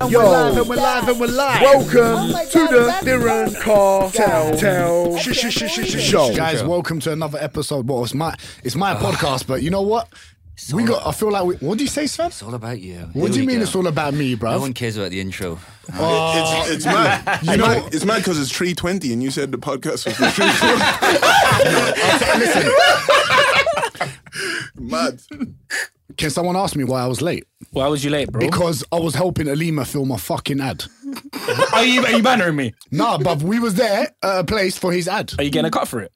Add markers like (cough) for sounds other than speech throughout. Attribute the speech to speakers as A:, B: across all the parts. A: And
B: Yo.
A: we're live, and we're live, and we're live. Oh
B: Welcome
C: my
B: to
C: God,
B: the
C: that's-
B: Darren Cartel Tell
C: I
B: sh- sh-
C: can't
B: sh- sh-
C: believe
B: sh-
C: it.
B: Show.
D: guys welcome to another episode well it's my it's my podcast but you know what we got i feel like we, what do you say sven
E: It's all about you.
D: what do you mean it's all about me bro
E: No one cares about the intro.
F: It's, it's mad. You know, it's mad because it's 320 and you said the podcast was 320.
D: listen
F: (laughs) mad.
D: can someone ask me why i was late
G: Why was you late, bro?
D: because i was helping alima film a fucking ad
G: are you are you bannering me?
D: nah but we was there at a place for his ad
G: Are you getting a cut for it?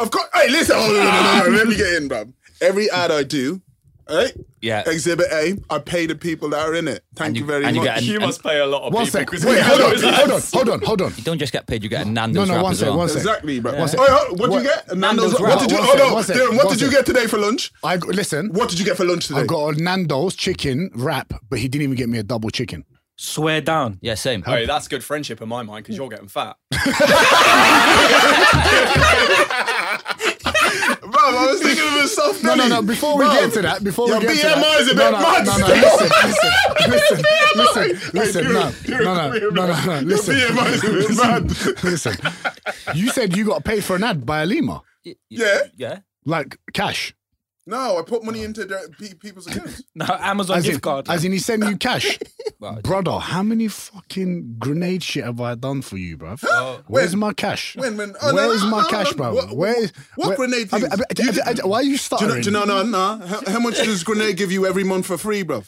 F: Of course. Hey, listen. Oh, no, no, no, no, no. Let me get in, bruv. Every ad I do, right?
E: Yeah.
F: Exhibit A, I pay the people that are in it.
E: And
F: Thank Uh, you,
E: you-
F: very
E: and you
F: much.
E: get an-
B: You must pay a lot of
D: one
B: people.
D: sec
B: 'cause
D: wait
B: we
D: hold
B: know
D: on
B: it's
D: hold on
B: us.
D: hold on hold on
E: You don't just get paid; you get a
D: no
E: Nando's
D: no
E: wrap
D: one
E: as
D: sec
E: well.
D: one sec
F: Exactly, bruv.
D: One sec.
F: Oh, yeah, what did you
D: What-
F: get?
E: Nando's
F: Nando's. What did you?
D: wrap.
F: Oh no,
D: One sec,
F: Darren,
D: one
F: What did
D: sec.
F: you get today for lunch?
D: i listen
F: What did you get for lunch today?
D: i got a nando's chicken wrap but he didn't even get me a double chicken
G: Swear down.
E: Yeah, same.
B: Hey, that's good friendship in my mind because you're getting fat.
F: Bruv, I was thinking of a soft
D: No, no,
F: belly.
D: no. Before we
F: Bruv,
D: get to that, before
F: your
D: we get to
F: BMI
D: that,
F: is a
D: no,
F: bit
D: no,
F: mad.
D: no, no, listen, listen, listen, listen,
F: (laughs)
D: listen, no,
F: You're-
D: no, no,
F: you're-
D: no, no, no, listen,
F: Your BMI is a bit
D: listen,
F: mad.
D: listen. You said you got paid for an ad by Alima,
F: Yeah.
E: Yeah.
D: like cash,
F: No, I put money into the pe- people's accounts.
G: No, Amazon
D: as
G: gift
D: in,
G: card.
D: as in he sent you
G: (laughs)
D: cash.
E: Well,
D: Brother, how many fucking grenade shit have I done for you, bruv? Where's my cash?
F: When, when- oh, no,
D: Where's
F: no,
D: my
F: no,
D: cash,
F: no,
D: bro?
F: what-
D: Where is
F: what
D: where-
F: grenade
D: I mean, I
F: things?
D: mean, I mean, Why are you
F: Do you,
D: stuttering?
F: know, do you know, no, no. How, how much does Grenade give you every month for free, bro?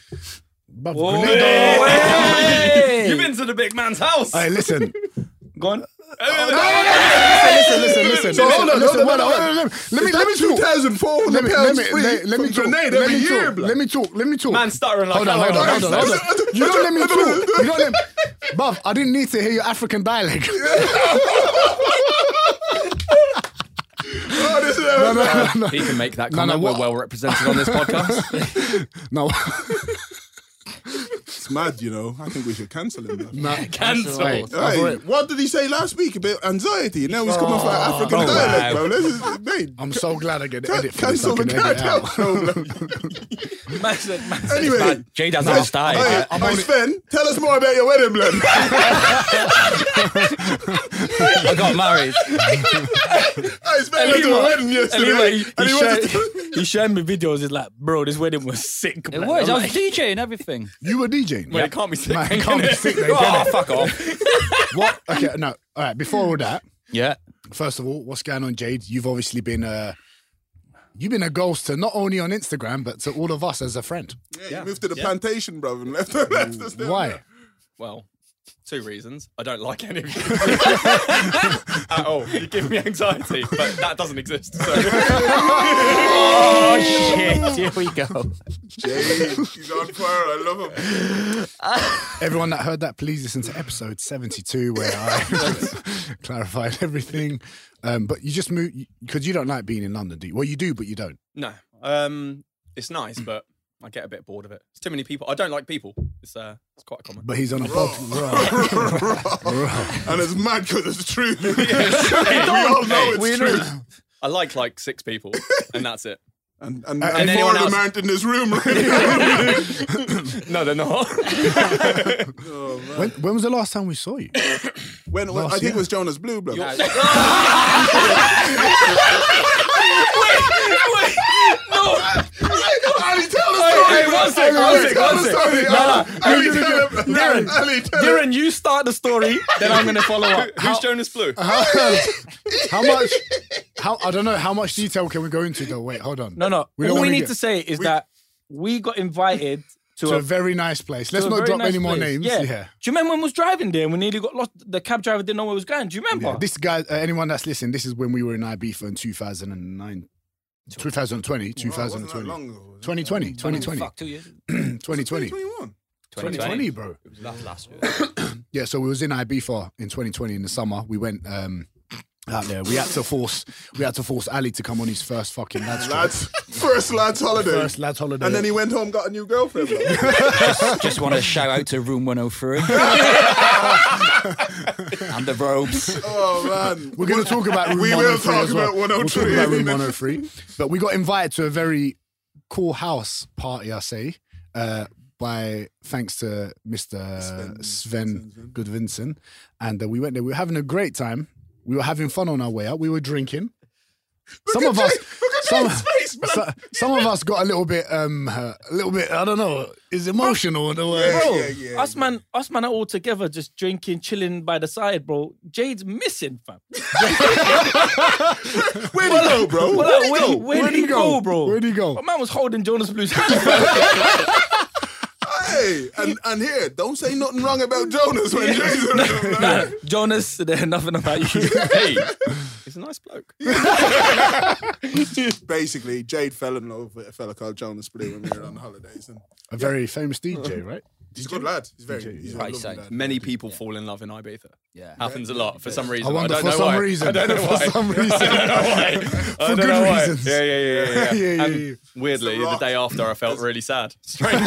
D: Bruv,
G: Oi!
D: grenade-
B: You've been to the big man's house.
D: Hey, Oh, listen.
G: Go on.
D: listen, listen, listen.
F: So
D: listen,
F: hold on,
D: listen,
F: hold on,
D: wait,
F: hold on.
D: wait, wait, wait. Let me, let me talk.
F: 2,400
D: Let me, let
F: pounds
D: me,
F: free
D: let, let me
F: from
D: talk.
F: Grenade
D: let me
F: every year,
D: talk.
F: bro.
D: Let me talk. Let me talk.
B: Man stuttering like
D: hold on,
B: hell,
D: hold on,
B: like-
D: hold on, hold on. You don't let me talk. You don't let me. Bruv, I didn't need to hear your African dialect.
F: Oh, this is-
B: He can make that
D: No, no,
B: comment.
D: what-
B: We're well represented on this podcast.
D: (laughs) no,
F: It's mad, you know. I think we should cancel him. bruv.
D: no.
E: (laughs)
B: Cancelled.
D: Hey,
F: Hey,
D: I'm-
F: what did he say last week about anxiety? Now he's coming for African dialect, bro. This is, mate,
D: I'm so glad I get to edit for this. I
F: cancel the
D: can edit
F: cartel.
D: out.
G: Man said- man said-
F: Anyway,
E: Jay doesn't have
F: hey,
E: style.
D: I'm
F: hey,
D: only-
F: Sven, tell us more about your wedding, man.
E: I
D: (laughs)
E: got married.
F: Hey, Sven, went to a wedding
G: (laughs)
F: yesterday.
G: Anyway,
F: and
G: he,
F: he
G: showed,
F: wanted to-
G: (laughs) he showed me videos. He's like, bro, this wedding was sick.
E: It
G: blood."
E: was. I
G: I'm
E: was
G: like,
E: DJing and everything.
D: You were DJing.
B: Well, it can't be sick.
D: Man,
B: can
D: it can't be
B: it?
D: sick.
B: (laughs)
D: They
E: Oh,
D: can
E: fuck off.
D: What? Okay, no. All right. Before all that,
E: Yeah.
D: first of all, what's going on, Jade? You've obviously been uh, you've been a ghost to not only on Instagram but to all of us as a friend.
F: Yeah, you moved to the plantation, bro, and left, left us there.
D: Why?
B: Well, two reasons. I don't like any of
D: (laughs)
B: you at all. You give me anxiety, but that doesn't exist.
D: (laughs)
B: So.
E: Oh (laughs) shit. Here we go.
F: Jay, he's on fire. I love him.
D: Everyone that heard that, please listen to episode 72 where
G: (laughs)
D: I (laughs) clarified everything. Um, but you just move because you don't like being in London, do you? Well, you do, but you don't.
B: No, um, it's nice, but I get a bit bored of it. It's too many people. I don't like people. It's uh, it's quite common.
D: But he's on a podcast.
F: and it's mad because it's true.
B: Hey,
F: we all know it's true.
B: I like like six people, and that's it.
F: And, and,
B: and
F: and, four
B: anyone
F: of them
B: else-
F: aren't in this room right now.
B: No,
D: (laughs)
B: they're not.
D: when, when was the last time we saw you?
F: When, when, I think it was Jonas Blue, bro. (laughs) Ali, tell the story.
G: Hey, one sec,
F: Ali,
G: one sec,
F: tell
G: one
F: the
G: sec.
F: story.
G: Nah,
F: Ali, Ali, tell him.
G: Darren,
F: Ali, tell him.
G: Darren, you start
D: (laughs)
G: the story, then I'm gonna follow up.
B: Who's Jonas Blue?
D: How, (laughs) how much? How I don't know. How much detail can we go into though? Wait, hold on.
G: No, no.
D: We don't
G: All we
D: wanna
G: need
D: get-
G: to say is that we got invited to,
D: To
G: a,
D: a very nice place. Let's
G: to a
D: not
G: very
D: drop
G: nice
D: any more
G: place.
D: names.
G: Yeah.
D: yeah.
G: Do you remember when we was driving there and we nearly got lost? The cab driver didn't know where we was going. Do you remember?
D: Yeah, This guy, uh, anyone that's listening, this is when we were in Ibiza in 2009, 2020,
F: Wow, it wasn't that
D: 2020,
F: long ago.
D: 2020, 2020,
E: Fuck two years.
D: 2020,
F: 21.
D: 2020, bro.
E: It was last last year.
D: (clears throat) Yeah, so we was in Ibiza in 2020 in the summer. We went um, out there. We had to force, we had to force Ali to come on his first fucking lads trip.
F: Lads, first lads holiday.
D: First lads holiday.
F: and then he went home, got a new girlfriend. bro.
D: (laughs)
E: just, just want to shout out to Room 103 and the (laughs) robes.
F: oh man,
D: We're going to talk about room
F: We will
D: 103
F: talk
D: as well.
F: about
D: We'll
F: 103.
D: talk about
F: (laughs)
D: room 103. But we got invited to a very cool house party, I say, uh, by thanks to Mr. Sven,
F: Sven- Sven-
D: Goodvinson, and uh, we went there. We were having a great time. We were having fun on our way out. We were drinking. some of us, some, so- some of us got a little bit, um, uh, a little bit. I don't know. Is emotional in a way.
G: Bro,
F: yeah, yeah,
G: us man, us man are all together just drinking, chilling by the side, bro. Jade's missing,
D: (laughs)
G: fam. (laughs)
F: Where'd he go, bro?
G: Well, like, where, where did he go, bro?
D: Where'd he go?
F: Oh
G: My man was holding Jonas Blue's hand.
D: (laughs)
G: fam.
F: Hey, and, and here, don't say nothing wrong about Jonas when
D: (laughs)
F: Jay's around.
G: Nah,
F: man.
G: Jonas, (laughs) there, nothing about you.
B: hey, he's a nice bloke.
F: Basically, Jade fell in love with a fella called Jonas Blue when we were on holidays, and
D: A very famous DJ, right?
F: he's a good lad. He's very,
D: DJ,
F: he's
E: yeah.
F: a lovely
E: Right, so-
F: lad.
B: Many people fall in love in Ibiza.
E: Yeah.
B: Happens a lot for some
D: I
B: reason. I,
D: wonder
B: don't
D: for
B: know
D: some
B: why.
D: reason.
B: I don't know
D: for
B: why.
D: some reason.
B: (laughs) I don't know why. I
D: For
B: don't
D: good
B: know why.
D: reasons.
B: Yeah, yeah, yeah, yeah.
D: Yeah, yeah,
B: And
D: yeah.
B: Weirdly,
F: It's a
B: the
F: rock.
B: day after, I felt really sad. (laughs) Strange.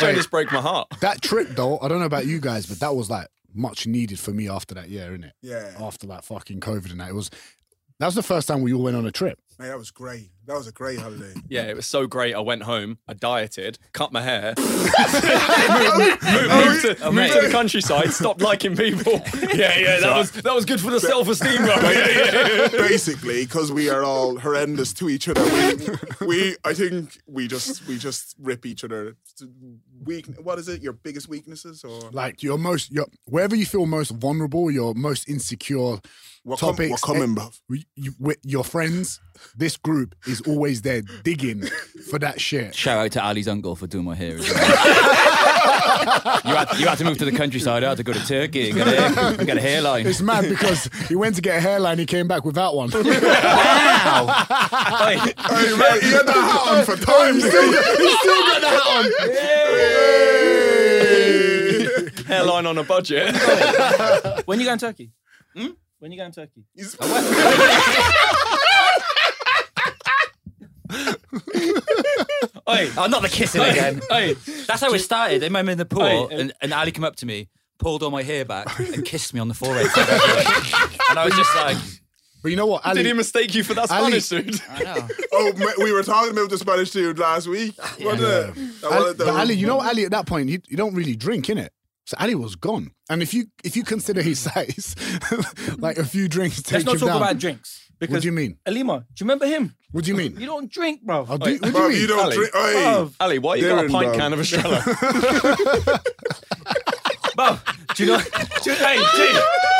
B: Jonas broke my heart.
D: That trip, though, I don't know about you guys, but that was like much needed for me after that year, innit?
F: Yeah.
D: After like fucking COVID and that, it was. That was the first time we all went on a trip.
F: Mate, that was great. That was a great holiday.
B: Yeah, it was so great. I went home, I dieted, cut my hair, (laughs) moved, moved to, moved to the countryside, stopped liking people. Yeah, yeah, that was that was good for the self-esteem. Bro. (laughs) Yeah, yeah, yeah.
D: (laughs)
F: Basically, because we are all horrendous to each other, we, we, I think we just we just rip each other. Weak, what is it? Your biggest weaknesses or
D: Like your most, your wherever you feel most vulnerable, your most insecure
F: We're com-
D: topics.
F: we're
D: (laughs)
F: coming, bruv.
D: we- you- with your friends, this group is always there digging for that shit.
E: (laughs) Shout out to Ali's uncle for doing my hair. As
D: (laughs)
E: well. you, had, you had to move to the countryside. I had to go to Turkey. Got a, hair- got a hairline.
D: (laughs) It's mad because he went to get a hairline, he came back without one.
F: Hey, man, he had that hat (laughs) on for times.
B: Hairline on a budget.
G: when you going to Turkey? Hmm? When you going to Turkey? Oi,
E: Oh, not the kissing
G: oi,
E: again.
G: oi.
E: That's how it started. I remember in the pool,
G: Oi, and-
E: and, and Ali came up to me, pulled all my hair back, and kissed me on the forehead. (laughs) and I was just like,
D: but you know what? Ali,
B: Did he mistake you for that
D: Ali-
B: Spanish dude?
F: (laughs)
E: I know.
F: Oh, ma- we were talking about the Spanish dude last week. Wasn't it? That
D: Ali,
F: was- that
D: but
F: was-
D: Ali, you know Ali at that point, you, you don't really drink, innit? So Ali was gone. And if you if you consider his size, (laughs) like a few drinks take
G: Mm. Let's not
D: him
G: talk
D: down.
G: about drinks. Because
D: what do you mean?
G: Alima, do you remember him?
D: What do you
G: You
D: mean?
G: don't drink, bro.
D: I'll do, what do you
F: Bruv,
D: mean?
F: you don't
B: Ali.
F: drink. Oi.
D: (laughs)
G: Bruv.
B: (laughs) Ali, why you got a
F: Darren,
B: pint
F: bro.
B: can
F: (laughs)
B: of Estrella? (laughs)
G: Bro, do you know? Do you, hey, do you, do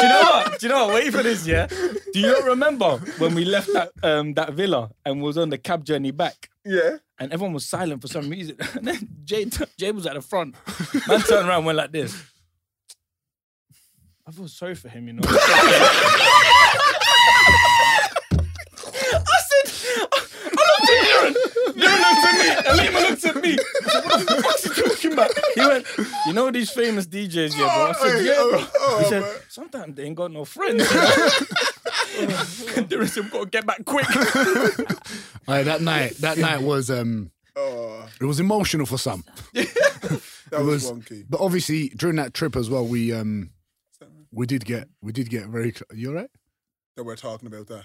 G: you know what? Do you know what? Wait for this, yeah. Do you not remember when we left that um that villa and was on the cab journey back?
F: Yeah.
G: And everyone was silent for some reason. (laughs) And then Jay, tu- Jay was at the front. Man turned around, and went like this. I feel sorry for him, you know. I said, I I looked at Darren. Darren looked at me. Alima looked at me. I said, What the fuck's he talking about? He went, you know these famous DJs, yeah, bro. I said, yeah, bro. He said, sometimes they ain't got no friends. (laughs) Darren said, we've got to get back quick.
D: Aye, that night, that night was um
F: Oh,
D: it was emotional for some.
F: that
D: was-
F: was wonky.
D: But obviously during that trip as well, we um we did get we did get very cl- you alright?
F: That we're talking about that.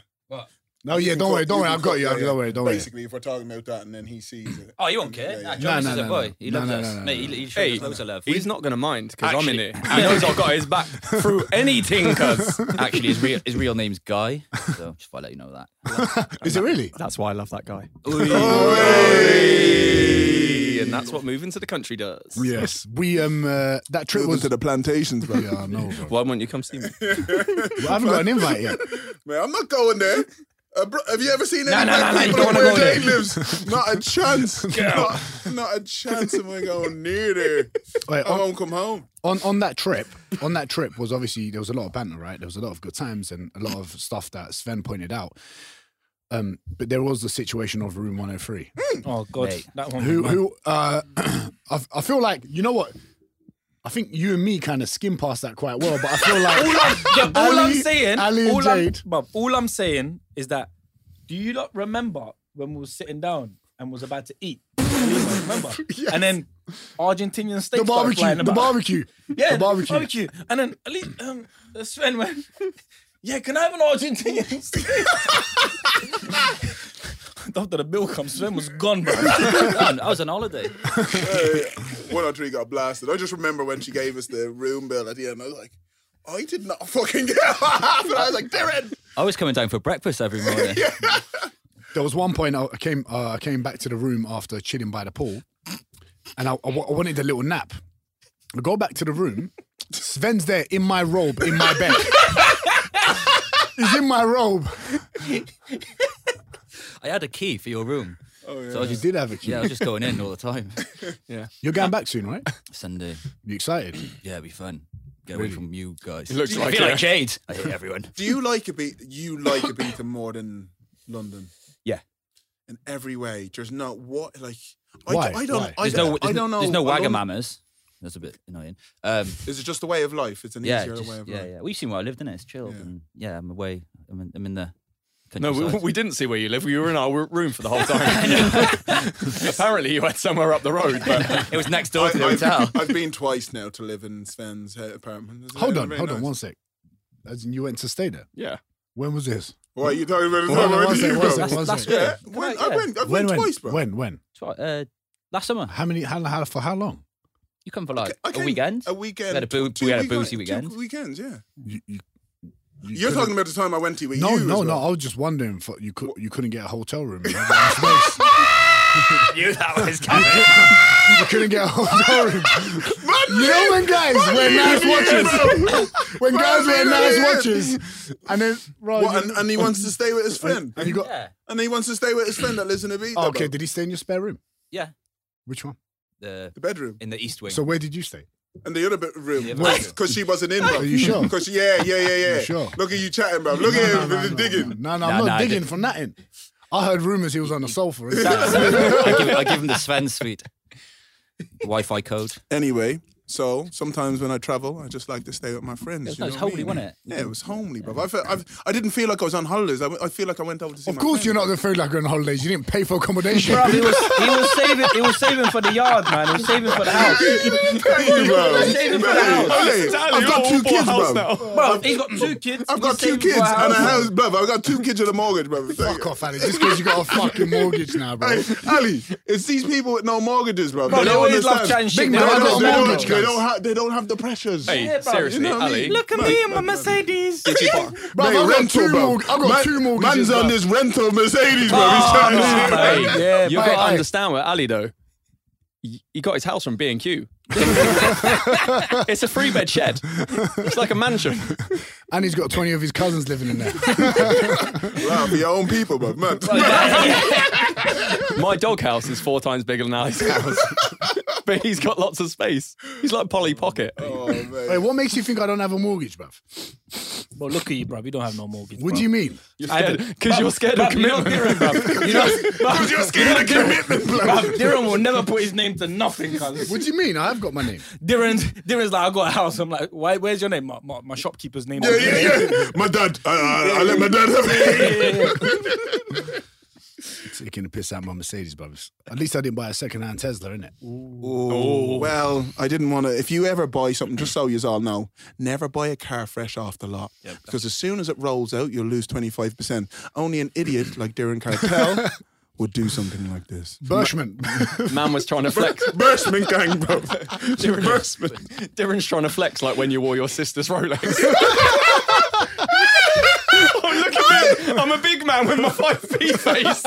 D: No, yeah, don't worry, don't worry, I've got you. I've-
F: Yeah, yeah.
D: Don't worry, don't worry.
F: Basically, if we're talking about that and then he sees it.
E: Oh, you won't care.
F: Yeah, yeah.
E: Nah, Jonas
D: No, no,
E: is
D: no,
E: a boy.
D: no.
E: He
D: No,
E: loves
D: no,
E: us.
D: no, no,
E: Mate,
D: no.
E: he, he shows
B: Hey,
E: us loads of love.
B: He's not going to mind because I'm in
E: Actually-
B: it. (laughs) He knows I've got his back through anything, (laughs) cuz.
E: Actually, his real, his real name's Guy. So just thought I'd let you know that.
D: Is it really?
B: That's why I love that guy. And that's what moving to the country does.
D: Yes. We um uh, that trip
F: Moving
D: was
F: to the plantations, bro.
D: Yeah, I know,
F: (laughs)
D: bro.
B: Why won't you come see me?
D: I haven't got an invite yet.
F: Man, I'm not going there. Uh, bro, have you ever seen any
E: no,
F: black
E: no, no, you
F: people
E: don't
F: up
E: wanna
F: where
E: go
F: Jay lives?
E: (laughs)
F: Not a chance. not, not a chance am I going
E: (laughs)
F: near there.
D: Wait,
F: I
D: on-
F: won't come home.
D: on on that trip, on that trip was obviously there was a lot of banter, right? There was a lot of good times and a lot of stuff that Sven pointed out. Um, but there was the situation of room 103.
G: (laughs) Oh, God.
E: Mate.
G: That one.
D: Who who uh (clears throat) I, I feel like you know what? I think you and me kind of skim past that quite well, but I feel (laughs)
G: all
D: like
G: I'm, (laughs) yeah, all I'm
D: Ali-
G: saying,
D: Ali and
G: all, I'm,
D: Jade.
G: bruv, all I'm saying is that do you not remember when we were sitting down and was about to eat? (laughs) remember? And then Argentinian steak
D: the
G: started
D: barbecue,
G: flying
D: the
G: about.
D: barbecue,
G: yeah,
D: the barbecue.
G: And then Ali, um, Sven (laughs) went, yeah, can I have an Argentinian steak? (laughs) after the bill comes, Sven was gone, (laughs) bro.
E: Man, I was on holiday.
F: One or three got blasted. I just remember when she gave us the room bill at the end. I was like, I did not fucking get (laughs) half. And I was like, Darren.
E: I was coming down for breakfast every morning.
D: There was one point I I came uh, I came back to the room after chilling by the pool, and I, I wa- I wanted a little nap. I go back to the room. Sven's there in my robe in my
F: (laughs)
D: bed. He's in my robe.
E: I had a key for your room. Oh, yeah. So I was
D: You
E: just,
D: (laughs) did have a key.
E: yeah, I was just going in all the time.
D: You're going back soon, right?
E: Sunday.
D: You excited?
E: Yeah, it'd be fun. Get away from you guys.
B: looks
E: I
B: like
E: feel
B: it.
E: like Jade. I hate everyone.
F: Do you like Ibiza? You like Ibiza more than London?
B: Yeah.
F: In every way. There's not what like.
D: Why?
F: I, I don't.
D: Why?
F: I,
E: There's
F: don't-
E: no,
F: I
E: there's,
F: don't know.
E: there's no
F: I don't-
E: Wagamamas. That's a bit annoying. Um,
F: Is it just a way of life? It's an
E: yeah,
F: easier
E: just-
F: way of
E: yeah,
F: life.
E: yeah. We've seen where I lived, in it? It's chilled.
F: Yeah.
E: And yeah, I'm away. I'm in, I'm in the
B: No, we,
E: countryside. (laughs)
B: we didn't see where you live. We were in our w- room for the whole (laughs) time. Apparently, you went somewhere up the road. But
E: it was next door to the
F: I,
E: hotel.
F: have (laughs) I've been twice now to live in Sven's uh, apartment. It's
D: Hold
F: very-
D: on,
F: very
D: hold on,
F: nice.
D: one sec. As in you went to stay there.
B: yeah,
D: When was this?
F: Why are you talking about?
D: Hold on,
F: Where
D: one
F: did
D: sec,
F: you
D: one
F: go?
D: sec, one
E: Last
D: sec.
E: year.
F: (laughs) Yeah, when,
E: Can I-
F: I
E: yeah.
F: went. I
D: When?
F: went
D: When?
F: twice, bro.
D: When? When?
E: Twi- Uh, last summer.
D: How many? How, how for how long?
E: You come for like
F: I came-
E: a weekend.
F: A weekend.
E: We had a boo-
F: two
E: we had a
F: week-
E: boozy
F: two
E: weekend.
F: Weekends, yeah.
D: You, you, you
F: You're
D: couldn't-
F: talking about the time I went to with
D: No,
F: you.
D: no,
F: as
D: no.
F: well.
D: I was just wondering. For, you could you couldn't get a hotel room.
F: (laughs)
D: in that space.
E: knew that was
B: (laughs)
E: coming.
D: you couldn't get a hotel
F: (laughs)
D: room.
F: Man,
D: You know when guys wear nice watches, when
F: Man,
D: guys wear
F: leave
D: nice
F: it.
D: watches, and then bro,
F: What,
D: you-
F: and, and he wants to stay with his friend.
D: (laughs) and you got
E: yeah,
F: And he wants to stay with his friend that lives in Ibiza.
D: oh, okay.
F: bro.
D: Did he stay in your spare room?
E: yeah.
D: Which one?
E: The
F: the bedroom
E: in the East Wing.
D: So where did you stay?
F: and the other bit room
E: Yeah,
F: (laughs)
E: but-
F: because she wasn't in. Bro.
D: Are you sure?
F: Because yeah, yeah, yeah, yeah.
D: You sure?
F: Look at you chatting, bro. Look at him
D: no, no,
F: digging.
D: No, no,
E: Nah,
D: I'm
E: nah,
D: not
E: I
D: digging
E: didn't.
D: for nothing. I heard rumors he was on the
F: (laughs)
D: sofa.
E: I, give, I give him the Sven suite. Wi-Fi code.
F: Anyway, so sometimes when I travel, I just like to stay with my friends.
E: It was
F: you
E: nice,
F: know what I
E: homely,
F: mean?
E: wasn't it?
F: Yeah, it was homely, bro. I, felt, I've, I didn't feel like I was on holidays. I, w- I feel like I went over to see
D: Of
F: my
D: course,
F: friends.
D: you're not the food like on holidays. You didn't pay for accommodation.
G: Bro, he was he was saving he was saving for the yard, man. He was saving for the house.
F: (laughs) Hey, bro.
G: saving for the
F: Hey,
B: Oh,
G: house.
F: hey, I've got two kids, bro.
G: Bro, he's got two kids.
F: I've
G: He's
F: got two
G: saving for
F: kids and a
G: house.
F: house, bro. I've got two kids with a mortgage, bro.
D: (laughs) Fuck off, Ali. Just because you got a fucking mortgage now, bro.
F: Hey, Ali, it's these people with no mortgages, bro.
G: Bro, they
F: don't
G: always love chatting
F: understand.
D: Big
G: shit.
F: They
D: man, I
F: don't,
D: got a
F: they, don't,
D: mortgage,
F: they,
D: guys.
F: don't have, they don't have the pressures.
B: hey,
G: Yeah, bro,
B: seriously,
F: you know what I mean?
B: Ali.
G: Look at me and my Mercedes.
F: (laughs)
D: Bro,
F: Mate,
D: I've got
F: rental,
D: two
F: bro.
D: morg- I've got
F: Man-
D: two mortgages,
F: Man's on
D: bro.
F: this rental Mercedes, bro. He's chatting shit.
B: Hey,
G: (laughs) Yeah,
B: you
D: but-
B: got to
D: hey.
B: understand with Ali though. He he got his house from B and Q. It's a three bed shed. It's like a mansion.
D: And he's got 20 of his cousins living
F: (laughs)
D: in there.
F: Wow, for your own people, bro. Man. (laughs)
B: My dog house is four times bigger than Ali's house, (laughs) but he's got lots of space. He's like Polly Pocket.
F: Oh, man.
D: Wait, what makes you think I don't have a mortgage, bruv?
G: But look at you, bro. You don't have no mortgage.
D: What do you mean?
B: (laughs) Because you're scared of commitment.
F: (laughs) Because you're scared of commitment, bro.
G: Darren will never put his name to nothing, cuz.
D: What do you mean? I have got my name.
G: Darren's, Darren's like, I got a house. I'm like, Why, where's your name? My, my, my shopkeeper's name.
F: Yeah, yeah, yeah. My dad. I, I, I let my dad have (laughs) it.
D: Taking the piss out my Mercedes, bruv. At least I didn't buy a second-hand Tesla, innit?
F: Oh, Well, I didn't want to. If you ever buy something, just so you all know, never buy a car fresh off the lot. Because as soon as it rolls out, you'll lose 25%. Only an idiot like Darren (laughs) Cartel would do something like this.
D: Bershman.
B: Man was trying to flex.
F: Burstman gang,
B: (laughs)
F: bro. Burstman.
B: Darren's trying to flex like when you wore your sister's Rolex. (laughs) oh, look at me. I'm a big man with my 5p face.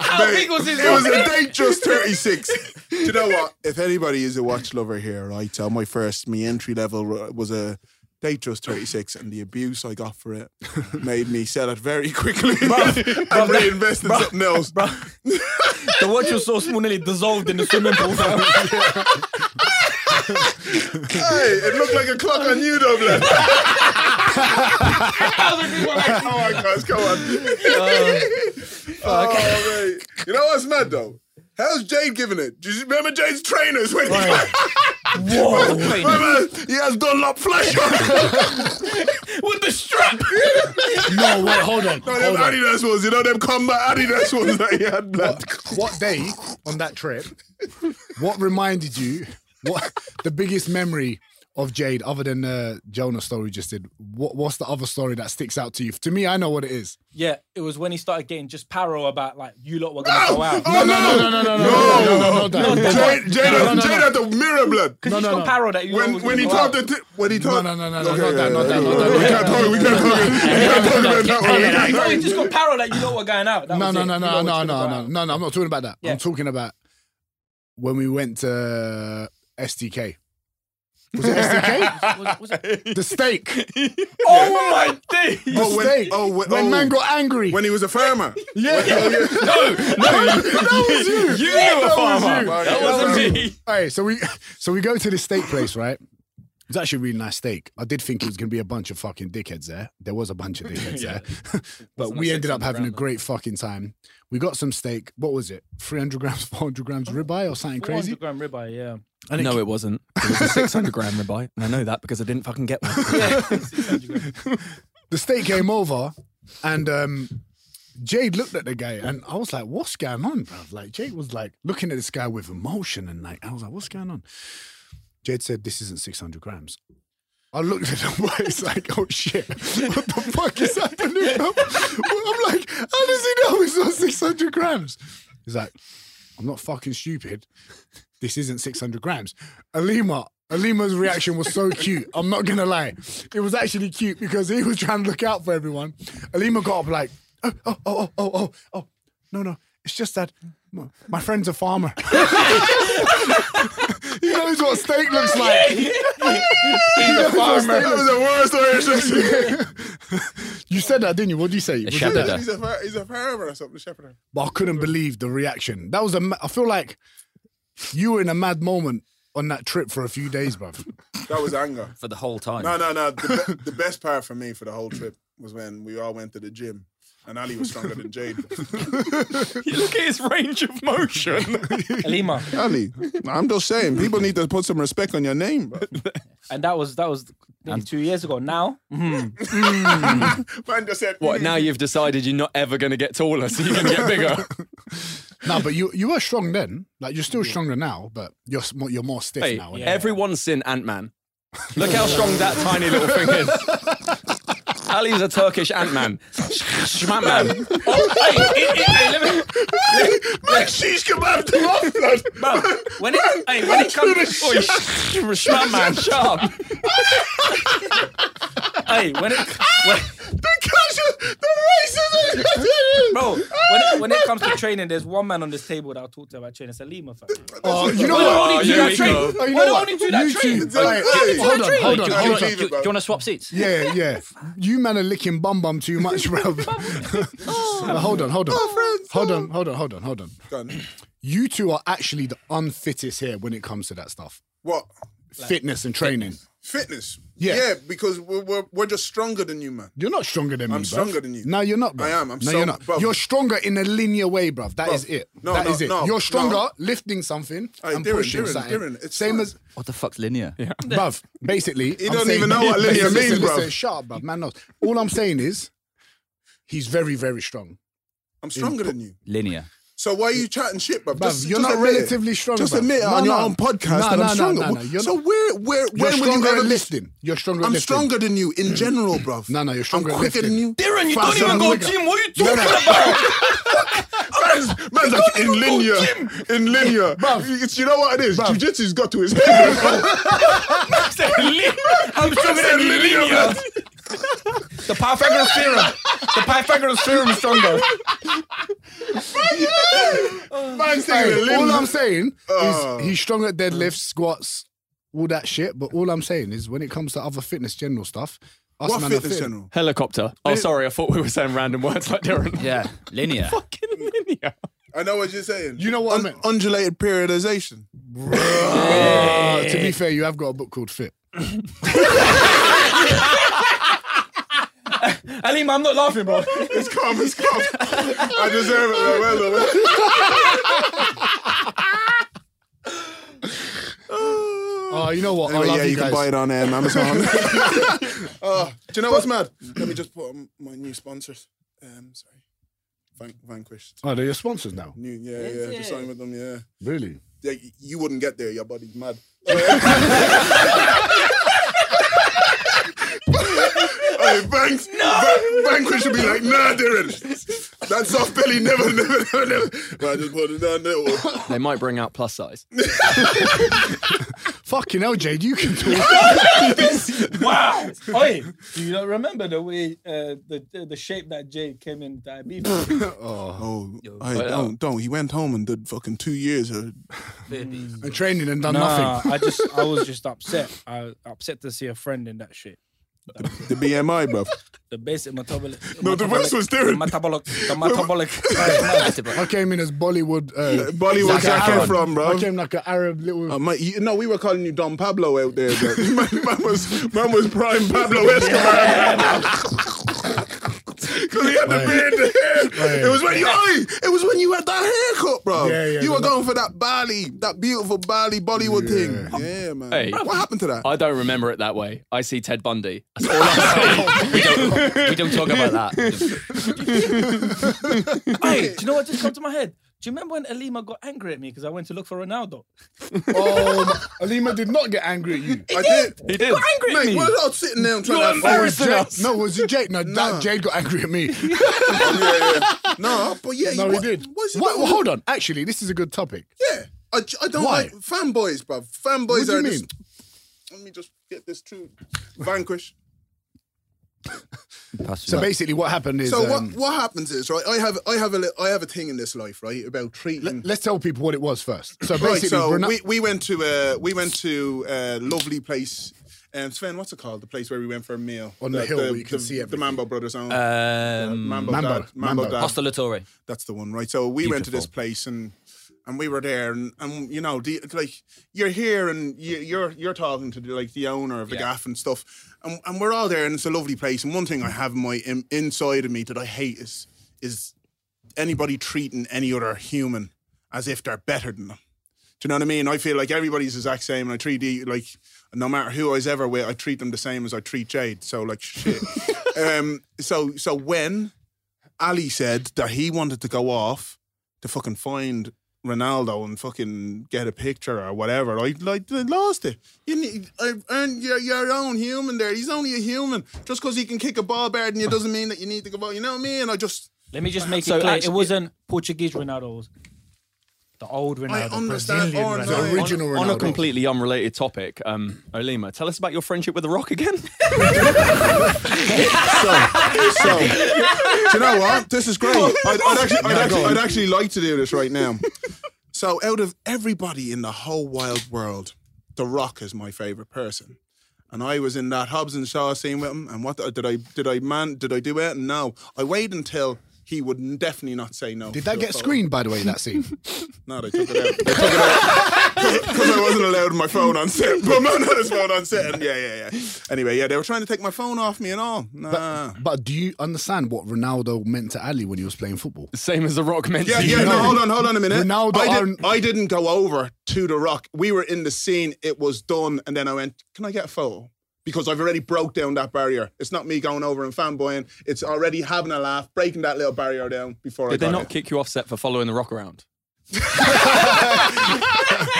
G: How big was his
F: It was a date (laughs) just 36. Do you know what? If anybody is a watch lover here, right? So my first, my entry level was a date just 36, and the abuse I got for it made me sell it very quickly (laughs) and reinvest in something else.
G: The watch was so small, nearly dissolved in the swimming pool. (laughs) fam.
F: Hey, it looked like a clock on you, (laughs) Dublin. Come on, guys, come on. Uh, oh, mate. You know what's mad though? How's Jade giving it? Do you remember Jade's trainers (laughs) when
E: Whoa.
F: remember, he has Dunlop flash on?
G: With the
F: (laughs)
G: strap.
D: (laughs) (laughs) no, wait, hold on.
F: no, them
D: hold on.
F: Adidas ones, you know them combat Adidas ones that he had. Black.
D: What day on that trip, what reminded you, what the biggest memory of Jade, other than uh, Jonah's story just did, what, what's the other story that sticks out to you? To me, I know what it is.
G: Yeah, it was when he started getting just paro about like you lot were gonna go out.
F: Oh,
D: no, no, no, no, no, no, no, no, no,
F: Jade, Jade,
D: no, no,
F: Jade
D: no.
F: had the mirror blood.
G: Because he's got paro that you lot
F: When
G: were
F: when
G: gonna
F: he
G: go
F: told
G: out.
F: the t- when he told
D: no, no, no, no, not that, not that, not that.
F: we can't talk we can't talk we can't talk about
G: (laughs)
F: that
G: No, he
F: one.
G: just got paro that you lot were going out. That
D: No,
G: was
D: no,
G: it.
D: no,
G: You
D: no,
G: lot were
D: no,
G: gonna
D: no,
G: go
D: no,
G: out.
D: no, no. I'm not talking about that.
G: Yeah.
D: I'm talking about when we went to SDK. Was it SDK?
G: Was- was it-
D: the steak.
G: Oh my days!
D: (laughs) The
F: Oh, when-
D: steak.
F: oh, when-
D: when
F: oh.
D: man got angry.
F: When he was
D: (laughs)
F: a farmer.
D: yeah, yeah.
B: You knew a farmer.
F: Right,
B: That
F: yeah,
B: wasn't me.
D: All right, so we (laughs) so we go to this steak place, right? It's actually a really nice steak. I did think it was gonna be a bunch of fucking dickheads there. There was a bunch of dickheads there, (laughs) but
B: Wasn't
D: we
B: a
D: ended up
B: 600
D: having a
B: grand, though.
D: great fucking time. We got some steak. What was it? Three hundred grams, four hundred grams ribeye or something crazy.
G: 400 gram ribeye, yeah.
D: And
B: No, it wasn't. It was a 600 gram ribeye, and I know that because I didn't fucking get one. (laughs)
D: the steak came over, and um, Jade looked at the guy, and I was like, "What's going on, bruv? Like Jade was like looking at this guy with emotion, and like I was like, "What's going on?" Jade said, "This isn't 600 grams." (laughs) I looked at the boy. It's like, "Oh shit, what the fuck is happening?" I'm like, "How does he know it's not 600 grams?" He's like, "I'm not fucking stupid. This isn't 600 grams." Alima. Alima's reaction was so cute. I'm not gonna lie, it was actually cute because he was trying to look out for everyone. Alima got up like, oh, oh, oh, oh, oh, oh, no, no, it's just that my, my friend's a farmer. (laughs) he knows what steak looks like. He knows what steak
F: That was the worst way of
D: (laughs) you said that, didn't you? What did you say? Was it
E: shepherd.
D: that?
F: He's a far- he's a farmer or something, a shepherd.
D: But I couldn't believe the reaction. That was a. ma- I feel like you were in a mad moment on that trip for a few days, bruv.
F: That was anger.
E: for the whole time.
F: No, no, no. The, be- the best part for me for the whole trip was when we all went to the gym and Ali was stronger than Jade.
B: Look at his range of motion.
G: Lima.
F: Ali, I'm just saying, people need to put some respect on your name. bro.
G: And that was that was maybe two years ago. Now
F: (laughs) Man just said,
B: What? Now you've decided you're not ever going to get taller, so you can get (laughs) bigger.
D: no, but you you were strong then. Like you're still stronger now, but you're s- more- you're more stiff
B: Hey,
D: now.
G: yeah.
B: everyone's seen Ant Man. Look how strong that tiny little thing is.
G: (laughs)
B: Ali's a Turkish Ant Man. Schmant Man.
G: hey, hey, hey, hey, let me-
F: Man, she's kebab to off, blood.
G: bro, when it hey, when it comes
B: Oi, sh- Schmant Man, sharp.
G: hey when it when,
F: The racism.
G: bro when it, when it comes to training, there's one man on this table that I'll talk to about training. It's Lima, fam.
D: Oh, you know
G: Why
D: what?
G: don't only
B: Oh,
G: do
B: here
G: that
B: we
G: train?
B: go.
D: Oh, you
G: Why
D: know
G: don't
D: what?
G: only do that
D: You
G: train?
D: two- Like, hey, hold on, hold on,
E: Do you,
D: hold
E: want,
D: on.
F: Leave it, bro.
E: to swap seats?
D: Yeah, yeah. You man are licking bum bum too much, bruv. Now, hold on, hold on. Hold on, hold on, hold on, hold on.
F: Done.
D: You two are actually the unfittest here when it comes to that stuff.
F: What?
D: fitness and training.
F: Fitness.
D: Yeah.
F: Yeah, because we're, we're, we're just stronger than you, man.
D: You're not stronger than me.
F: I'm
D: bruv.
F: stronger than you.
D: No, you're not. Bruv.
F: I am. I'm
D: no,
F: so-
D: you're not.
F: bruv.
D: You're stronger in a linear way, bruv. That
F: Bruv.
D: is it.
F: No,
D: That
F: no,
D: is it.
F: no,
D: you're stronger
F: no.
D: lifting something
F: Aye,
D: and
F: Darren,
D: pushing
F: Darren,
D: something.
F: Darren, it's
D: Same
F: fine.
D: as
E: What the fuck's linear? Yeah.
D: bruv. Basically, he
F: don't even
D: (laughs)
F: know what linear means, bruv.
D: Shut up, bruv. Man knows. All I'm saying is, he's very, very strong.
F: I'm stronger than you.
E: Linear.
F: So why are you chatting shit, bruv?
D: Bruv,
F: Just-
D: you're
F: just
D: not
F: admit it.
D: relatively strong,
F: Just
D: bruv.
F: admit it
D: No,
F: on your
D: no.
F: own podcast
D: No,
F: that
D: no,
F: I'm
D: no,
F: stronger.
D: no, no, you're
F: so
D: not-
F: where, where,
D: You're
F: when will you
D: stronger
F: ever
D: in
F: lift?
D: lifting. You're stronger.
F: I'm
D: in lifting.
F: stronger than you in general, bruv.
D: Mm. No, no, you're stronger
F: I'm
D: in
F: quicker
D: lifting.
F: than you.
G: Darren, you don't
D: Faster than
G: even go
D: Wigan. (laughs)
G: gym. What are you talking about?
F: Man's, man's like in linear,
D: (laughs)
F: in linear. It's, you know what it is? Jiu-jitsu's got to his head.
G: I'm stronger than
F: linear,
G: linear. The Pythagoras theorem. The Pythagoras theorem is stronger.
F: man's
D: Hey,
F: taking a
D: all
F: limb.
D: I'm saying
F: Oh.
D: is he's strong at deadlifts, squats, all that shit. But all I'm saying is when it comes to other fitness general stuff, us
F: What
D: man are
F: fitness
D: fit.
F: general?
B: Helicopter. Oh, sorry. I thought we were saying random words like Darren.
E: Yeah. Linear.
B: Fucking linear.
F: I know what you're saying.
D: You know what I meant.
F: Undulated periodization.
D: Uh, to be fair, you have got a book called Fit.
G: (laughs) Alima, I'm not laughing, (laughs) bro.
F: (laughs) It's calm, it's calm. I deserve it. man. Well, done, well.
D: Oh, you know what? I love
F: yeah,
D: you,
F: you
D: guys.
F: can buy it on (laughs) um, Amazon. Uh, do you know what's mad? Let me just put on my new sponsors. Um, sorry, Van- Vanquished.
D: Oh, they're your sponsors now.
F: New, yeah, yeah, just signed with them. Yeah,
D: Really?
B: (laughs)
F: (laughs) yeah. y- You wouldn't get there. Your body's mad. Hey, Banks, no. Banquet should be like, nah, Darren. That soft belly never, never, never, never. But I just put it down there.
B: They might bring out plus size.
D: Fucking hell, Jade, you can
F: (laughs)
D: talk.
G: Wow! Oi, do you not remember the way uh, the the shape that Jay came in
D: (laughs)
G: diabetes?
F: Oh, I
B: but, uh,
F: don't, don't. He went home and did fucking two years of Mm.
D: and training and done
G: Nah,
D: nothing.
G: I just I was just upset. I was upset to see a friend in that shit.
F: the BMI, bro.
G: The basic metabolic.
F: No, the worst was
G: The
F: Darren.
G: metabolic.
F: (laughs)
G: The metabolic. Right, no.
D: I came in as Bollywood. Uh,
F: Bollywood,
D: like an
F: where I came
D: Arab.
F: from, bro.
D: I came like an Arab little.
F: Uh, mate, you, no, we were calling you Don Pablo out there. Bro. (laughs) man, man was, man was prime Pablo Escobar. (laughs) Because he had the beard, the hair.
D: Right.
F: It was when you, oi, it was when you had that haircut, bro.
D: Yeah, yeah,
F: you were
D: no,
F: going for that Bali, that beautiful Bali Bollywood
D: Yeah.
F: thing. Yeah, man.
B: Hey.
F: What happened to that?
B: I don't remember it that way. I see Ted Bundy. That's all I (laughs) see.
E: we don't talk about that.
G: Hey, do you know what just come to my head? Do you remember when Elima got angry at me because I went to look for Ronaldo?
F: (laughs)
D: Oh, Alima did not get angry at you.
F: I did.
B: He did.
G: Angry at
F: Mate,
G: me.
F: what I was sitting there and trying to
D: Oh, it was
B: Embarrassing
D: Jade.
B: us.
D: No, was it Jade? No,
F: Nah.
D: that Jade got angry at me.
F: (laughs) yeah, yeah. No, but yeah,
D: No,
F: you,
D: he
F: what-
D: did.
F: What's he
D: What-
F: doing?
D: well, hold on. Actually, this is a good topic.
F: Yeah. I, j- I don't
D: Why?
F: like fanboys, bruv. Fanboys
D: What do
F: are
D: you
F: just-
D: mean?
F: Let me just get this true. Vanquish.
D: So basically, what happened is.
F: So
D: um,
F: what what happens is right. I have I have a li- I have a thing in this life right about treating.
D: Let's tell people what it was first. So
F: right,
D: basically,
F: so
D: Rona-
F: we, we went to a we went to a lovely place. Um, Sven, what's it called? The place where we went for a meal
D: On the hill where you can
F: the,
D: see
F: the
D: everything.
F: Mambo Brothers own.
E: Um,
D: Mambo,
F: Mambo, Dad, Mambo,
D: Mambo.
F: Dad.
E: Hostelatore.
F: That's the one, right? So we went to this place and and we were there and, and you know the, like you're here and you, you're you're talking to the, like the owner of the gaff and stuff and, and we're all there and it's a lovely place and one thing I have in my in, inside of me that I hate is is anybody treating any other human as if they're better than them. Do you know what I mean? I feel like everybody's the exact same, and I treat the, like no matter who I was ever with, I treat them the same as I treat Jade. So like shit. um, so so when Ali said that he wanted to go off to fucking find Ronaldo and fucking get a picture or whatever, I like I lost it. You need, I, and you're your own human there. He's only a human. Just because he can kick a ball better than you doesn't mean that you need to go. out. You know what I mean? I just
G: Let me just make
B: So,
G: it clear.
B: actually-
G: it wasn't Portuguese Ronaldo. it was The old Ronaldo.
F: I understand.
D: Brazilian
F: Oh,
D: Ronaldo.
F: no.
D: The original
B: on a
D: Ronaldo.
B: completely unrelated topic, um, Olima, tell us about your friendship with The Rock again.
F: So, do you know what? This is great. I'd, I'd, actually, I'd, actually, I'd actually like to do this right now. So, out of everybody in the whole wild world, The Rock is my favorite person. And I was in that Hobbs and Shaw scene with him. And what the- did I did I man did I do it? No, I waited until he would n- definitely not say no.
D: did that
F: to a
D: get
F: photo.
D: screened, by the way, that scene?
F: No, they took it out. They took it
D: (laughs)
F: out because I wasn't allowed (laughs) my phone on set. But man had his phone on set. And yeah, yeah, yeah. Anyway, yeah, they were trying to take my phone off me and all. Nah.
D: But do you understand what Ronaldo meant to Ali when he was playing football?
B: Same as (laughs) The Rock meant
F: Yeah,
B: to
F: yeah.
B: you.
F: No, hold on, hold on a minute.
D: Ronaldo
F: I, did,
D: aren't-
F: I didn't go over to the Rock. We were in the scene. It was done, and then I went, "Can I get a photo?" Because I've already broke down that barrier. It's not me going over and fanboying. It's already having a laugh, breaking that little barrier down before
B: Did
F: I
B: they
F: got
B: not
F: it.
B: kick you off set for following The Rock around? (laughs)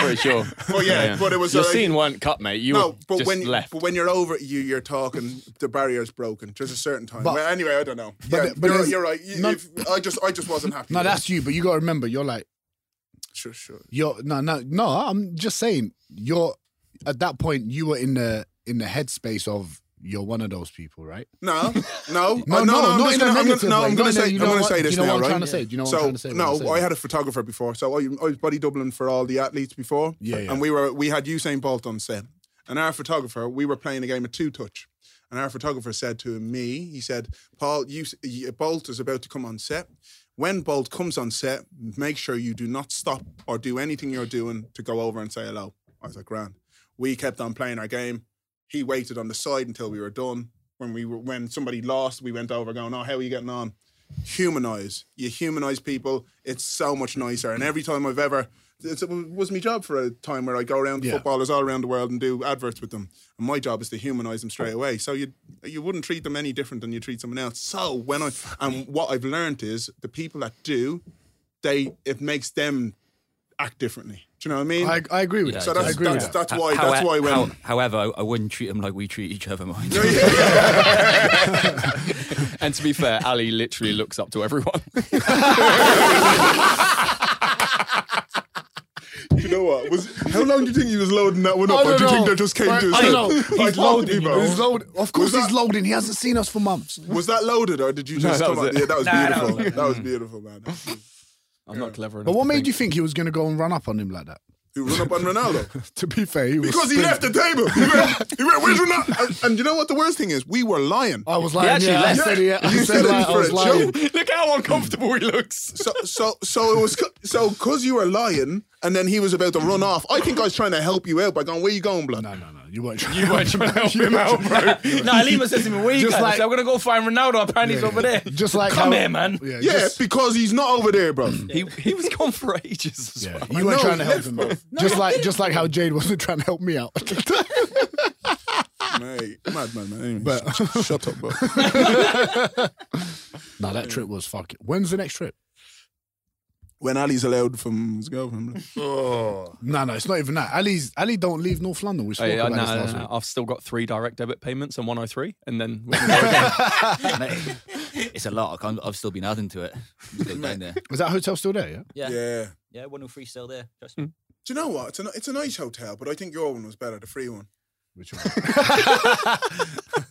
B: Pretty sure.
F: But yeah, but it was
B: Your
F: like-
B: scene weren't cut, mate. You
F: No,
B: were
F: but
B: just
F: when
B: left.
F: but when you're over, you you're talking. The barrier's broken. There's a certain time.
D: But-
F: well, anyway, I don't know.
D: but-
F: yeah,
D: but
F: you're,
D: there's-
F: you're right. You-
D: no-
F: if- I just I just wasn't happy.
D: No, that's you. But you got to remember, you're like,
F: sure, sure.
D: you're no, no, no. I'm just saying, you're at that point, you were in the in the headspace of you're one of those people, right? (laughs)
F: No, no,
D: No, no,
F: uh, I'm
D: not
F: just
D: in a
F: gonna-
D: negative
F: I'm gonna- No,
D: way.
F: I'm
D: Not
F: going to
D: in a-
F: say,
D: you know
F: I'm going to
D: what-
F: say
D: do
F: this
D: you know
F: now,
D: what I'm
F: right?
D: trying to say? Do you know what
F: so,
D: I'm trying to say? What I'm
F: No,
D: saying?
F: I had a photographer before, so oh, I, I was body doubling for all the athletes before.
D: Yeah, yeah.
F: And we were we had Usain Bolt on set, and our photographer, we were playing a game of two touch, and our photographer said to me, he said, "Paul, Us- y- Bolt is about to come on set." When Bolt comes on set, make sure you do not stop or do anything you're doing to go over and say hello. I was like, "Grand." We kept on playing our game he waited on the side until we were done. When we were, when somebody lost, we went over going, "Oh, how are you getting on?" Humanize. You humanize people. It's so much nicer. And every time I've ever, it's- it was my job for a time where I go around to
D: Yeah.
F: footballers all around the world and do adverts with them. And my job is to humanize them straight away. So you you wouldn't treat them any different than you treat someone else. So when I and what I've learned is the people that do, they it makes them act differently. Do you know what I mean?
D: I, I agree with
E: Yeah,
D: that.
F: so
E: I
F: that's
D: I agree
F: that's,
D: with that.
F: that's why
E: How- e-
F: that's why when
E: how- however, I, I wouldn't treat them like we treat each other, mind.
B: And to be fair, Ali literally looks up to everyone.
F: you know what was how long do you think he was loading that one up?
D: I
F: Or
D: don't
F: do you think
D: know.
F: that just came
D: I-
F: to his
D: I
F: head?
D: don't know. He's
F: (laughs) I'd love to
G: loading,
F: be,
G: you
F: bro.
G: know.
D: He's loading. Of course,
F: that-
D: he's loading. He hasn't seen us for months.
F: Was that loaded or did you just
B: that
F: come
B: was
F: up?
B: it.
F: Yeah, that was
G: Nah, that
F: beautiful.
G: was it.
F: That was beautiful, man.
B: I'm not clever enough.
D: But what
B: to
D: made
B: think.
D: you think he was going to go and run up on him like that?
F: Who run up on Ronaldo?
D: To be fair, he was
F: Because he
D: spinning.
F: left the table. He went, he went where's Ronaldo? And, and you know what the worst thing is? We were lying.
D: I was lying.
B: actually
D: yeah,
B: left.
D: I said, yeah, I
F: You
D: said,
F: said it
D: like, I
F: for
D: was
F: a
D: lying.
F: joke.
B: (laughs) Look how uncomfortable he looks.
F: So so so it was co- so cause you were lying and then he was about to run off. I think I was trying to help you out by going, Where you going, blood?
D: No, no, no. You weren't.
B: You weren't trying to
D: (laughs)
B: help him out, bro.
G: (laughs) No, Alima says to me, where you
D: Just
G: going? I
D: like-
G: said, I'm going to go find Ronaldo. Apparently he's over there.
D: Just like
G: Come
D: how-
G: here, man.
D: Yeah,
F: yeah,
D: just-
F: because he's not over there, bro.
B: He, he was gone for ages as
D: yeah.
B: well.
D: You weren't
F: No,
D: trying to help
F: left,
D: him.
F: bro.
D: out. just like, just like how Jade wasn't trying to help me out. (laughs)
F: Mate, madman, man. Anyway,
D: But-
F: sh- sh- shut up, bro.
D: no, that trip was fucking. When's the next trip?
F: when Ali's allowed from his girlfriend. bro.
D: No, no, it's not even that. Ali's Ali don't leave North London. We spoke
B: Hey, uh,
D: about
B: no,
D: this
B: no,
D: last
B: no,
D: week.
B: I've still got three direct debit payments and 103, and then we can go again.
E: Mate, it's a lot. I can't, I've still been adding to it. I'm still down there.
D: Is that hotel still there? Yeah.
E: Yeah. yeah.
F: Yeah.
E: 103 still there. Trust me.
F: Do you know what? It's a, it's a nice hotel, but I think your one was better, the free one.
D: Which (laughs) one?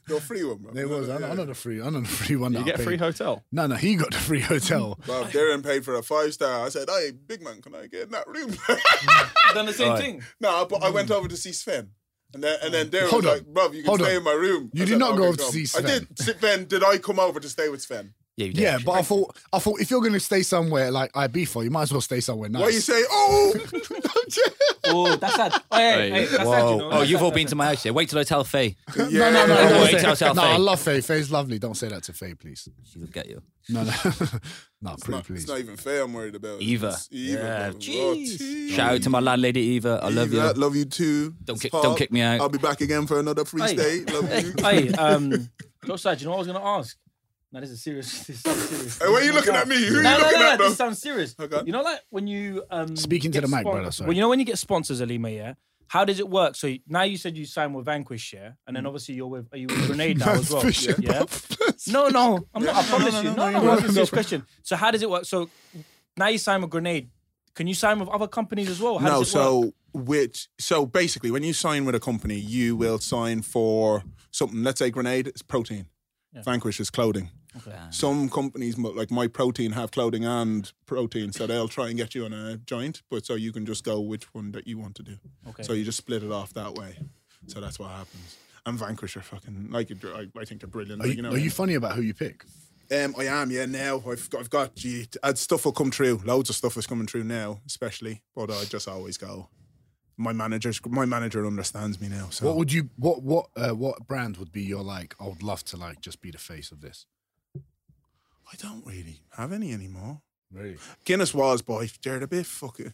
F: Your free one,
D: (laughs)
F: bro.
D: There was. I know, I know the free. I know the free one.
B: You
D: that I
B: get a
D: paid.
B: free hotel.
D: No, no, he got the free hotel.
F: Bob Darren paid for a five star. I said, hey, big man, can I get in that room? (laughs)
G: I've done the same thing.
F: no, but I went over to see Sven. And then, and then Darren
D: Hold
F: was
D: on.
F: like, bruv, you can
D: Hold
F: stay
D: on.
F: in my room.
D: You
F: I
D: did
F: said,
D: not go
F: "Okay,
D: over to
F: come."
D: see Sven.
F: I did. Sven, did I come over to stay with Sven?
E: Yeah, you did.
D: Yeah, but I thought I thought if you're gonna stay somewhere like Ibiza, you might as well stay somewhere nice.
F: Why you say,
D: (laughs)
F: oh,
E: Oh, that's sad.
G: Oh, hey, hey,
B: Hey.
G: that's
E: Whoa.
G: that, you know,
E: oh,
G: that's
E: you've
G: that,
E: all
G: that's
E: been to my house here. Wait till I tell Faye.
D: No, no, no,
E: Yeah.
D: no.
E: Wait
D: say-
E: till I tell
D: no,
E: Faye.
D: I love Faye. Faye's lovely. Don't say that to Faye, please.
E: She'll get you.
D: No, (laughs) no,
F: (laughs)
D: no,
F: it's,
D: pretty
F: not, it's
D: please. (laughs)
F: not even fair. I'm worried about
E: Eva.
F: It's Eva.
E: Yeah,
F: bro.
E: jeez.
F: Oh,
E: Shout out to my landlady Eva. I love
F: Eva,
E: you.
F: Love you too.
E: Don't
F: It's
E: kick- don't
F: Paul.
E: kick me out.
F: I'll be back again for another free
G: Hey.
F: stay. Love you.
G: Hey, um, no, side. You know what I was gonna ask? Now this is serious. (laughs) This is serious.
F: Hey, why are you
G: No,
F: looking
G: no.
F: at me?
G: (laughs)
F: Who are
G: No,
F: you
G: no,
F: looking
G: no,
F: at,
G: no.
F: bro?
G: This sounds serious.
F: Okay.
G: You know, like when you um
D: Speaking to
G: get
D: the mic,
G: spon-
D: brother, sorry.
G: Well, you know when you get sponsors, Alima, yeah. How does it work? So now you said you signed with Vanquish, yeah,
D: Mm.
G: and then obviously you're with are you
D: (coughs)
G: with Grenade now as well?
D: Fishing
G: yeah.
F: (laughs)
D: buff.
G: No, no, I'm not. I promise you. No, no,
D: no,
G: no. This is question. So how does it work? So now you sign with Grenade. Can you sign with other companies as well? How
F: no,
G: does it work?
F: so which so basically when you sign with a company, you will sign for something. Let's say Grenade is protein. Vanquish is clothing. Some companies mo- like My Protein have clothing and protein, so they'll try and get you on a joint, but so you can just go which one that you want to do.
G: Okay.
F: So you just split it off that way. So that's what happens. And Vanquish are fucking like I, I think they're brilliant.
D: Are
F: like,
D: you, are you funny about who you pick?
F: um, I am, yeah. Now I've got, I've got, gee, uh, stuff will come through. Loads of stuff is coming through now, especially. But I just always go. My manager's, my manager understands me now. So
D: What would you? What what uh, what brand would be your like? I would love to like just be the face of this.
F: I don't really have any anymore.
D: Really?
F: Guinness was, boy, Jared, a bit fucking.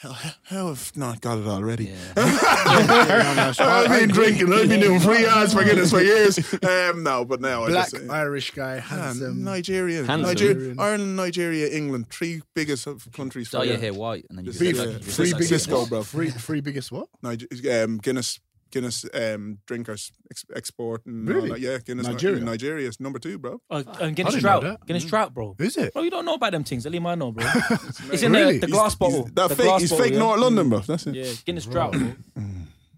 F: Hell, how have not got it already? (laughs) I've been drinking. I've been doing free ads for Guinness for years. Um, no, but now I uh,
D: Black
F: just.
D: Irish guy,
F: Man,
D: handsome.
F: Nigeria,
B: Handsome.
F: Nigeria, Ireland, Nigeria, England, three biggest of countries.
E: Dye
F: for
E: your hair white and then you
F: Free-
E: just look like, you just
D: free
E: look like
D: biggest
E: Cisco.
F: Cisco, bro.
D: Free free biggest what?
F: Niger- um, Guinness Guinness um, drinkers ex- export and all
D: Really?
F: that. yeah Guinness
D: Nigeria?
F: Nigeria Nigeria is number two bro
G: Uh, and
D: I didn't
G: Guinness
D: know
G: Drought.
D: that. Mm.
G: Guinness Drought, bro.
D: Is it?
G: Bro, you don't know about them things. At least I know, bro. it's in
D: Really?
G: the, the glass bottle.
F: that
G: the
F: fake
G: glass
F: he's
G: bottle,
F: fake
G: yeah.
F: North London bro that's it yeah
G: Yeah, Guinness Drought. Bro.
F: yeah
D: No.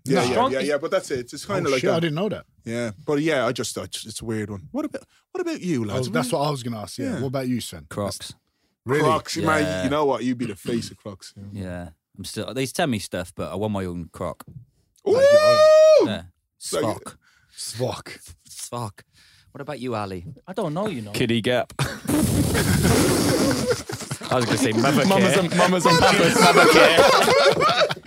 F: yeah,
G: Strong-
F: yeah, yeah, but that's it it's
D: Oh,
F: kind of like
D: shit, I
F: that.
D: didn't know that.
F: yeah but yeah I just I just- it's a weird one what about what about you
D: I was-
F: lads
D: that's what I was gonna ask. Yeah.
F: Yeah.
D: What about you, Sven?
E: Crocs.
D: Really?
F: Crocs man
E: Yeah.
F: you know what you'd be the face of Crocs yeah.
E: Yeah. I'm still. They tell me stuff, but I want my own croc.
F: Ooh!
E: Yeah.
F: Like-
E: Spock.
D: Spock.
E: Spock. What about you, Ali?
G: I don't know, you know.
B: Kiddie (laughs) Gap.
E: I was going to say mother
B: Mamas
E: care.
B: and, mamas and papas.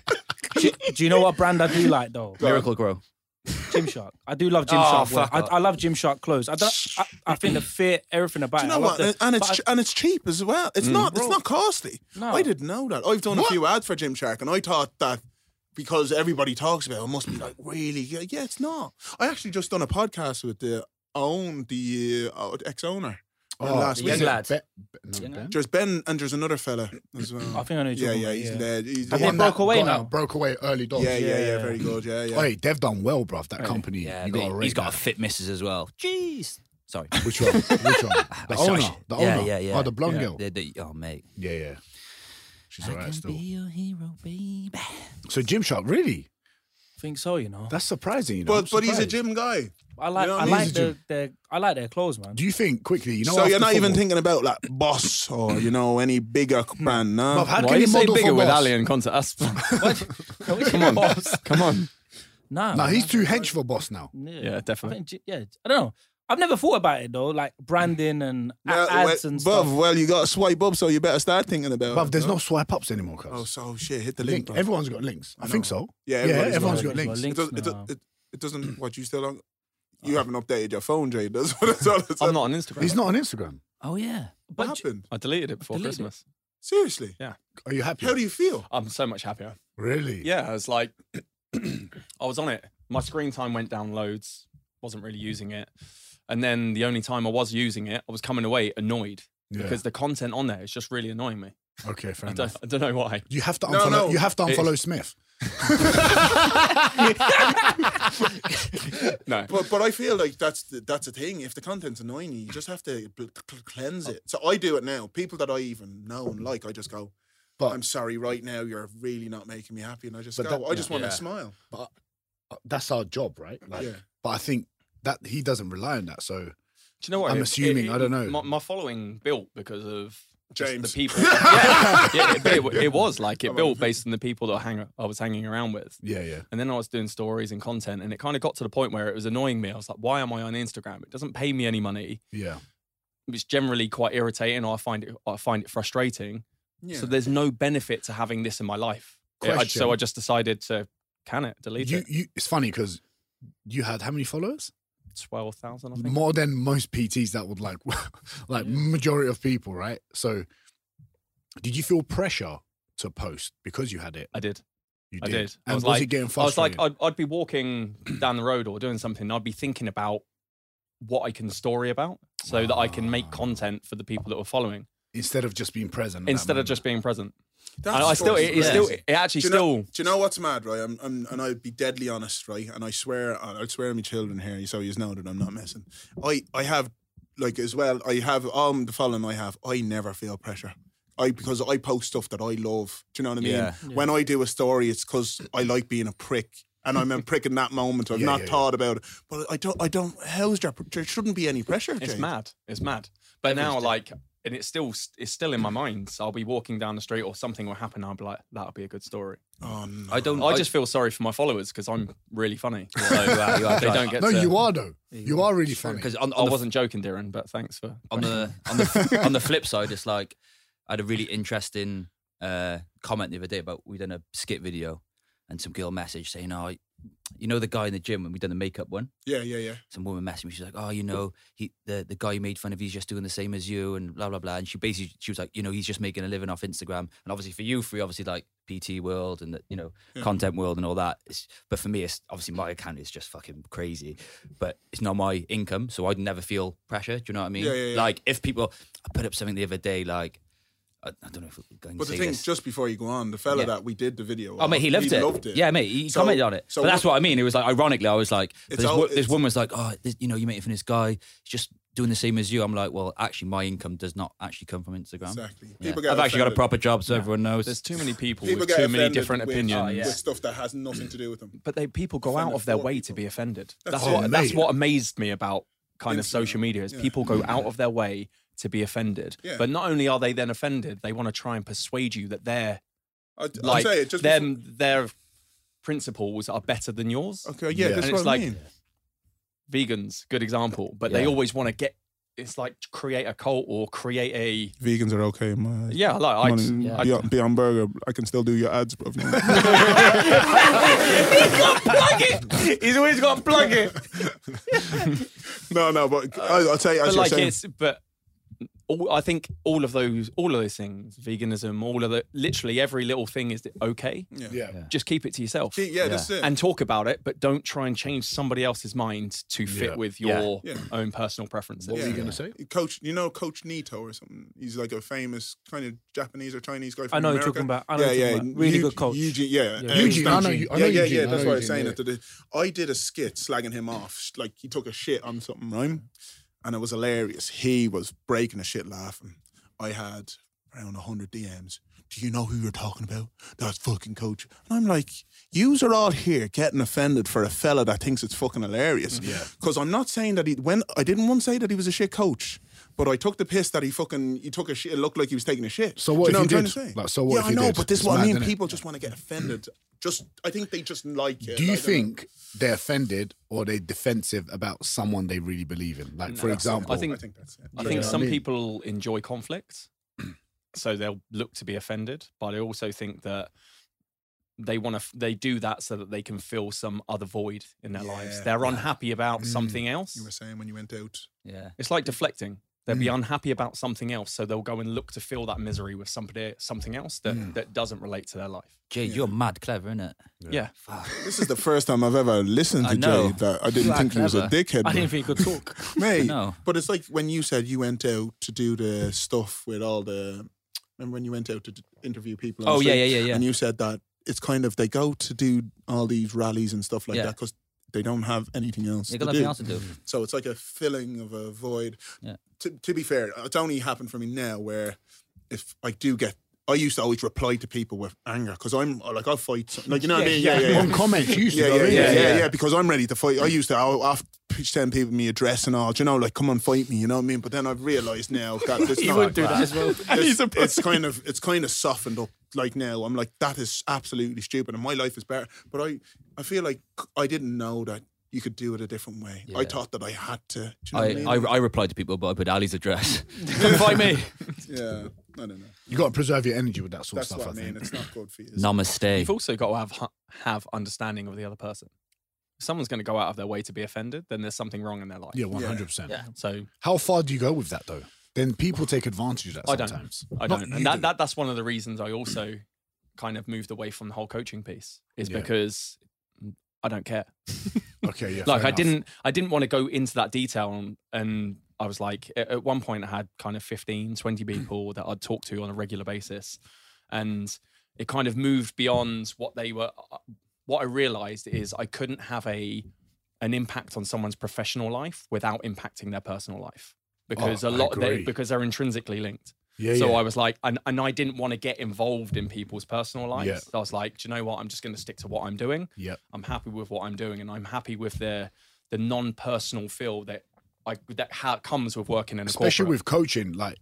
G: Do, do you know what brand I do like though?
D: Uh,
E: Miracle Grow.
G: Gymshark. I do love
F: Oh,
G: Gymshark. wear. I, I love Gymshark clothes. I don't. I, I think the fit, everything about
F: you
G: it.
F: know
G: I love
F: what?
G: the-
F: and it's
G: but I-
F: ch- and it's cheap as well. It's not it's not costly.
G: No.
F: I didn't know that. I've done a few ads for Gymshark, and I thought that because everybody talks about it, it must be like really yeah, yeah, it's not. I actually just done a podcast with the own the uh, ex owner.
G: Oh,
F: And last
D: young
F: week.
D: lad.
A: lad.
D: no,
A: Young
D: Ben?
F: There's Ben and there's another fella as well.
G: I think I know. who you're
F: yeah,
G: talking
F: yeah,
G: about,
F: he's there. He's,
G: Have
F: yeah,
G: they broke away
D: Got
G: now?
D: out, broke away early dogs.
F: yeah, yeah, yeah,
G: Yeah.
F: very good. Yeah, yeah.
D: Hey, they've done well, bruv. That company.
A: Yeah,
D: you
A: but
D: got to
A: he's
D: rate
A: got a
D: that.
A: fit missus as well. Jeez. Sorry.
D: Which one? Which one? The
A: Sorry.
D: owner. The
A: Yeah,
D: owner.
A: yeah, yeah.
D: Oh, the blonde
G: Yeah.
D: girl.
A: They- they- oh, mate.
D: Yeah, yeah. She's
A: I
D: all right
A: can
D: still.
A: be your hero, baby.
D: So Gymshark, really?
G: I think so. You know,
D: That's surprising. You know?
F: But but he's a
D: Surprised.
F: gym guy.
G: I like.
F: You know what
G: I
F: I mean?
G: like
F: He's a
G: their, their. I like their clothes, man.
D: Do you think quickly? You know,
F: so
D: after
F: you're not even
D: football-
F: thinking about like Boss or you know any bigger
G: Mm.
F: brand, no?
D: Bruv, how
B: Why
D: can
B: you
D: you
B: say
D: model
B: bigger
D: for
B: with
D: boss?
B: Ali and Conte? That's
G: Come
B: come on, come on.
G: Nah,
D: No,
G: man.
D: he's too hench for boss now.
G: Yeah,
B: Yeah,
G: I
B: definitely.
G: think, j- yeah, I don't know. I've never thought about it though, like branding and a-
F: Well, well,
G: ads and
F: bruv,
G: stuff.
F: well, you got to swipe up, so you better start thinking about.
D: Bruv,
F: it,
D: there's
F: no?
D: no swipe ups anymore, cuz.
F: Oh, so shit, hit the link,
D: Link.
F: bro.
D: Everyone's got links. I, think so.
F: Yeah,
D: yeah,
F: everybody's
D: everyone's
G: got
D: got links.
G: links.
F: It,
G: Links
F: does, it, does,
G: now.
F: it,
D: (clears throat)
F: it doesn't. What you still on? You haven't updated your phone,
D: (laughs)
F: Jay. That's what that's all. That's
B: I'm not on Instagram.
D: He's not on Instagram.
A: Oh, yeah.
F: What
G: But j-
F: happened?
B: I deleted it before
G: Deleted it.
B: Christmas.
F: Seriously,
D: Are you happy?
F: how do you
B: (laughs)
F: feel?
B: I'm so much happier.
D: really?
B: Yeah, I was like, (clears throat) I was on it. My screen time went down loads. Wasn't really using it. And then the only time I was using it, I was coming away annoyed
D: Yeah.
B: because the content on there is just really annoying me.
D: okay, fair
B: I don't,
D: enough.
B: (laughs) I don't know why.
D: You have to unfollow.
F: No, no.
D: You have to
B: It-
D: unfollow Smith.
B: No.
F: But but I feel like that's the, that's the thing. If the content's annoying, you you just have to bl- cl- cleanse it. So I do it now. People that I even know and like, I just go.
D: But-
F: I'm sorry, right now you're really not making me happy, and I just
D: But
F: go.
D: that-
F: I just want
B: yeah.
F: to smile.
D: uh, That's our job, right? Like,
F: Yeah.
D: But I think that he doesn't rely on that. So
B: Do you know what?
D: I'm assuming, I don't know.
B: My, my following built because of just
F: James.
B: the
F: (laughs)
D: (laughs)
B: people. yeah, yeah, it, it, it was like it built based on the people that I, hang, I was hanging around with.
D: yeah, yeah.
B: And then I was doing stories and content, and it kind of got to the point where it was annoying me. I was like, why am I on Instagram? It doesn't pay me any money.
D: Yeah.
B: It's generally quite irritating, or I find it, I find it frustrating.
F: Yeah.
B: So there's no benefit to having this in my life. Yeah, I,
D: Question.
B: so I just decided to can it, delete
D: You,
B: it.
D: you. It's funny because you had how many followers?
B: 12,000, I think.
D: More than most PTs that would like, (laughs) like majority of people, right? So, did you feel pressure to post because you had it?
B: I did.
D: You
B: I did. I
D: And was,
B: was like-
D: it getting
B: I was
D: frustrating?
B: like, I'd, I'd be walking down the road or doing something, and I'd be thinking about what I can story about so that I can make
D: Ah.
B: content for the people that were following
D: instead of just being present. at that
B: oh, instead of
D: moment.
B: just being present.
F: That's
B: And I still, it, it
F: frustrating.
B: still, it actually
F: Do you
B: still.
F: know, do you know what's mad, right? I'm, I'm, and I'll be deadly honest, right? And I swear, and I'll swear on my children here, so you know that I'm not messing. I, I have, like, as well, I have all the following I have. I never feel pressure. I because I post stuff that I love. Do you know what I mean?
E: Yeah.
F: When I do a story, it's because I like being a prick. And I'm a prick in that moment. I've
D: Yeah,
F: not
D: yeah, yeah.
F: thought about it, but I don't. I don't. How's there? There shouldn't be any pressure.
B: It's
F: Jade.
B: mad. It's mad. But now, like, and it's still, it's still in my mind. So I'll be walking down the street, or something will happen. I'll be like, that'll be a good story.
F: Oh, no.
E: I don't.
B: I just feel sorry for my followers because I'm really funny. So uh,
E: No, you are- you are
B: they
E: right.
B: don't get.
D: No,
B: to,
D: you are though. You are really funny.
E: because on,
B: I
E: on the
B: wasn't joking, Darren, but thanks for.
E: on the on the on the flip side, it's like I had a really interesting uh, comment the other day about we done a skit video and some girl messaged saying, "Oh, you know the guy in the gym when we done the makeup one."
F: Yeah, yeah, yeah.
E: Some woman messaged me. She's like, "Oh, you know, he the the guy you made fun of, he's just doing the same as you," and blah blah blah. And she basically she was like, "You know, he's just making a living off Instagram." And obviously for you, three, obviously like PT world and the, you know content world and all that. It's, but for me, it's obviously my account is just fucking crazy. But it's not my income, so I'd never feel pressure. Do you know what I mean?
F: Yeah, yeah, yeah.
E: Like if people, I put up something the other day, like I, I don't know if I'm going
F: But
E: to
F: the
E: say
F: thing,
E: this.
F: just before you go on, the fella
E: Yeah.
F: that we did the video.
E: Oh, mate, he loved, it.
F: Loved it.
E: Yeah, mate, he
F: So-
E: commented on it.
F: so
E: but that's
F: what-
E: what I mean. It was like, ironically, I was like,
F: It's
E: this,
F: all-
E: wo-
F: it's-
E: this woman was like, oh, this, you know, you're making fun of this guy. He's just doing the same as you. I'm like, well, actually, my income does not actually come from Instagram.
F: Exactly.
E: Yeah.
F: People get
E: I've actually got a
F: offended.
E: proper job, so everyone knows.
B: There's too many people,
F: People
B: with
F: get
B: too many
F: offended
B: different
F: with- oh, uh,
B: opinions. Oh,
F: with stuff that has nothing to do with them.
B: but they people go out
F: Offended
B: of their
F: for
B: way to
F: people.
B: be offended. That's
F: it,
B: what that's
D: mate.
B: what amazed me about kind of
F: Instagram,
B: social media is
F: yeah.
B: people go out of their way to be offended.
F: Yeah.
B: But not only are they then offended, they want to try and persuade you that their
F: I,
B: like
F: I'll say it just
B: them their principles are better than yours.
F: before- Okay, yeah,
D: Yeah.
F: that's
B: And
F: what
B: it's
F: I
B: like-
F: mean.
B: Vegans, good example, but they
E: Yeah.
B: always want to get it's like create a cult or create a
F: Vegans are okay. My
B: yeah, like I
F: Money-
B: yeah.
F: Beyond, Beyond Burger, I can still do your ads, bro.
B: (laughs)
G: He's always got to plug it.
F: (laughs) no, no, but I, I'll tell you, as you're
B: but Uh, like
F: saying,
B: it's but all, I think all of those, all of those things, veganism, all of the, literally every little thing is okay.
D: Yeah.
B: Just keep it to yourself.
F: Yeah, that's it.
B: and talk about it, but don't try and change somebody else's mind to fit
D: Yeah.
B: with your
F: Yeah.
B: own personal preferences.
F: Yeah.
D: What are you going to say?
F: Coach, you know Coach Nito or something. He's like a famous kind of Japanese or Chinese guy. From
G: I know you're
F: America.
G: talking about. I know
F: yeah,
G: you're
F: yeah,
G: talking about. Really
F: Eug-
G: good coach.
F: Eugene, yeah,
G: Yeah.
F: uh,
D: Eugene, I know
F: Stanchey.
D: you- I know
F: yeah, yeah,
D: Eugene,
F: yeah.
D: I
F: That's
D: know
F: why I was
D: Eugene,
F: saying
D: yeah.
F: it. that the- I did a skit slagging him off. Like he took a shit on something, right? And it was hilarious. He was breaking a shit laughing. I had around hundred DMs. Do you know who you're talking about? That's fucking coach. And I'm like, yous are all here getting offended for a fella that thinks it's fucking hilarious.
D: Mm-hmm.
F: Yeah. Because I'm not saying that he when I didn't want to say that he was a shit coach. But I took the piss that he fucking he took a shit. It looked like he was taking a shit.
D: So what
F: Do you
D: if
F: know
D: he
F: what I'm
D: did?
F: trying to say?
D: Like, so what
F: yeah,
D: if
F: I
D: he
F: know,
D: did?
F: but this
D: It's
F: is what
D: mad,
F: I mean.
D: innit?
F: People just want to get offended. Just, I think they just like it.
D: Do you
F: I don't
D: think they're offended or they're defensive about someone they really believe in? Like, for example,
F: know.
B: I think-
F: I think that's it.
B: I think
D: Yeah.
B: some
D: I mean-
B: people enjoy conflict, (clears throat) so they'll look to be offended. But I also think that they want to, they do that so that they can fill some other void in their lives.
F: Yeah.
B: They're unhappy about
F: Mm.
B: something
F: You
B: else.
F: were saying when you went out.
E: Yeah.
B: It's like deflecting. They'll
D: Mm.
B: be unhappy about something else, so they'll go and look to fill that misery with somebody, something else that,
D: Mm.
B: that doesn't relate to their life.
E: Jay, you're mad clever, innit?
B: yeah.
F: This is the first time I've ever listened
E: I
F: to
E: know.
F: Jay that I didn't
E: Like
F: think he was a
E: never.
F: dickhead.
G: I
F: bro.
G: didn't think he could talk.
B: (laughs)
F: (laughs) Mate,
E: know.
F: but it's like when you said you went out to do the stuff with all the. Remember when you went out to d- interview people? on
E: Oh,
F: the
E: yeah,
F: street?
E: yeah, yeah, yeah.
F: And you said that it's kind of they go to do all these rallies and stuff like
E: Yeah.
F: that because they don't have anything else.
E: You got
F: to
E: nothing
F: do.
E: else to do.
F: So it's like a filling of a void.
E: Yeah.
F: To, to be fair, it's only happened for me now where if I do get, I used to always reply to people with anger because I'm like I'll fight, some- like you know what I mean? Yeah, yeah, yeah.
D: on comments, you used to
F: Yeah,
D: go,
F: yeah,
D: innit?
F: yeah, yeah,
E: yeah.
F: yeah, because I'm ready to fight. I used to I'll, I'll pitch ten people me address and all, do you know, like come on, fight me, you know what I mean? But then I've realised now that it's not
G: would do that
B: (laughs)
G: as well.
F: it's, it's kind of it's kind of softened up. Like now, I'm like that is absolutely stupid, and my life is better. But I I feel like I didn't know that you could do it a different way. I
E: Yeah.
F: thought that I had to. Do you know what I,
E: I,
F: mean?
E: I, I replied to people, but I put Ali's
F: (laughs)
E: address. Come find me.
F: yeah, I don't know.
D: You got to preserve your energy with that sort
F: That's
D: of
F: what I
D: stuff. I,
F: mean.
D: think.
F: It's not good for you.
E: Namaste.
B: You've also got to have hu- have understanding of the other person. If someone's going to go out of their way to be offended, then there's something wrong in their life.
D: Yeah, one hundred percent.
B: So
D: How far do you go with that though? Then people take advantage of that
B: I don't.
D: sometimes.
B: I
D: Not
B: don't,
D: you
B: and that,
D: do.
B: that that's one of the reasons I also kind of moved away from the whole coaching piece is
D: Yeah.
B: because I don't care.
D: okay, yeah.
B: like
D: fair
B: I
D: enough.
B: didn't I didn't want to go into that detail and, and I was like at, at one point I had kind of 15
D: Mm.
B: 20 people that I'd talk to on a regular basis and it kind of moved beyond what they were uh, what I realized is I couldn't have a an impact on someone's professional life without impacting their personal life because
D: Oh,
B: a
D: I
B: lot they
D: agree.
B: because they're intrinsically linked
D: Yeah,
B: so
D: yeah.
B: I was like, and, and I didn't want to get involved in people's personal lives.
D: Yeah.
B: So I was like, do you know what? I'm just going to stick to what I'm doing.
D: Yep.
B: I'm happy with what I'm doing, and I'm happy with the the non personal feel that I that ha- comes with working in a
D: Especially
B: corporate.
D: with coaching, like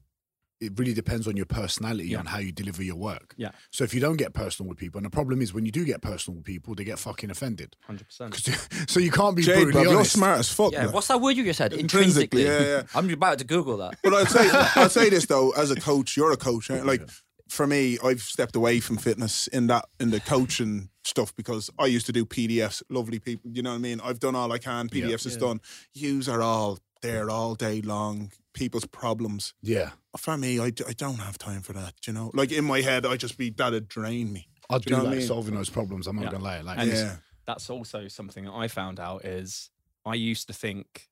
D: it really depends on your personality
B: Yeah.
D: and how you deliver your work.
B: Yeah.
D: So if you don't get personal with people, and the problem is when you do get personal with people, they get fucking offended. (laughs)
B: 100%.
D: 'Cause- so you can't be
F: Jay,
D: brutally
F: bro, you're
D: honest.
F: smart as fuck.
E: Yeah,
F: bro.
E: what's that word you just said?
F: Intrinsically,
E: Intrinsically.
F: yeah, yeah.
E: (laughs) I'm about to Google that.
F: (laughs) But I'd
B: (laughs)
F: say I'd say this though, as a coach, you're a coach. Right? Like for me, I've stepped away from fitness in that in the coaching stuff because I used to do PDFs, lovely people. You know what I mean? I've done all I can. PDFs is done. Yous are all there all day long. People's problems.
D: Yeah.
F: For me, I, d- I don't have time for that. You know, like in my head, I just be that'd drain me.
D: I'd
F: Do
D: do,
F: you know what
D: like
F: I mean?
D: solving those problems. I'm not
B: Yeah.
D: gonna lie. Like,
B: And-
F: yeah,
B: That's also something that I found out is I used to think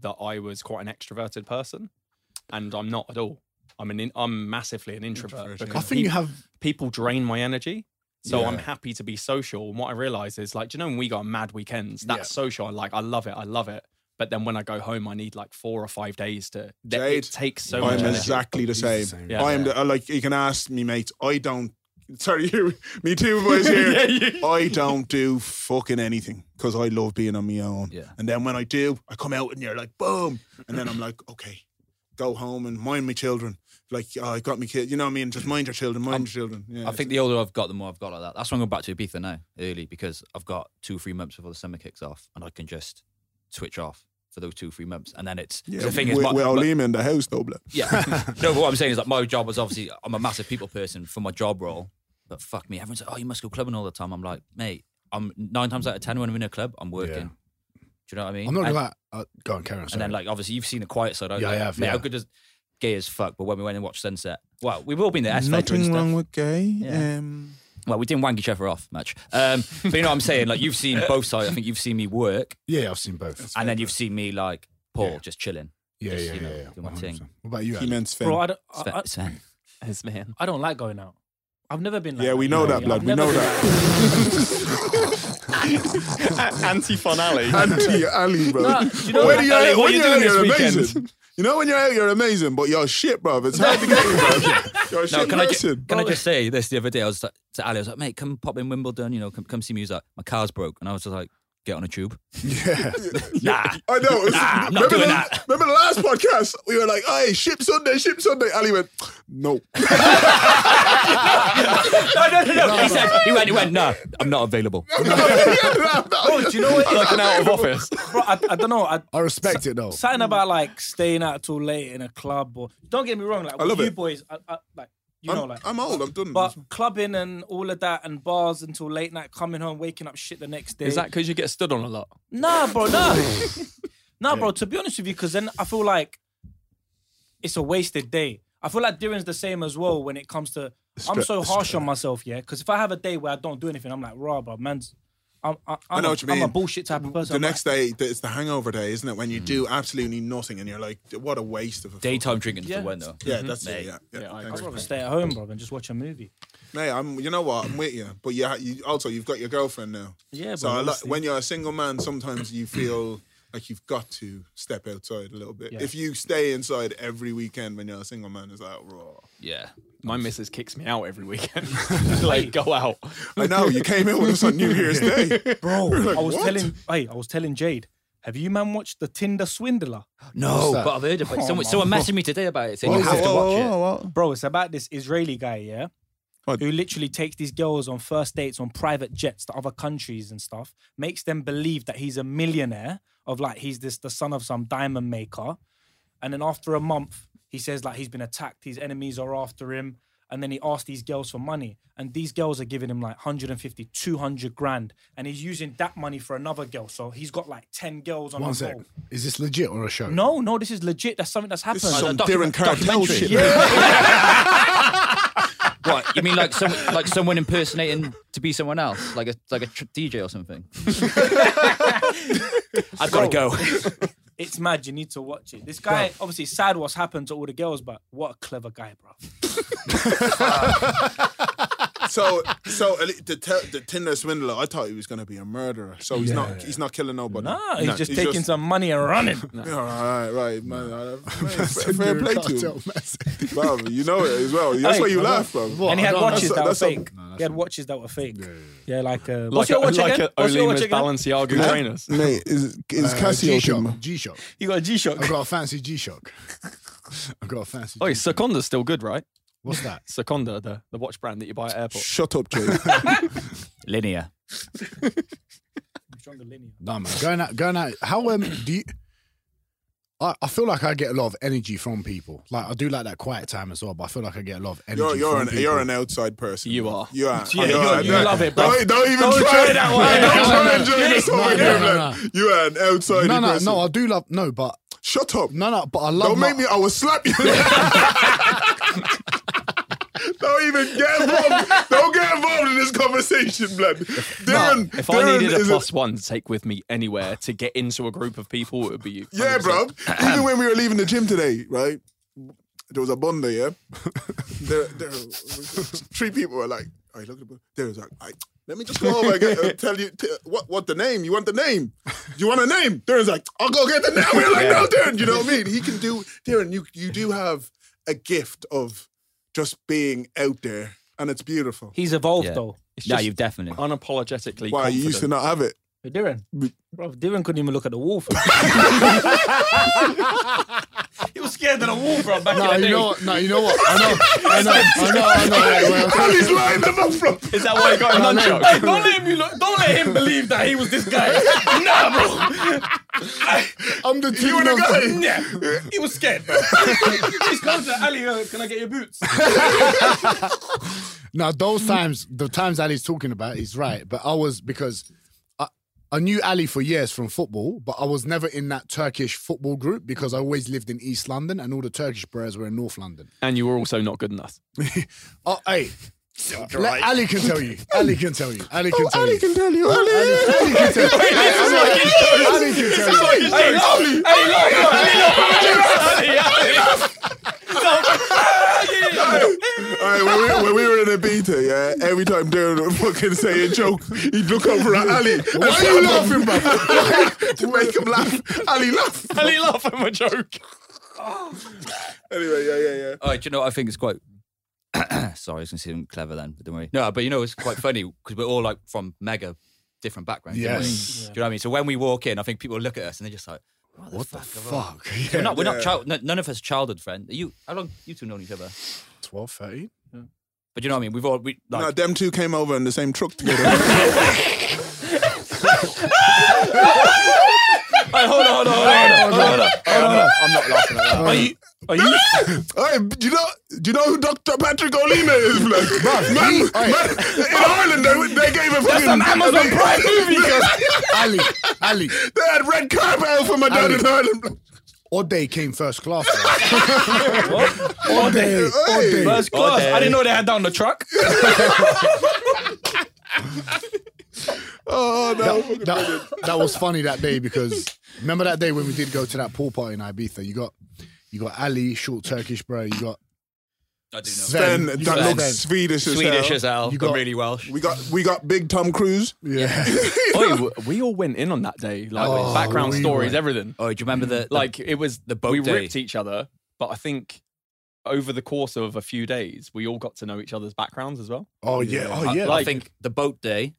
B: that I was quite an extroverted person, and I'm not at all. I'm an in, I'm massively an introvert.
F: Introvert, yeah.
B: because
D: I think you
B: peop-
D: have
B: people drain my energy. So I'm
F: Yeah.
B: happy to be social. And what I realize is like, do you know when we got mad weekends, that's
D: Yeah.
B: social. I like, I love it, I love it. But then when I go home, I need like four or five days to that
F: Jade,
B: it takes so much
F: I'm
B: energy.
F: exactly the same.
D: same.
B: Yeah.
F: I am the, I like you can ask me, mate. I don't. Sorry, (laughs) you, me too, boys.
B: (laughs)
F: Here, I don't do fucking anything because I love being on my own.
E: Yeah.
F: And then when I do, I come out and you're like, boom. And then I'm like, okay, go home and mind my children. Like, oh, I got my kid. You know what I mean? Just mind your children, mind your children. Yeah.
E: I think the older I've got, the more I've got like that. That's why I'm going back to Ibiza now, early, because I've got two, three months before the summer kicks off, and I can just switch off for those two, three months. And then it's
F: yeah,
E: the thing is,
F: we,
E: my-
F: we're all
E: my-
F: leaving the house, though, blood.
D: (laughs)
E: Yeah. no, but what I'm saying is like my job was obviously I'm a massive people person for my job role. But fuck me, everyone's like, oh, you must go clubbing all the time. I'm like, mate, I'm nine times out of ten when I'm in a club, I'm working.
D: Yeah.
E: Do you know what I mean?
D: I'm not
E: and,
D: gonna lie. Uh, go on, carry on.
E: and
D: Sorry.
E: then like obviously you've seen the quiet side.
D: Yeah, I
E: like,
D: have,
E: Mate,
D: yeah.
E: how good does gay as fuck, but when we went and watched Sunset, well, we've all been there. S-Factor and
F: Nothing
E: stuff.
F: wrong with gay.
E: Yeah.
F: Um,
E: Well, we didn't wank each other off much. Um, but you know what I'm saying? Like, you've seen both sides. I think you've seen me work,
D: Yeah, I've seen both.
E: and then you've seen me, like, Paul,
D: Yeah.
E: just chilling.
D: Yeah,
E: just,
D: yeah,
E: you
D: yeah.
E: know,
D: yeah,
E: do my thing.
D: 100%. What about you?
F: he
D: Adam?
F: meant Sven.
G: Bro, I don't,
E: Sven-
G: I,
E: Sven.
A: His man.
G: I, I don't like going out. I've never been like
F: yeah, we know that, blood. We know (laughs) that.
B: Anti Fun Alley.
F: Anti Ali, bro.
G: Nah, you know
F: when
G: what,
F: you're,
B: Ali,
F: out- when you're out,
B: what are you doing
F: you're
B: this weekend?
F: amazing. You know when you're out, you're amazing, but you're shit, bro. It's hard to get
E: (laughs)
F: you, bro. You're a
E: No,
F: shit
E: can I, ju-
F: person.
E: can I just say this the other day? I was like, to Ali, I was like, mate, come pop in Wimbledon, you know, come, come see me. He was like, my car's broke. And I was just like, get on a tube.
D: (laughs) Yeah.
E: (laughs) Nah.
F: I know. it's-
E: Nah, I'm not
F: remember,
E: doing
F: the,
E: that.
F: remember the last podcast? We were like, "Hey, ship Sunday, ship Sunday." Ali went,
G: (laughs)
F: "No."
E: no,
F: (laughs)
E: no, no, no. He said, he went, he went, no, I'm not available.
F: oh,
G: Do you know what?
B: like an out of office.
G: (laughs) Bro, I, I don't know. I,
D: I respect it though.
G: something about like staying out till late in a club or don't get me wrong, like
F: I love
G: with you
F: it.
G: boys, I, I, like you know,
F: I'm,
G: like
F: I'm old. I'm done.
G: but clubbing and all of that and bars until late night, coming home, waking up shit the next day.
B: Is that because you get stood on a lot?
G: Nah, bro,
B: (laughs)
G: nah. nah, bro, to be honest with you, because then I feel like it's a wasted day. I feel like Darren's the same as well when it comes to. I'm
F: Stre-
G: so harsh on myself, yeah. Because if I have a day where I don't do anything, I'm like, rah, bro, man's. I'm, I, I'm,
F: know
G: a,
F: what you
G: am a
F: mean.
G: bullshit type of person.
F: the
G: I'm
F: next
G: like,
F: day, th- it's the hangover day, isn't it? When
E: Hmm.
F: you do absolutely nothing and you're like, "What a waste of a
E: Daytime drinking is
G: Yeah.
E: the one, though.
G: Mm-hmm.
F: Yeah, that's it.
E: Mate.
F: Yeah, yeah.
B: Yeah, I
F: Thanks.
G: I'd rather stay at home, bro, and just watch a movie.
F: Mate, I'm. You know what? I'm with you. But yeah, you, also you've got your girlfriend now.
G: Yeah,
F: So
G: bro,
F: I like,
G: honestly.
F: when you're a single man, sometimes you feel like you've got to step outside a little bit.
G: Yeah.
F: If you stay inside every weekend when you're a single man, it's like raw.
E: Yeah.
B: My missus kicks me out every weekend. like, go out.
F: I know you came in with us on New Year's Day.
G: (laughs)
F: (laughs)
G: Bro, I was
F: what?
G: telling, hey, I was telling Jade, have you man watched the Tinder Swindler?
E: No,
D: that?
E: but I've heard about it.
G: Oh,
E: Someone,
G: my
E: someone messaged me today about it saying you have to watch it.
G: Bro, it's about this Israeli guy, yeah,
F: What?
G: who literally takes these girls on first dates on private jets to other countries and stuff, makes them believe that he's a millionaire, of like he's this the son of some diamond maker, and then after a month, he says like he's been attacked, his enemies are after him. And then he asks these girls for money. And these girls are giving him like 150, 200 grand. And he's using that money for another girl. So he's got like 10 girls on
D: One
G: a
D: sec.
G: roll.
D: Is this legit or a show?
G: No, no, this is legit. That's something that's happened.
F: This is some
E: docu-
F: Darren Cartel
E: documentary.
F: shit.
E: What you mean, like some, like someone impersonating to be someone else, like a like a tr- DJ or something? I've got to go.
G: It's mad. You need to watch it. This guy, obviously, it's sad what's happened to all the girls, but what a clever guy, bro.
F: So, so uh, the, te- the Tinder swindler. I thought he was going to be a murderer. So he's not. He's not killing nobody.
G: Nah, he's just
F: he's
G: taking
F: just-
G: some money and running.
F: Yeah, (laughs) all right, right, man. uh, fair- Fair
D: Tinder
F: play to
D: cartel
F: him,
D: message.
F: bro. You know it as well. That's
G: Hey,
F: why you
G: I know.
F: laugh, bro.
G: and he had
D: I don't-
G: watches
F: that's-
G: that were
F: that's a-
G: fake. he had watches that were fake. Yeah, like, uh,
B: Like
G: what's your
B: a,
G: watch
B: like
G: again?
B: a
G: What's your watch
B: Olima's
G: again?
B: Balenciaga trainers.
F: Mate, is is
D: Uh,
F: Casio
D: G-Shock.
F: Timber?
D: G-Shock.
G: You got a G Shock.
D: I've got a fancy G-Shock. (laughs) I've got a fancy.
B: Oh,
D: G-
B: Seconda's still good, right?
D: What's that?
B: Seconda, the, the watch brand that you buy at airports.
F: Shut up, Jay.
E: Linear.
D: Nah, man. Going out, going out. How um do you? I, I feel like I get a lot of energy from people. Like I do like that quiet time as well, but I feel like I get a lot of energy.
F: (laughs) You're you're
D: from
F: an
D: people.
F: you're an outside person.
B: You are.
F: You are.
G: Yeah, you're- you love it, bro.
F: Don't, don't even
G: Don't
F: try,
G: try that one.
F: Don't
D: No,
F: try
D: no,
F: and join
G: no.
F: this over
D: No, no,
F: here,
D: no,
F: man. You are an outside
D: No, no,
F: person.
D: no. I do love no, but
F: Shut up.
D: no, no. But I love.
F: Don't
D: my-
F: make me. I will slap you. (laughs) Don't even get involved. Don't get involved in this conversation, blood. Darren,
B: If
F: Darren
B: I needed a
F: is
B: plus one to take with me anywhere to get into a group of people, it would be you.
F: Yeah,
B: 100%.
F: bro. Even when we were leaving the gym today, right? There was a bunda, yeah. (laughs) there, there, three people were like, "I look at the bunda." There was like, "Aight, "Let me just go over and get, uh, tell you t- what what the name. You want the name? You want a name?" Darren's like, "I'll go get the name." (laughs) We're like, "No, Darren, you know what I mean? He can do. Darren, you you do have a gift of just being out there, and it's beautiful.
G: He's evolved
E: Yeah.
G: though.
E: No,
B: just-
E: you've definitely.
B: Unapologetically.
F: Why you used to
B: confident.
F: not have it? (laughs)
G: But Darren, bro, Darren couldn't even look at the wall. he was scared of the wall, bro. Back
D: No, you know what? No, you know what? I know, I know, I know, I know. Wait, wait, wait.
F: Ali's lined them up from.
B: Is that why you got a nunchuck?
G: Hey, don't let him. Look, don't let him believe that he was this guy. nah, bro.
D: I'm the
F: You
D: team.
F: and a
D: of-
F: guy.
G: Yeah, he was scared, bro. (laughs) He's come to Ali. uh, Can I get your boots?
D: Now those times, the times that he's talking about, he's right. But I was because I, I knew Ali for years from football, but I was never in that Turkish football group because I always lived in East London and all the Turkish players were in North London.
B: And you were also not
G: (laughs)
B: good enough.
D: Oh, hey. Let- Ali can tell you. Ali can tell you. Ali can tell you.
F: tell you.
D: Ali can tell you. Ali can tell you.
F: Alright, when, we, when we were in Ibiza, yeah, every time Darren would fucking say a joke, he'd look over at Ali. Why are you laughing, bro? (laughs) to make him laugh. Ali laugh.
B: And he laughed at my joke.
F: Anyway, yeah, yeah, yeah.
E: All right, you know, I think it's quite. (coughs) Sorry, I was going to seem clever then, but don't worry. No, but you know, it's quite funny because we're all like from mega different backgrounds. don't we?
D: Yes.
E: Do you know what I mean? So when we walk in, I think people look at us and they're just like, what the fuck?
D: Fuck.
E: We're
D: Yeah.
E: not, we're not child, n- none of us childhood friend. Are you, how long you two known each other?
D: 12, 13?
E: But you know what I mean? We've all, we, like,
F: No, them two came over in the same truck together.
B: Hey, hold on, hold on, hold on, hold on, hold on. Hold on, hold on. I'm not laughing at that. Are you, are you,
F: Hey, do you know? Do you know who Dr. Patrick Olina is? Like, man, man, in Ireland, they, they gave a fucking (laughs)
B: Amazon (laughs) Prime movie.
D: (laughs) Ali. Ali.
F: They had red carpet out for my dad in Ireland.
D: Ode came first class. Ode.
F: Hey.
D: Ode.
G: oh, First class. I didn't know they had that on the truck.
F: Oh no!
D: That, that, that was funny that day because remember that day when we did go to that pool party in Ibiza? You got you got Ali, short Turkish bro. You got
E: I do know.
F: Ben,
D: Sven.
F: that
D: you got
F: looks
D: Sven.
F: Swedish as
E: Swedish
F: hell.
E: as hell,
D: You
E: but
D: got-
E: really Welsh.
F: We got we got big Tom Cruise.
D: Yeah.
B: (laughs) Oi, w- we all went in on that day. Like
D: Oh,
B: background
D: we
B: stories,
D: went.
B: everything.
E: Oh, do you remember the, the-
B: Like it was the
E: boat
B: We
E: day.
B: ripped each other, but I think over the course of a few days, we all got to know each other's backgrounds as well.
D: Oh yeah. Oh
E: I,
D: yeah.
E: I
B: like-
E: think the boat day,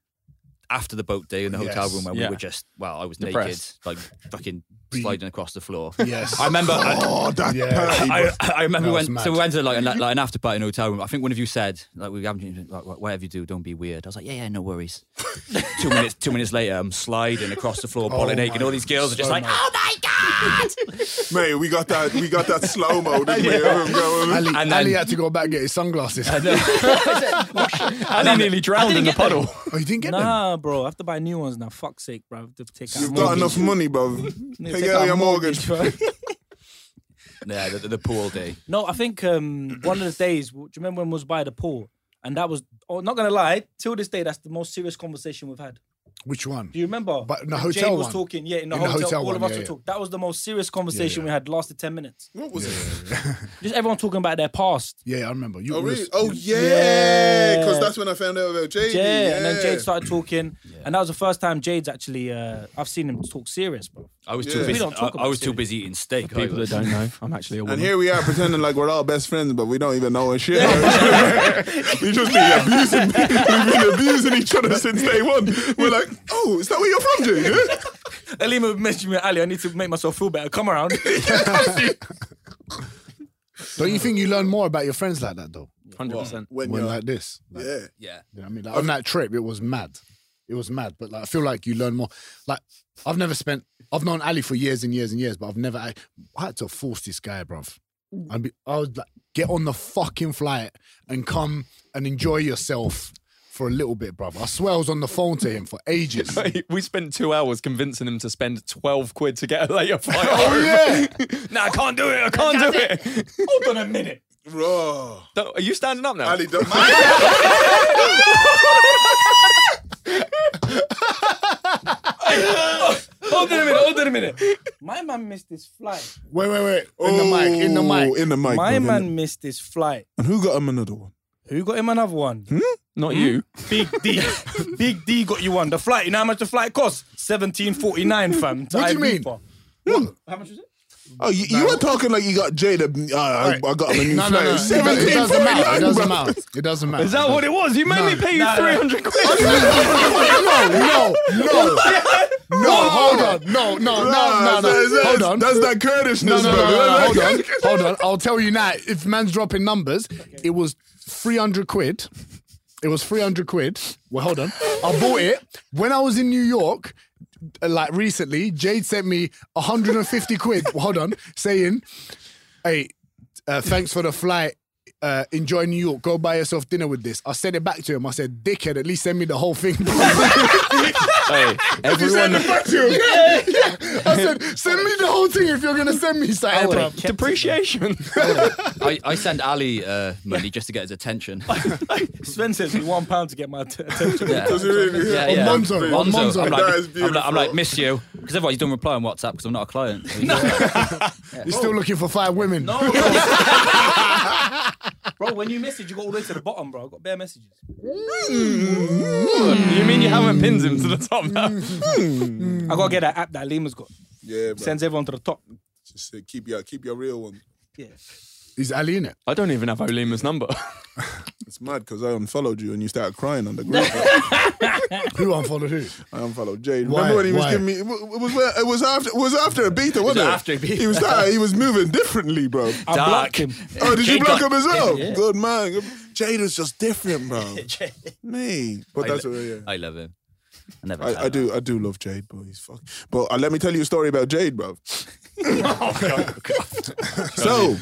E: after the boat day in the hotel
D: Yes.
E: room where
B: Yeah.
E: we were just, well, I was
B: Depressed.
E: naked, like fucking sliding across the floor.
D: yes.
E: I remember.
F: Oh, that
D: Yeah.
F: party!
E: I, I remember
D: That
E: when
D: was mad.
E: so we went to like an, like an after party in a hotel room. I think one of you said like we haven't like wh- whatever you do, don't be weird. I was like, yeah, yeah,
D: (laughs)
E: no worries. two minutes, two minutes later, I'm sliding across the floor,
D: Oh
E: bolly naked.
D: my-
E: and All these girls are just
D: so
E: like,
D: mad.
E: oh my god!
F: Mate, we got that we got that slow mo, didn't we? Everyone going-
D: Ali,
E: and
D: Ali
E: then-
D: had to go back and get his sunglasses.
E: (laughs)
B: And he nearly drowned in the puddle.
D: (laughs) oh, you didn't get them.
G: Nah, bro. I have to buy new ones now. Fuck's sake, bro. I have to take out
F: You've got
G: mortgage.
F: enough money,
D: (laughs)
F: bro.
G: Need to
F: Take
G: take
F: out
G: out
F: your mortgage.
G: bro.
E: yeah, the, the pool day.
G: no, I think um, one of the days. Do you remember when we was by the pool? And that was, oh, not gonna lie, till this day, that's the most serious conversation we've had.
D: Which one?
G: Do you remember?
D: But in the
G: Jade
D: hotel
G: was
D: one.
G: talking. Yeah, in the
D: In the
G: hotel,
D: hotel
G: all
D: one,
G: of us
D: yeah,
G: were
D: yeah.
G: talking. That was the most serious conversation
D: yeah.
G: we had. Lasted ten minutes.
F: What was it?
G: Just everyone talking about their past.
D: Yeah, I remember. You
F: Oh,
D: you
F: really?
D: was-
F: Oh, yeah. Because
G: Yeah.
F: that's when I found out about Jade.
G: Yeah, and then Jade started talking, and that was the first time Jade's actually. Uh, I've seen him talk serious, bro.
E: I was
F: Yeah.
E: too
F: We
E: busy.
G: don't
E: I,
G: talk
E: I
G: about
E: was too
G: serious.
E: busy eating steak. I
B: People that
E: was.
B: don't know, (laughs) I'm actually a woman.
F: And
G: (laughs)
F: here we are pretending like we're all best friends, but we don't even know a shit. (laughs) we just been abusing. (laughs) We've been abusing each other since day one. We're like, oh, is that where you're from, Jade? Yeah?
G: Elima messaged me, Ali. I need to make myself feel better.
D: (laughs)
G: Come around.
D: Don't you think you learn more about your friends like that though?
B: 100%.
F: When
D: When
F: you're
D: like this. Like,
F: yeah.
E: Yeah,
D: You know what I mean? Like, on that trip, it was mad. It was mad. But like, I feel like you learn more. Like, I've never spent, I've known Ali for years and years and years, but I've never, I, I had to force this guy, bruv.
B: Mm.
D: I'd be, I would like, get on the fucking flight and come and enjoy yourself for a little bit, bruv. I swear I was on the phone to him for
B: (laughs)
D: ages.
B: (laughs) We spent two hours convincing him to spend 12 quid to get a later flight.
G: (laughs)
D: oh, yeah.
B: no, I can't do it. I can't do it. (laughs)
G: Hold on a minute.
F: Raw.
B: Don't- Are you standing up now?
F: Ali, don't
G: Hold on a minute. Hold on a minute. My man missed his flight.
D: (laughs) Wait, wait, wait. In the mic, in the
F: Oh,
D: mic.
F: In the mic.
G: My
F: bro.
G: man missed his flight.
F: And who got him another one?
G: Who got him another one?
B: Hmm? Not you.
G: Big
B: (laughs)
G: D. Big D got you one. The flight. You know how much the flight cost? Seventeen forty nine, fam. to
D: What do you mean?
G: Ibiza. How much was it?
F: Oh, you, you were talking like you got Jade. Uh, I, I got him a new
D: No, no,
F: flight.
D: no. It doesn't matter. It
F: 1749,
D: doesn't
F: bro. (laughs)
D: matter. It doesn't matter.
B: Is that what it was? You made me pay you 300 quid.
D: no, no, no,
B: (laughs)
D: no. Hold on, no, no, no, no, no. Hold on.
F: That's that Kurdishness,
D: No, no, no, no,
F: bro.
D: no, no. Hold (laughs) on, hold on. I'll tell you now. If man's dropping numbers, it was three hundred quid. It was three hundred quid. Well, hold on. I bought it when I was in New York. uh, Like recently, Jade sent me 150 quid. Well, Hold on, saying, "Hey, uh, thanks for the flight. uh, enjoy New York. Go buy yourself dinner with this. I sent it back to him. I said, dickhead, at least send me the whole thing. (laughs)
B: Hey, everyone.
D: yeah, yeah. I said, send me the whole thing if you're gonna send me something.
E: would've
D: bruv."
B: (laughs) Depreciation.
E: I, I send Ali uh, money just to get his attention.
G: Sven says me one pound to get my t- attention.
E: Yeah.
F: Does it (laughs) really?
E: Yeah,
D: On
E: yeah.
D: Monzo,
E: On
D: on Monzo.
E: Monzo. I'm,
F: That
E: like,
F: is
E: I'm, like, I'm like,
F: beautiful.
E: miss you. Because otherwise you don't reply on WhatsApp because I'm not a client.
D: He's still looking for five women.
G: (laughs) bro, when you message, you go all the way to the bottom, bro. I got bare messages.
B: you mean you haven't pinned him to the top now?
G: I gotta get that app that Lima's got.
F: Yeah, bro.
G: Sends everyone to the top.
F: Just uh, keep your keep your real one.
G: Yeah.
D: He's Ali in it.
B: I don't even have Olima's (laughs) number.
F: It's mad because I unfollowed you and you started crying on the group. (laughs)
D: Who unfollowed who?
F: I unfollowed Jade.
D: Why?
F: Remember when he was
D: Why?
F: giving me? It wa- it was when- it was after it was after a beat, wasn't it?
E: after a beat.
F: He was starting- he was moving differently, (laughs) bro.
G: I blocked him.
F: Oh, did you
E: Jade
F: block
E: got-
F: him as well? (laughs) Good man. Good- Jade was just different, (laughs) bro. Me, but that's what, yeah.
E: I love him. I never tell
F: I, I
E: him.
F: do I do love Jade, but he's fuck. But uh, let me tell you a story about Jade,
E: (laughs)
F: bro. so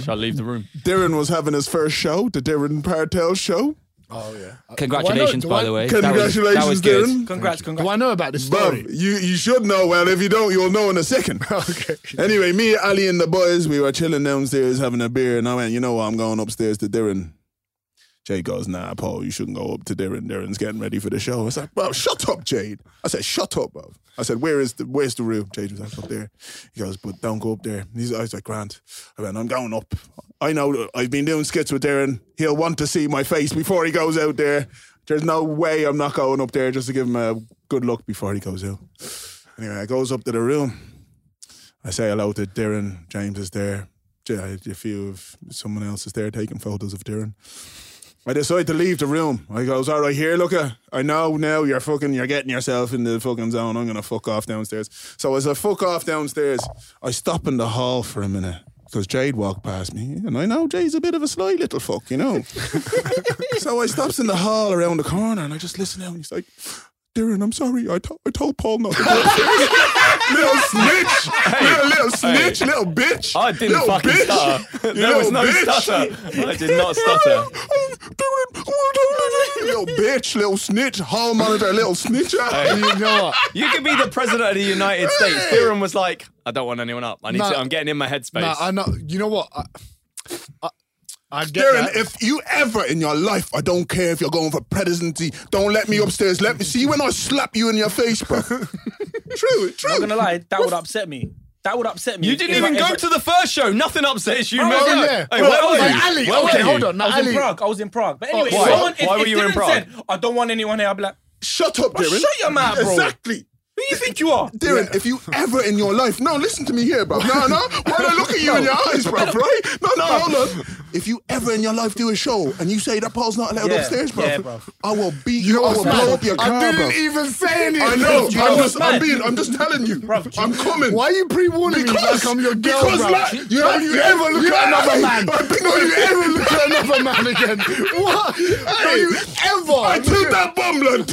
B: Shall I leave the room?
F: Darren was having his first show, the Darren Partel show.
D: Oh yeah.
E: Uh, Congratulations,
D: do
E: by
D: I-
E: the way.
F: Congratulations,
E: that was, that was
F: Darren.
E: Good.
G: Congrats,
D: Do
G: congrats.
D: I know about this
F: Bub,
D: story? (laughs)
F: you, you should know. Well, if you don't, you'll know in a second. (laughs)
D: Okay.
F: Anyway, me, Ali, and the boys, we were chilling downstairs having a beer, and I went, you know what? I'm going upstairs to Darren. Jade goes, nah, Paul, you shouldn't go up to Darren. Darren's getting ready for the show. I said, bro, shut up, Jade. I said, shut up, bro. I said, where is the where's the room? Jade was like, up there. He goes, but don't go up there. He's, I was like, Grant. I went, I'm going up. I know I've been doing skits with Darren. He'll want to see my face before he goes out there. There's no way I'm not going up there just to give him a good look before he goes out. Anyway, I goes up to the room. I say hello to Darren. James is there. J- A few of someone else is there taking photos of Darren. I decide to leave the room. I goes, all right, here, look, uh, I know now you're fucking, you're getting yourself in the fucking zone. I'm gonna fuck off downstairs. So as I fuck off downstairs, I stop in the hall for a minute because Jade walked past me, and I know Jade's a bit of a sly little fuck, you know. so I stops in the hall around the corner, and I just listen out, and he's like, Darren, I'm sorry, I, to- I told Paul not to go (laughs) upstairs." little snitch, little, little snitch, little bitch.
B: I didn't
F: little
B: fucking
F: bitch. (laughs)
B: stutter.
F: You
B: There
F: little
B: was no
F: bitch.
B: stutter. I did not stutter.
F: little bitch, little snitch, hall monitor, little snitcher.
D: you know
E: (laughs)
D: what?
B: You could be the president of the United States. Theron was like, I don't want anyone up. I need
D: No.
B: to. I'm getting in my headspace.
D: Nah, I know. You know what? I, I, I get
F: Darren,
D: that.
F: if you ever in your life, I don't care if you're going for presidency, don't let me upstairs. Let me see when I slap you in your face,
B: (laughs)
F: bro. true,
G: I'm
F: true.
G: gonna lie, that would upset me. That would upset me.
B: you didn't
G: if I
B: even go
G: ever-
B: to the first show. Nothing upsets you.
D: Oh,
B: remember?
D: yeah.
B: Hey,
D: Well,
B: where
D: I was
B: were
D: like,
B: you?
D: Ali,
B: Where were
D: okay,
B: you?
D: hold on. Now,
G: I was
D: Ali,
G: in Prague. I was in Prague. But anyway, if
B: Oh, why?
G: someone, if,
B: Why were
G: if
B: you in
G: Dylan
B: Prague?
G: Said, I don't want anyone here. I'd be like,
F: Shut up, Darren.
G: shut your mouth, bro.
F: Exactly.
G: who you think you are?
F: Darren, if you ever in your life, no, listen to me here, bro. No, no, why do I look at you in your eyes, bro? Right? No, no, hold on. If you ever in your life do a show and you say that Paul's not allowed
G: Yeah,
F: upstairs, bro,
G: yeah, bruv.
F: I will beat you. I will
D: Osman,
F: blow up your car,
D: I didn't
F: bro.
D: even say anything.
F: I know.
D: You
F: I'm
D: know
F: just, I'm being, I'm just telling you. I'm coming.
D: Why are you pre-warning me
F: Because,
D: like I'm your girl,
F: because
D: bro?
F: like, you
D: don't you ever look at another man.
F: don't you ever look at another
D: Another man again. (laughs) What? Don't you ever?
F: I took that bomb,
D: (laughs)
F: lad.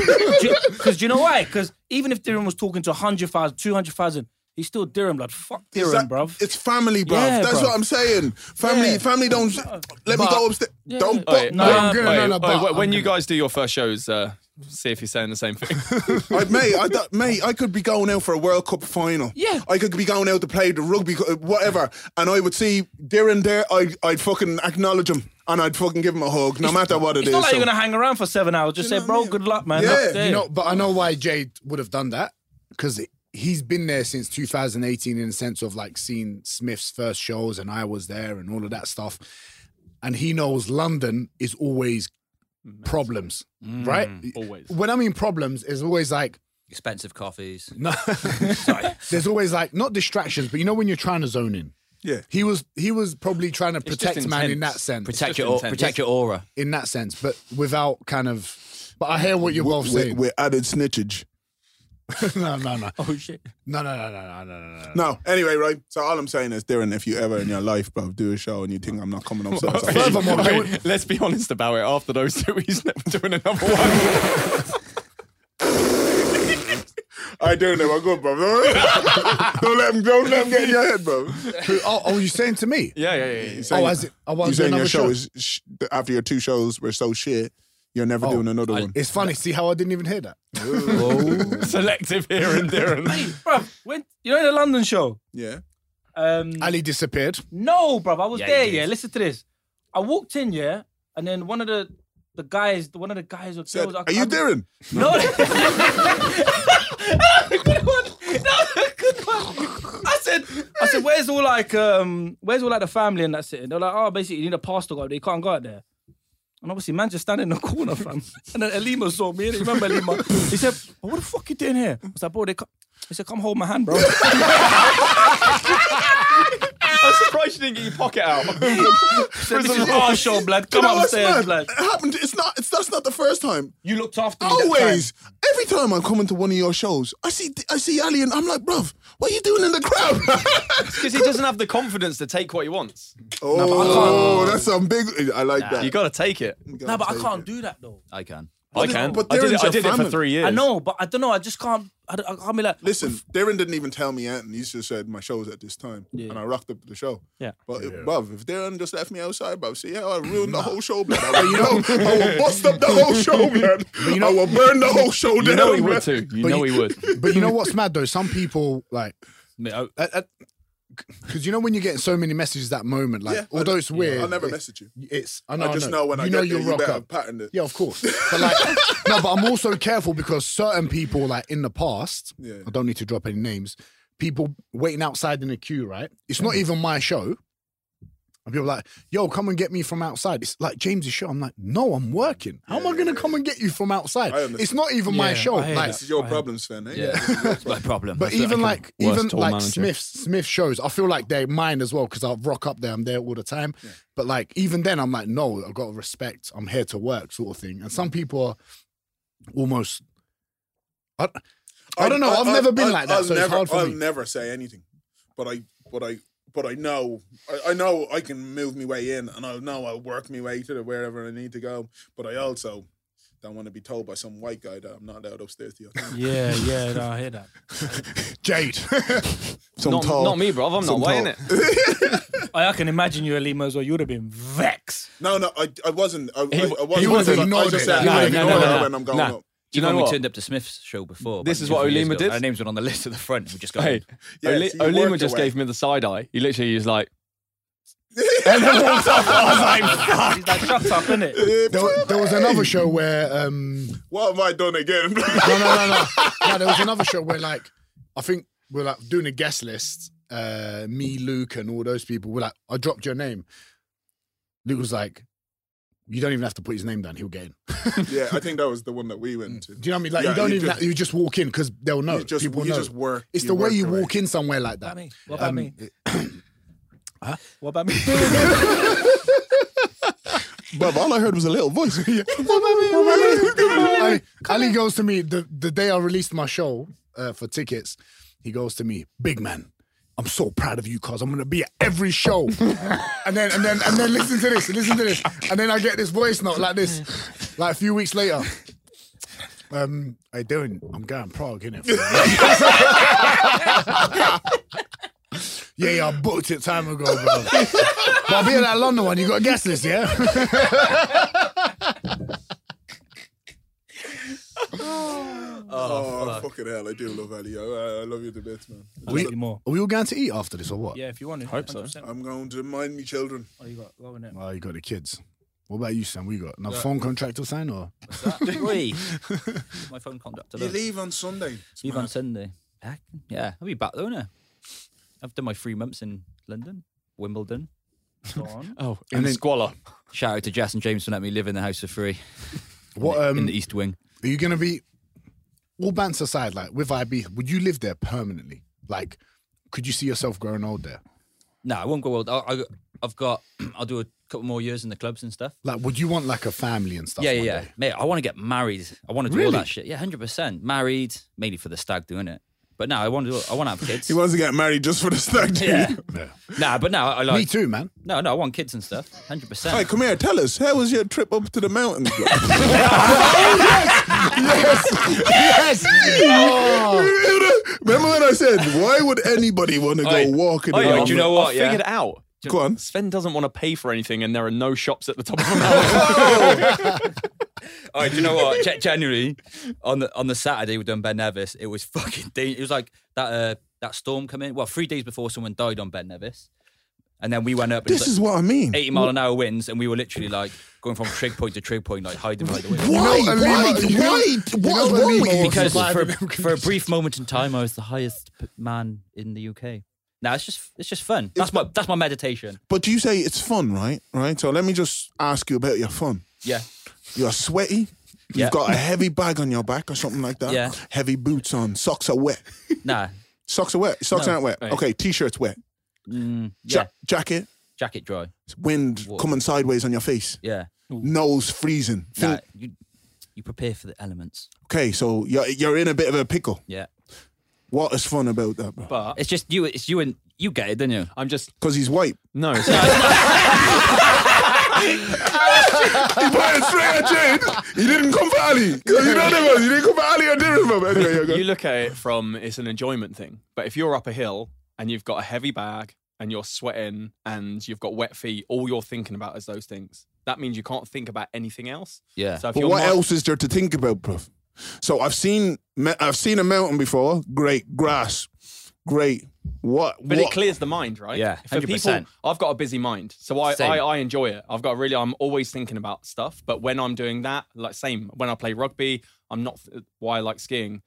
G: Because you know why? Because even if Durham was talking to 100,000, 200,000, he's still Durham, blood. Fuck Durham,
F: It's like-
G: bruv.
F: It's family, bruv.
G: Yeah,
F: That's
G: bruv.
F: what I'm saying. Family,
G: Yeah.
F: family. Don't let me
D: But-
F: go upstairs. Don't.
B: Wait,
G: No,
B: wait,
G: I'm
D: good,
B: wait,
D: no, no,
B: wait,
D: but
B: wait,
D: I'm
B: when you guys do your first shows, uh, see if you're saying the same
D: (laughs)
B: thing.
F: I, mate, I, don't- mate, I could be going out for a World Cup final.
G: Yeah.
F: I could be going out to play the rugby, co- whatever. And I would see there and there, I'd, I'd fucking acknowledge him and I'd fucking give him a hug, no matter what it
G: It's
F: is.
G: not like
F: so-
G: you're going to hang around for seven hours. Just say, bro, good luck, man.
F: Yeah,
G: Look,
F: you
D: You know, but I know why Jade would have done that because he's been there since 2018 in the sense of like seeing Smith's first shows and I was there and all of that stuff. And he knows London is always problems, right?
B: Mm, always.
D: When I mean problems, it's always like, (laughs)
E: Expensive coffees.
D: no, there's always like not distractions, but you know when you're trying to zone in.
F: Yeah.
D: He was he was probably trying to
B: just
D: protect man in
B: intense.
D: that sense.
E: Protect
B: just
E: your,
B: intense.
E: protect your aura.
D: in that sense, but without kind of but I hear what you're both
F: with,
D: saying.
F: with added snitchage.
D: (laughs) no, no, no.
G: Oh, shit.
D: No, no, no, no, no, no, no, no.
F: No, anyway, right? So all I'm saying is, Darren, if you ever in your life, bro, do a show and you think I'm not coming upstairs.
D: (laughs)
F: I'm-
D: Furthermore, I
B: Wait,
D: would-
B: let's be honest about it. After (laughs) those two, he's never doing another
F: (laughs)
B: one.
F: I don't know. I'm good, bro. (laughs) Don't let him, don't let him get in your head, bro.
D: Oh, oh, you saying to
F: (laughs)
D: me?
B: Yeah, yeah, yeah. yeah.
D: Oh, as it, I
F: you
D: was
F: saying
D: doing another
F: your show
D: show.
F: is sh- after your two shows were so shit, you're
D: Oh,
F: never doing another one.
D: It's funny. See how I didn't even hear that.
B: (laughs) Selective here and there. And
G: Bruv, when, you know the London show?
F: yeah.
G: Um,
F: Mm.
D: Ali disappeared.
G: No, bruv, I was
E: Yeah, you
G: there.
E: did.
G: Yeah, listen to this. I walked in, yeah, and then one of the the guys, one of the guys or
F: Said,
G: girls, I-
F: Are you
G: I-
F: Darren?
G: No. (laughs) good one. No, good one. I said, I said, where's all like, um, where's all like the family and that's it? And they're like, oh, basically, you need a pastor guy. They can't go out there. And obviously, man just standing in the corner, fam. (laughs) And then Elima saw me. innit? Remember Elima? He said, well, what the fuck you doing here? I was like, bro, they. Ca-. He said, come hold my
F: (laughs)
G: hand, bro.
B: I'm surprised you didn't get your pocket out. (laughs)
G: said, this is our show, blood. Come
F: You know what's
G: upstairs,
F: mad?
G: blood.
F: It happened. It's not. It's that's not the first time.
G: You looked after me. that
F: Always, every time I come into one of your shows, I see I see Ali and I'm like, bruv, what are you doing in the (laughs) crowd?
B: Because he doesn't have the confidence to take what he wants.
F: oh, that's some big. I like that.
B: You got to take it.
G: time. No, but I can't do that though.
E: I can.
B: I
F: did-
B: can.
F: but
B: I
F: Darren's
B: did, it, I
F: your
B: did it for
F: family.
B: three years.
G: I know, but I don't know. I just can't. I, don't- I can't be like.
F: Listen, Darren didn't even tell me anything. He just said my show's at this time, and I rocked up to the show.
G: Yeah.
F: but if- bruv, if Darren just left me outside, bruv, see how I ruined the whole show, man. I will, (laughs) you know, I will bust up the whole (laughs) show, man. I will burn the whole show down.
B: You know he
F: man. (laughs)
B: would too. You know he would.
D: But you know what's mad though? Some people like
E: I-
D: because you know when you get so many messages that moment, like
F: Yeah, I-
D: although it's weird,
F: I'll never
D: it-
F: message you.
D: It's I, know,
F: I just know, when
D: you
F: I
D: know
F: get
D: you
F: there, you
D: rock
F: better
D: up.
F: pattern it.
D: Yeah, of course. But
F: (laughs)
D: like, no, but I'm also careful because certain people, like in the past,
F: Yeah.
D: I don't need to drop any names. People waiting outside in a queue, right? It's
F: Mm.
D: not even my show. And people are like, yo, come and get me from outside. It's like James's show. I'm like, no, I'm working. How am I gonna come and get you from outside?
F: I understand.
D: It's not even my
G: Yeah,
D: show.
G: I hear
D: Like,
F: This is your problem, Sven. Eh?
E: My problem.
D: but even like
B: Worst
D: even
B: tour
D: like
B: manager.
D: Smith's Smith shows, I feel like they're mine as well because I rock up there. I'm there all the time. But like even then, I'm like, no, I got to respect. I'm here to work, sort of thing. And some people are almost. I, (laughs) I don't know. I've never been like that,
F: I'll
D: so
F: never,
D: it's hard for
F: I'll
D: me.
F: never say anything, but I, but I, but I know, I, I know I can move my way in, and I know I'll work my way to the, wherever I need to go. But I also don't want to be told by some white guy that I'm not allowed
D: (laughs)
F: upstairs to your
G: guy. Yeah, yeah, no, I hear that.
B: (laughs)
D: Jade, (laughs)
F: some
B: Not, not me, bro. I'm not weighing it.
G: I, I can imagine you, Lima, as well. You would have been (laughs) vexed.
F: No, no, I, I wasn't. I, I, I
D: he would've
F: wasn't. I,
D: ignored
F: just
D: it.
F: said,
D: He
F: I
D: would've
F: ignore
D: ignored
F: it
B: it.
F: when I'm going
B: Nah.
F: up.
B: Do you
E: Even
B: know
E: when
B: what?
E: we turned up to Smith's show before.
B: This
E: like,
B: is
E: a
B: what
E: few years
B: Olima
E: ago,
B: did?
E: Our names were on the list at the front. We just got.
B: Hey,
F: Yeah,
B: Oli-
F: so you
B: Olima
F: worked
B: just
F: your way.
B: gave me the side eye. He literally is like,
G: He's like, shut up, (laughs) innit?
D: there, wa- there was another show where um,
F: What have I
D: (laughs)
F: done again? (laughs)
D: no, no, no, no. no. There was another show where, like, I think we we're like doing a guest list. Uh, me, Luke, and all those people were like, I dropped your name. Luke was like, You don't even have to put his name down. He'll get in.
F: yeah, I think that was the one that we went to.
D: Do you know what I mean? Like,
F: Yeah,
D: you don't
F: you
D: even
F: just-
D: have, you just walk in because they'll know.
F: You just,
D: people
F: you
D: know.
F: just work.
D: it's the way you
F: your
D: walk in somewhere like
G: What about
D: that.
G: me? What about
D: Um,
G: me? (clears throat) What about (laughs) me?
F: But all I heard was a little voice. (laughs)
D: Ali, Ali goes to me the, the day I released my show uh, for tickets. He goes to me, big man. I'm so proud of you, cause I'm gonna be at every show. and then and then and then listen to this, listen to this, and then I get this voice note like this, like a few weeks later. Um, how you doing? I'm going Prague, innit? (laughs) yeah, yeah, I booked it time ago, bro. but I'll be at that London one. You got a guest list, yeah?
F: Oh, fucking hell! I do love Ali. I, I love you to bits, man.
D: We,
G: Slightly more.
D: Are we all going to eat after this or what?
G: Yeah, if you want it. Hope so.
F: I'm going to mind me children.
G: Oh, you got go in there.
D: Oh, you got the kids. What about you, Sam? We got another phone contract to sign or?
E: Wait. My phone contract.
F: You leave on Sunday. It's
E: Leave on
F: mad.
E: Sunday. Back? Yeah, I'll be back though, innit? I've done my three months in London, Wimbledon.
G: Go on.
B: oh, in
D: then-
B: squalor.
E: Shout out to Jess and James for letting me live in the house for free
D: What um,
E: in the e- East Wing.
D: are you gonna be all bants aside, like with IB, would you live there permanently? Like, could you see yourself growing old there?
E: No, I won't go old. I, I, I've got, (clears throat) I'll do a couple more years in the clubs and stuff.
D: Like, would you want like a family and stuff?
E: yeah, yeah,
D: one
E: yeah.
D: day?
E: Mate, I want to get married. I want to do all
D: Really?
E: that shit. Yeah, 100%. Married, mainly for the stag doing it. But now I want to. I want to have (laughs) kids.
F: He wants to get married just for the stag do.
E: yeah.
D: Yeah.
E: Nah, but now I like.
D: Me too, man.
E: No, no, I want kids and stuff. Hundred
F: (laughs) Hey,
E: percent.
F: come here. Tell us, how was your trip up to the mountains? bro? (laughs)
D: Yes. Oh.
F: Remember when I said, why would anybody want to go
B: Oi.
F: walking?
B: Oh,
F: in the
B: yeah, do you know what?
E: I
B: yeah.
E: figured it
B: out.
F: Go on.
B: Sven doesn't want to pay for anything, and there are no shops at the top of the mountain.
E: All right, do you know what? Ge- January on the on the Saturday we done Ben Nevis. It was fucking. da- It was like that. Uh, that storm come in. Well, three days before someone died on Ben Nevis, and then we went up. and it
F: This
E: was
F: is
E: like
F: what I mean.
E: 80 mile an hour winds, and we were literally like going from trig point to trig point, like hiding behind the wind.
F: Why?
D: You know,
F: why?
D: Alima- you know-
F: why?
D: you
F: What's
D: know
F: wrong
D: Alima
F: with you?
D: was
E: because
D: surviving
E: for,
D: them
E: for a brief moment in time, I was the highest p- man in the UK. Now it's just it's just fun. That's my that's my meditation.
F: But you say it's fun, right? Right. So let me just ask you about your fun.
E: Yeah,
F: You're sweaty. You've
E: Yeah.
F: got a heavy bag on your back or something like that.
E: Yeah.
F: Heavy boots on. Socks are wet.
E: nah,
F: Socks are wet. Socks
E: No.
F: aren't wet.
B: Right.
F: Okay. T-shirt's wet.
E: mm,
F: Ja-
E: yeah,
F: Jacket.
E: jacket dry.
F: Wind
E: Whoa.
F: coming sideways on your face.
E: Yeah,
F: Nose freezing. Fin-
E: nah, you you prepare for the elements.
F: Okay. So you're you're in a bit of a pickle.
E: Yeah,
F: What is fun about that, bro?
B: but
E: it's just you. It's you and you get it, don't you?
B: I'm just
F: Because he's white.
B: no.
F: he put it straight at Jane. He didn't come for Ali. 'Cause you know what it was. He didn't come for Ali or didn't remember. Anyway, you're good.
B: you look at it from it's an enjoyment thing. But if you're up a hill and you've got a heavy bag and you're sweating and you've got wet feet, all you're thinking about is those things. That means you can't think about anything else.
E: Yeah.
B: So if
F: But
B: you're
F: what
B: not-
F: else is there to think about, bro? So I've seen me- I've seen a mountain before. Great grass, great. What?
B: But
F: what?
B: it clears the mind, right?
E: Yeah,
B: For people,
E: 100%.
B: I've got a busy mind, so I,
E: Same.
B: I I enjoy it. I've got really, I'm always thinking about stuff. But when I'm doing that, like same when I play rugby, I'm not uh, why I like skiing.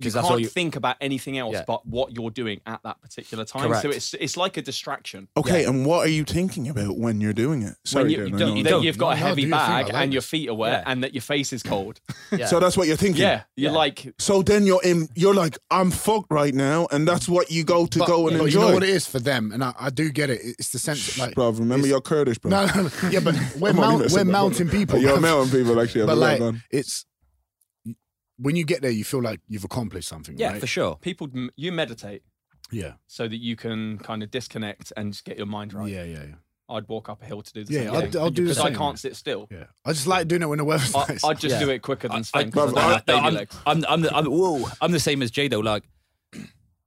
B: You
E: 'Cause
B: can't
E: that's all you-
B: think about anything else
E: Yeah.
B: but what you're doing at that particular time.
E: Correct.
B: So it's it's like a distraction.
F: okay, and what are you thinking about when you're doing it? Sorry,
B: when you,
F: Dan, I
B: don't-
F: know.
B: that
E: don't.
B: you've got a
D: No, no,
B: heavy
D: do your thing, I
B: bag
D: like
B: and your
D: this.
B: feet are wet
E: Yeah.
B: and that your face is cold.
E: Yeah.
F: So that's what you're thinking.
B: (laughs) yeah, you're
E: Yeah.
B: like
F: So then you're in. You're like, I'm fucked right now, and that's what you go to go and
D: But you
F: enjoy.
D: know what it is for them, and I, I do get it. It's the sense, like,
F: bro, remember you're Kurdish,
D: (laughs)
F: bro.
D: no, no, no, yeah,
F: (laughs)
D: but we're,
F: Come on,
D: mount,
F: listen,
D: we're
F: bro.
D: mountain people.
F: You're
D: bruv.
F: mountain people, actually.
D: but
F: I've
D: like,
F: forgotten.
D: it's when you get there, you feel like you've accomplished something.
E: yeah,
D: right?
E: for sure.
B: people. You meditate
D: yeah,
B: so that you can kind of disconnect and just get your mind right.
D: yeah, yeah, yeah. I'd,
B: I'd walk up a hill to do the
D: Yeah,
B: same
D: I'll-
B: thing.
D: I'll do the
B: because I
D: same.
B: can't sit still.
D: yeah. I just like doing it when the weather's
B: I,
D: (laughs) nice.
B: I'd just
E: Yeah.
B: do it quicker than
E: I,
B: Sven. 'cause
F: Bro, I-
B: I, don't have baby
E: am
B: legs.
E: I'm, I'm, the, I'm, whoa, I'm the same as Jay though. Like, (clears throat)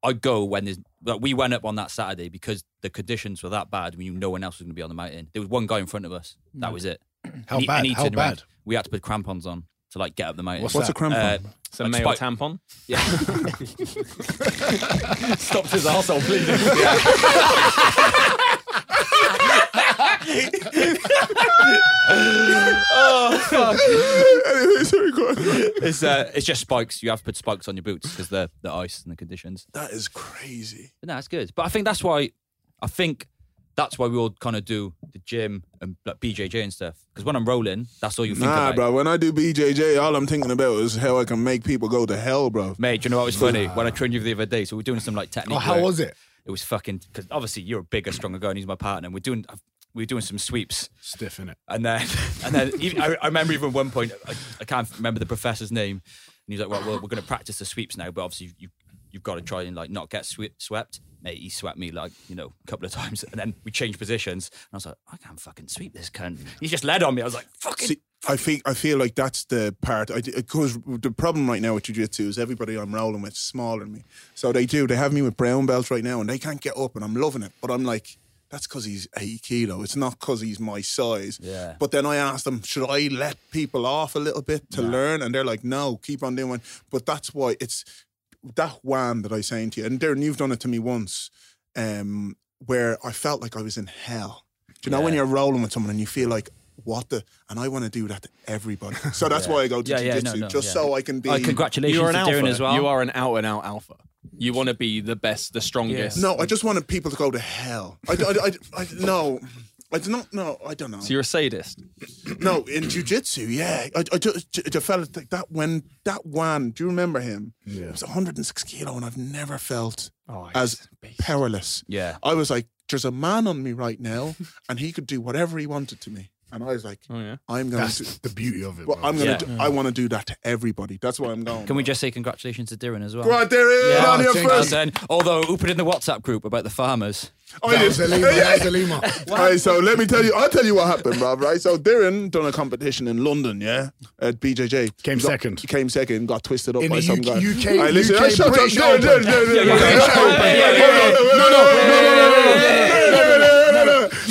E: I go when there's, like, we went up on that Saturday because the conditions were that bad. We knew no one else was going to be on the mountain. There was one guy in front of us. That was it.
D: How
E: And he-
D: bad?
E: and he
D: How
E: turned around.
D: bad?
E: We had to put crampons on to like get up the mountain.
D: What's
F: What's
D: that?
F: a crampon?
E: Uh, (laughs)
B: It's a
E: like
B: male
E: spike-
B: tampon.
E: yeah.
B: Stopped his arsehole bleeding.
F: anyway, sorry, go on.
E: it's uh, it's just spikes. You have to put spikes on your boots because the the ice and the conditions.
F: That is crazy.
E: But no, it's good. But I think that's why, I think that's why we all kind of do the gym and like BJJ and stuff. Because when I'm rolling, that's all you think
F: Nah,
E: about.
F: bro. When I do BJJ, all I'm thinking about is how I can make people go to hell, bro.
E: Mate, do you know what was funny? When I trained you the other day, so we're doing some like technique.
D: Oh, how
E: work.
D: was it?
E: It was fucking because obviously you're a bigger, stronger guy, and he's my partner. And we're doing we were doing some sweeps,
D: Stiff in it.
E: and then (laughs) and then even, I, I remember even one point I, I can't remember the professor's name, and he's like, "Well, well we're going to practice the sweeps now, but obviously you you've got to try and like not get swe- swept." Mate, he swept me like you know a couple of times, and then we changed positions, and I was like, "I can't fucking sweep this cunt." He just led on me. I was like, "Fucking."
F: See, I think I feel like that's the part. I because the problem right now with jujitsu is everybody I'm rolling with is smaller than me. So they do. They have me with brown belts right now, and they can't get up, and I'm loving it. But I'm like, that's because he's 80 kilo. It's not because he's my size.
E: Yeah.
F: But then I asked them, should I let people off a little bit to learn? And they're like, no, keep on doing. But that's why it's that wham that I saying to you, and Darren, you've done it to me once, um, where I felt like I was in hell. Do you know when you're rolling with someone and you feel like what the? And I want to do that to
E: (laughs)
F: everybody. So that's why I go to
E: Yeah,
F: jiu
E: yeah, no,
F: jitsu
E: no,
F: just
E: yeah.
F: so I can be.
E: Uh, congratulations
B: You're an
E: to
B: alpha.
E: Darren as well.
B: You are an out and out alpha. You want to be the best, the strongest.
F: No, I just wanted people to go to hell. I, I, I, I- no, I do not. No, I don't know.
B: So you're a sadist.
F: No, in jujitsu, yeah. I, I just, j- j- felt like that when that one. Do you remember him? Yeah. It was 106 kilo, and I've never felt as powerless.
E: Yeah.
F: I was like, there's a man on me right now, and he could do whatever he wanted to me. And I was like,
B: Oh yeah.
F: I'm going to.
D: That's the beauty of it.
F: Well,
D: bro. (laughs)
F: I'm gonna.
E: Yeah.
F: Do, I want to do that to everybody. That's why I'm going.
E: Can we just say congratulations to Darren as well?
F: Right there,
E: Yeah.
F: on your
D: thank
E: Well
F: first.
E: done. although who put in the WhatsApp group about the farmers?
F: Oh,
D: That
F: (laughs) yeah.
D: was a Lima. That was a Lima.
F: All right, so let me tell you. I'll tell you what happened, Rob. Right, so Darren done a competition in London, yeah, at BJJ.
D: Came
F: Got-
D: second.
F: Came second. Got twisted up
D: In
F: by
D: the
F: some
D: UK
F: guy.
D: UK
F: All right, listen,
D: UK
F: shut up,
D: British
F: no, no,
D: Open.
F: no, no, no, no,
B: British
F: no,
B: Open,
F: no,
B: yeah,
F: no, no, no, no, no, no, no, no, no, no, no.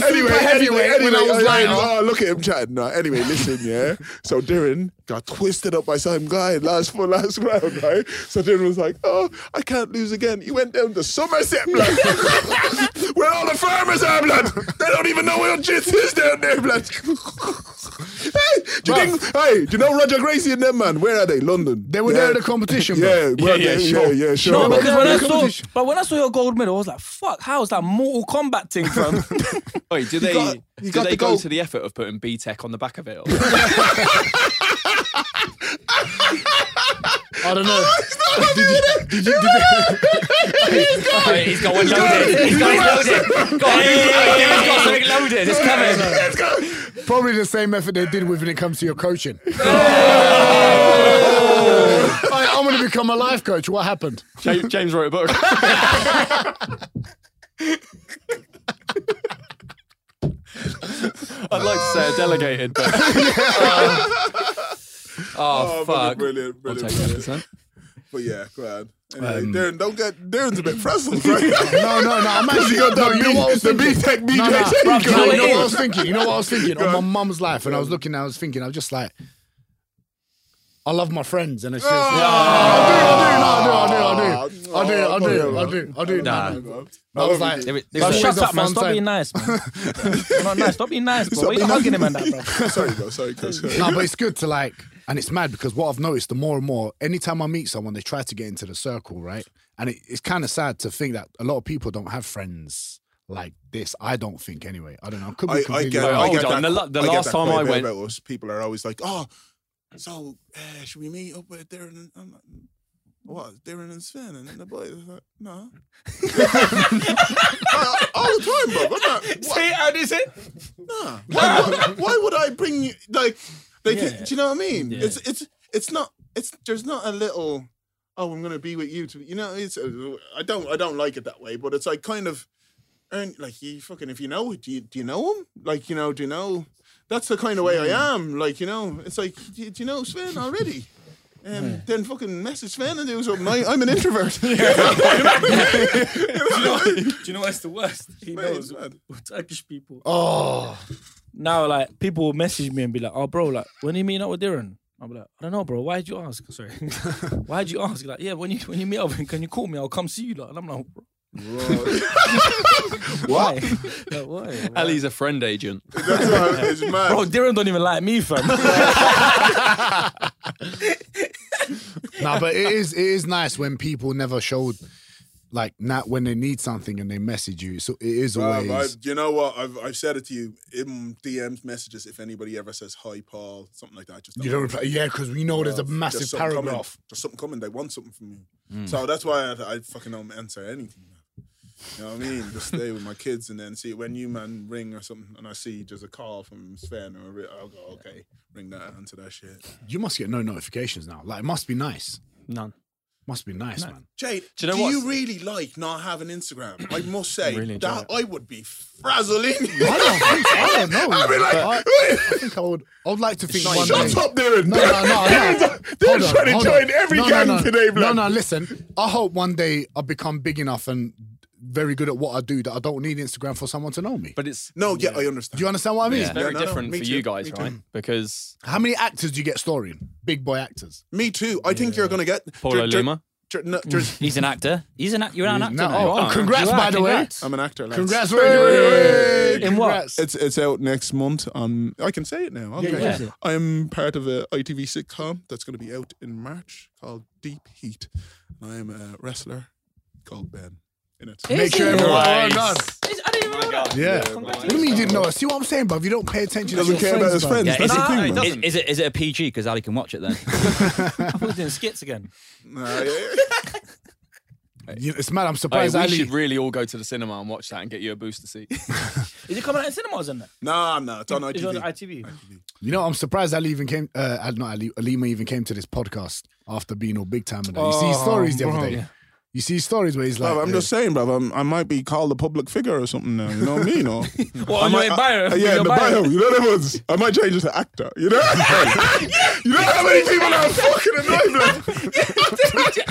F: Anyway, anyway,
D: heavyweight when I
F: anyway,
D: was
F: like,
D: lighter.
F: oh, look at him chatting. No, anyway, listen, yeah. So Darren got twisted up by some guy last for last round, right? So Darren was like, oh, I can't lose again. He went down to Somerset, blood. (laughs) Where all the farmers are, blood. They don't even know what jits is down there, blood. (laughs) Hey, do you
D: Bruv.
F: think, hey, do you know Roger Gracie and them, man? Where are they? London.
D: They were
F: yeah.
D: there at the competition, bro.
F: Yeah, well, yeah, yeah, sure. yeah, sure.
G: No,
F: bro.
G: because when I
D: Look at
G: saw,
D: this.
G: but when I saw your gold medal, I was like, "Fuck! How is that Mortal Kombat thing (laughs) from?"
B: Wait, do they
F: got- you
B: do
F: got
B: they
F: the
B: go
F: goal.
B: to the effort of putting B Tech on the back of it? Or?
D: I don't know.
E: He's got one loaded. He's got his loaded. Go on, He's got something loaded. It's coming.
D: Probably the same method they did with when it comes to your (laughs) coaching. I, I'm going to become a life coach. What happened?
B: James, James wrote a book. (laughs) I'd like to say a delegated, (laughs) but
E: Oh, fuck.
F: Brilliant, brilliant, brilliant. But yeah, glad. Anyway,
D: Um,
F: Darren, don't get Darren's a bit frazzled,
B: (laughs)
F: right?
D: No, no, no. (laughs) I'm actually
F: You got
D: no,
F: the
D: you know what I was
F: B- the
D: thinking?
F: B-Tech
D: No, no, (laughs) bruv,
F: BJJ going
D: no, you know
F: on.
D: what I was thinking? You know what I was thinking? On my mum's life, and I was looking, I was thinking, I was just like, I love my friends, and it's just. I do, I do, Ah! no, I do, I do, I do, I do, I do, I do, I do.
E: Nah.
D: no, no. I was like,
E: There was- there
G: Bro,
E: was
D: It's always
E: a-
G: shut
D: a
G: up, man!
D: fun
G: Stop
D: time.
G: being nice, (laughs) man. You're not nice. Stop being nice, bro. Why you
F: being
G: hugging him and that, bro?
F: (laughs) sorry, bro. Sorry, cuz.
D: no, but it's good to like, and it's mad because what I've noticed the more and more, anytime I meet someone, they try to get into the circle, right? And it, it's kind of sad to think that a lot of people don't have friends like this. I don't think, anyway. I don't know. Could be
F: I, I
D: completely
F: get,
D: wrong.
F: I
B: Hold
F: get
B: on,
F: that,
B: the la- the
F: I get
B: last
F: that
B: time
F: quite
B: I
F: a bit
B: went-
F: about us, people are always like, "Oh, so uh, should we meet up with Darren and um, what Darren and Sven and the boys?" I'm Like, (laughs) no, I- I- all the time, bro. I'm not, what?
G: Say how is it?
F: Nah.
G: (laughs)
F: Why, why, why would I bring you? Like, they
G: Yeah.
F: do you know what I mean? It's it's it's not it's there's not a little. Oh, I'm gonna be with you. To you know, it's uh, I don't I don't like it that way, but it's like kind of, and like you fucking if you know do you do you know him? Like you know do you know? That's the kind of way I am. Like you know, it's like do you, do you know Sven already? Um, Then fucking message Sven and do something. I, I'm
G: (laughs)
F: an introvert.
G: (laughs)
F: (laughs)
G: Do you know what's the worst? He knows
F: mad.
G: we're Turkish people.
D: Oh,
G: Now, like, people will message me and be like, "Oh, bro, like, when are you meeting up with Darren?" I'll be like, "I don't know, bro. Why'd you ask? Sorry, why'd you ask? Like, yeah, when you when you meet up, can you call me? I'll come see you." Like, and I'm like, "Why?
B: (laughs)
G: like, why? why?"
B: Ali's a friend agent.
F: (laughs) That's what I- it's mad.
G: Bro, Darren don't even like me, fam. (laughs)
D: no, but it is it is nice when people never showed like not when they need something and they message you. So it is always
F: Um, I, you know what? I've, I've said it to you in DMs, messages. If anybody ever says hi, Paul, something like that, just
D: you don't reply. Yeah, because we know there's a
F: Just
D: massive
F: something coming.
D: paragraph.
F: Just something coming. They want something from you.
B: Hmm.
F: So that's why I, I fucking don't answer anything. man. You know what I mean? Just stay with my kids and then see when you man ring or something, and I see there's a call from Sven or a re- I'll go okay, ring that answer that shit.
D: You must get no notifications now. Like it must be nice.
B: None.
D: Must be nice, man.
F: Jade, do
B: Do
F: you,
B: you know what's-
F: really like not having Instagram? I must say
B: Really enjoy
F: that
B: it.
F: I would be frazzling.
D: I don't, think, I don't know.
F: (laughs) I'd be
D: man, but
F: like,
D: I, I think I would. I would like to think one day.
F: (laughs) shut up, Darren.
D: No, no, no. no.
F: They're
D: Hold on,
F: trying to
D: hold
F: join
D: on.
F: every
D: No, no,
F: gang
D: no.
F: today,
D: No,
F: blood.
D: no, listen. I hope one day I become big enough and very good at what I do that I don't need Instagram for someone to know me.
B: But it's
F: No, yeah, I understand.
D: do you understand what I mean?
E: Yeah.
B: very
F: no, no,
B: different
F: me
B: for
F: too,
B: you guys,
F: me too.
B: right? Because
D: How many actors do you get storying? Big boy actors.
F: Me too. I think you're gonna get
B: Paulo
F: Jer- Jer-
B: Lima.
F: Jer- no, Jer-
E: He's an actor. He's an actor. You're an actor.
D: No,
E: now.
D: oh, congrats, by the way.
F: I'm an actor. lads.
D: Congrats,
F: Hey, hey, hey, hey.
G: In what?
D: Congrats.
F: It's it's out next month. On I can say it now. Okay.
G: yeah, yeah.
F: I'm part of a ITV sitcom that's going to be out in March called Deep Heat, and I'm a wrestler called Ben in it.
D: Make sure
G: it?
D: everyone. Oh, God.
G: I didn't
F: Oh
G: even know that.
D: Yeah. What do you mean you didn't know? See what I'm saying, bruv? You don't pay attention
F: Doesn't
D: to your
F: care about
D: friends,
F: his
D: bruv.
F: friends.
E: Yeah,
F: that's
E: it's-
F: the
G: nah,
F: thing.
G: it
F: man.
E: Is, is it is it a PG? Because Ali can watch it then.
G: I thought we were doing skits again.
F: Nah, yeah,
D: You- It's mad. I'm
B: Hey,
D: surprised
B: we
D: Ali.
B: should really all go to the cinema and watch that and get you a booster seat.
G: Is it coming out in cinemas? Isn't it?
F: (laughs) Nah, no, it's on
G: It's on
F: ITV.
G: ITV.
D: you know, I'm surprised Ali even came. Uh, uh, not Ali. Alima even came to this podcast after being all big time. And that. You see his stories the other day. You see his stories where he's like,
F: Bruv, I'm
D: uh,
F: just saying, bro. I'm, I might be called a public figure or something now. You know what I mean? Or,
G: Well,
F: I
G: on
F: might,
G: your bio.
F: I, yeah,
G: your
F: in the bio. You know that ones. I might change it to actor. You know? (laughs) you know how many people are fucking annoyed with?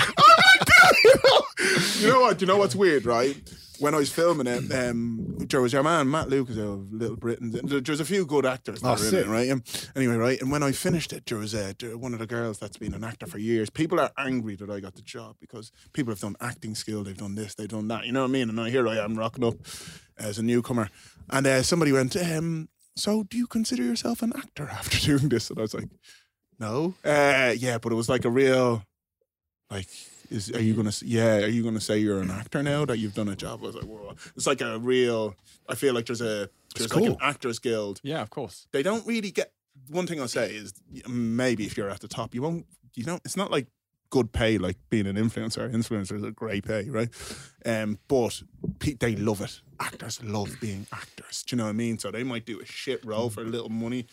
F: you know what? You know what's weird, right? When I was filming it, um, there was your man Matt Lucas of Little Britain. There there was a few good actors that
D: Oh,
F: were in
D: sick.
F: it, right? Um, anyway, right. And when I finished it, there was uh, there- one of the girls that's been an actor for years. People are angry that I got the job because people have done acting skill, they've done this, they've done that. You know what I mean? And I here I am rocking up as a newcomer, and uh, somebody went, um, "So, do you consider yourself an actor after doing this?" And I was like, "No." Uh, yeah, but it was like a real like is are you gonna s- yeah are you gonna say you're an actor now that you've done a job I was like whoa it's like a real I feel like there's a there's like an
D: cool.
F: actors guild
B: yeah, of course.
F: they don't really get one thing I'll say is maybe if you're at the top you won't you don't it's not like good pay like being an influencer influencers are great pay right um but pe- they love it actors love being actors do you know what I mean so they might do a shit role for a little money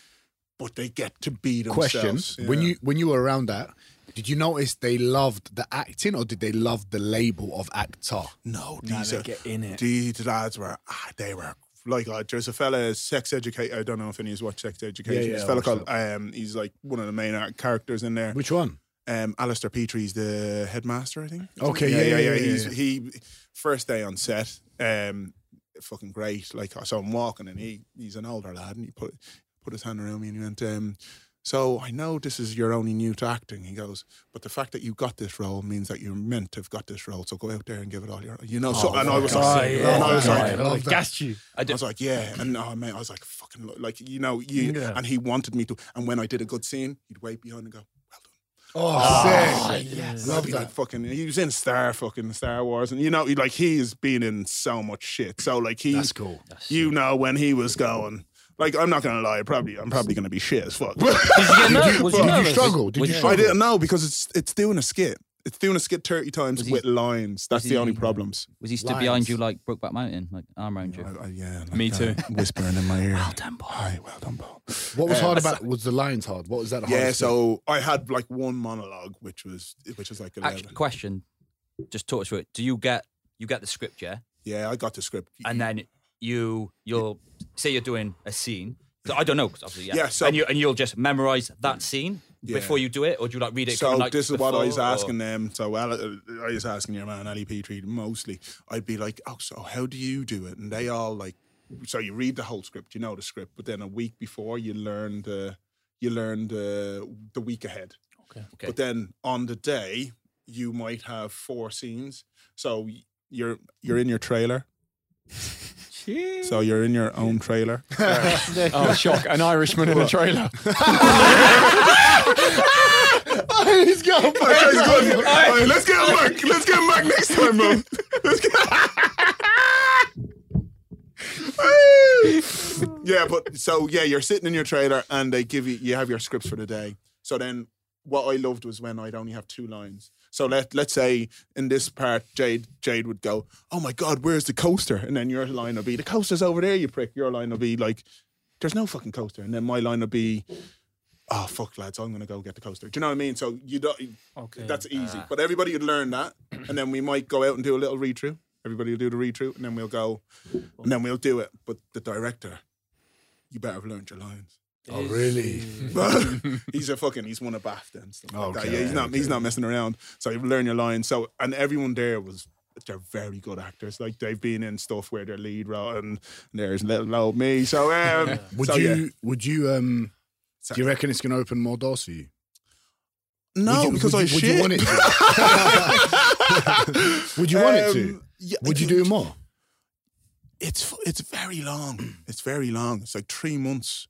F: but they get to be
D: question.
F: themselves
D: When
F: Yeah.
D: you when you were around that, did you notice they loved the acting or did they love the label of actor?
F: No, these are, These lads were ah, they were like uh, there's a fella sex educator. I don't know if any of you watch Sex Education.
D: yeah,
F: this
D: I
F: fella
D: watched
F: called um, he's like one of the main uh, characters in there.
D: Which one?
F: Um, Alistair Petrie's the headmaster, I think.
D: Okay, yeah, yeah, yeah,
F: He's
D: yeah.
F: he first day on set. Um, fucking great. Like I saw him walking, and he he's an older lad, and he put put his hand around me, and he went. Um, so I know this is you're only new to acting. He goes, but the fact that you got this role means that you're meant to have got this role. So go out there and give it all your, you know. so and I was like, and I was
D: Oh, God.
F: like,
D: I love that.
G: gassed you.
F: I was like, yeah, and oh man, I was like, fucking, lo- like you know, you. And he wanted me to. And when I did a good scene, he'd wait behind and go, well
D: Oh,
F: done. Ah,
D: sick.
F: Love that. Like fucking, he was in Star fucking Star Wars, and you know, he, like he's been in so much shit. So like he,
D: That's cool.
F: You know when he was going. Like I'm not gonna lie, probably I'm probably gonna be shit as fuck. But (laughs)
G: Did you, get nervous? Was you
D: Did you
G: nervous?
D: struggle? Did you
F: I
D: struggle?
F: didn't know because it's it's doing a skit. It's doing a skit 30 times
E: Was he-
F: with lines. That's
E: was
F: the
E: he-
F: only problems.
E: Was he stood
D: Lions.
E: behind you like Brokeback Mountain, like arm around you?
F: I- I- yeah, like
B: Me
F: that, (laughs) Whispering in my ear. Well
E: done, boy.
F: Hi, well done, Paul.
D: What was
F: Uh,
D: hard about was the lion's hard? What was that hard?
F: Yeah, so I had like one monologue, which was which was like eleven.
E: Actually, question. Just talk us through it. Do you get you get the script, yeah,
F: yeah, I got the script.
E: and then you you'll say you're doing a scene. So I don't know. 'cause Obviously, yeah.
F: Yeah, so-
E: and you and you'll just memorize that scene
F: Yeah.
E: before you do it, or do you like read it?
F: So
E: kinda, like,
F: this is what I was
E: before, or-
F: asking them. So Al- uh, I was asking your man Ali Petrie mostly. I'd be like, "Oh, so how do you do it?" And they all like, "So you read the whole script, you know the script, but then a week before you learn the you learn the the week ahead. Okay.
E: Okay.
F: But then on the day you might have four scenes. So y- you're you're in your trailer. So you're in your own trailer.
B: Oh, shock! An Irishman in a trailer.
D: he's got
F: Okay, it's good. All right, let's get him back. Let's get him back next time, bro. Let's get. (laughs) yeah, but so yeah, you're sitting in your trailer and they give you you have your scripts for the day. So then, what I loved was when I'd only have two lines. So let let's say in this part, Jade Jade would go, "Oh my God, where's the coaster?" And then your line will be, "The coaster's over there, you prick." Your line will be like, "There's no fucking coaster." And then my line will be, "Oh fuck, lads, I'm gonna go get the coaster." Do you know what I mean? So you don't.
G: Okay.
F: That's easy.
D: Ah.
F: but everybody would learn that, and then we might go out and do a little read through. Everybody will do the read through, and then we'll go, and then we'll do it. But the director, you better have learned your lines. (laughs)
D: Oh, really?
F: he's a fucking. He's won a BAFTA and stuff. Like that.
D: Okay,
F: Yeah, he's not. He's
D: okay.
F: not messing around. So you learn your lines. So and everyone there was. They're very good actors. Like they've been in stuff where they're lead role, and there's little old me. So um,
D: Would
F: so,
D: you?
F: yeah.
D: Would you? Um,
F: So-
D: do you reckon it's gonna open more doors for you?
F: No,
D: would you,
F: because
D: would
F: I
D: you,
F: shit.
D: Would you want it? (laughs) To? would you want it to?
F: Um, yeah,
D: Would you do it more?
F: it's f- it's very long. It's very long. It's like three months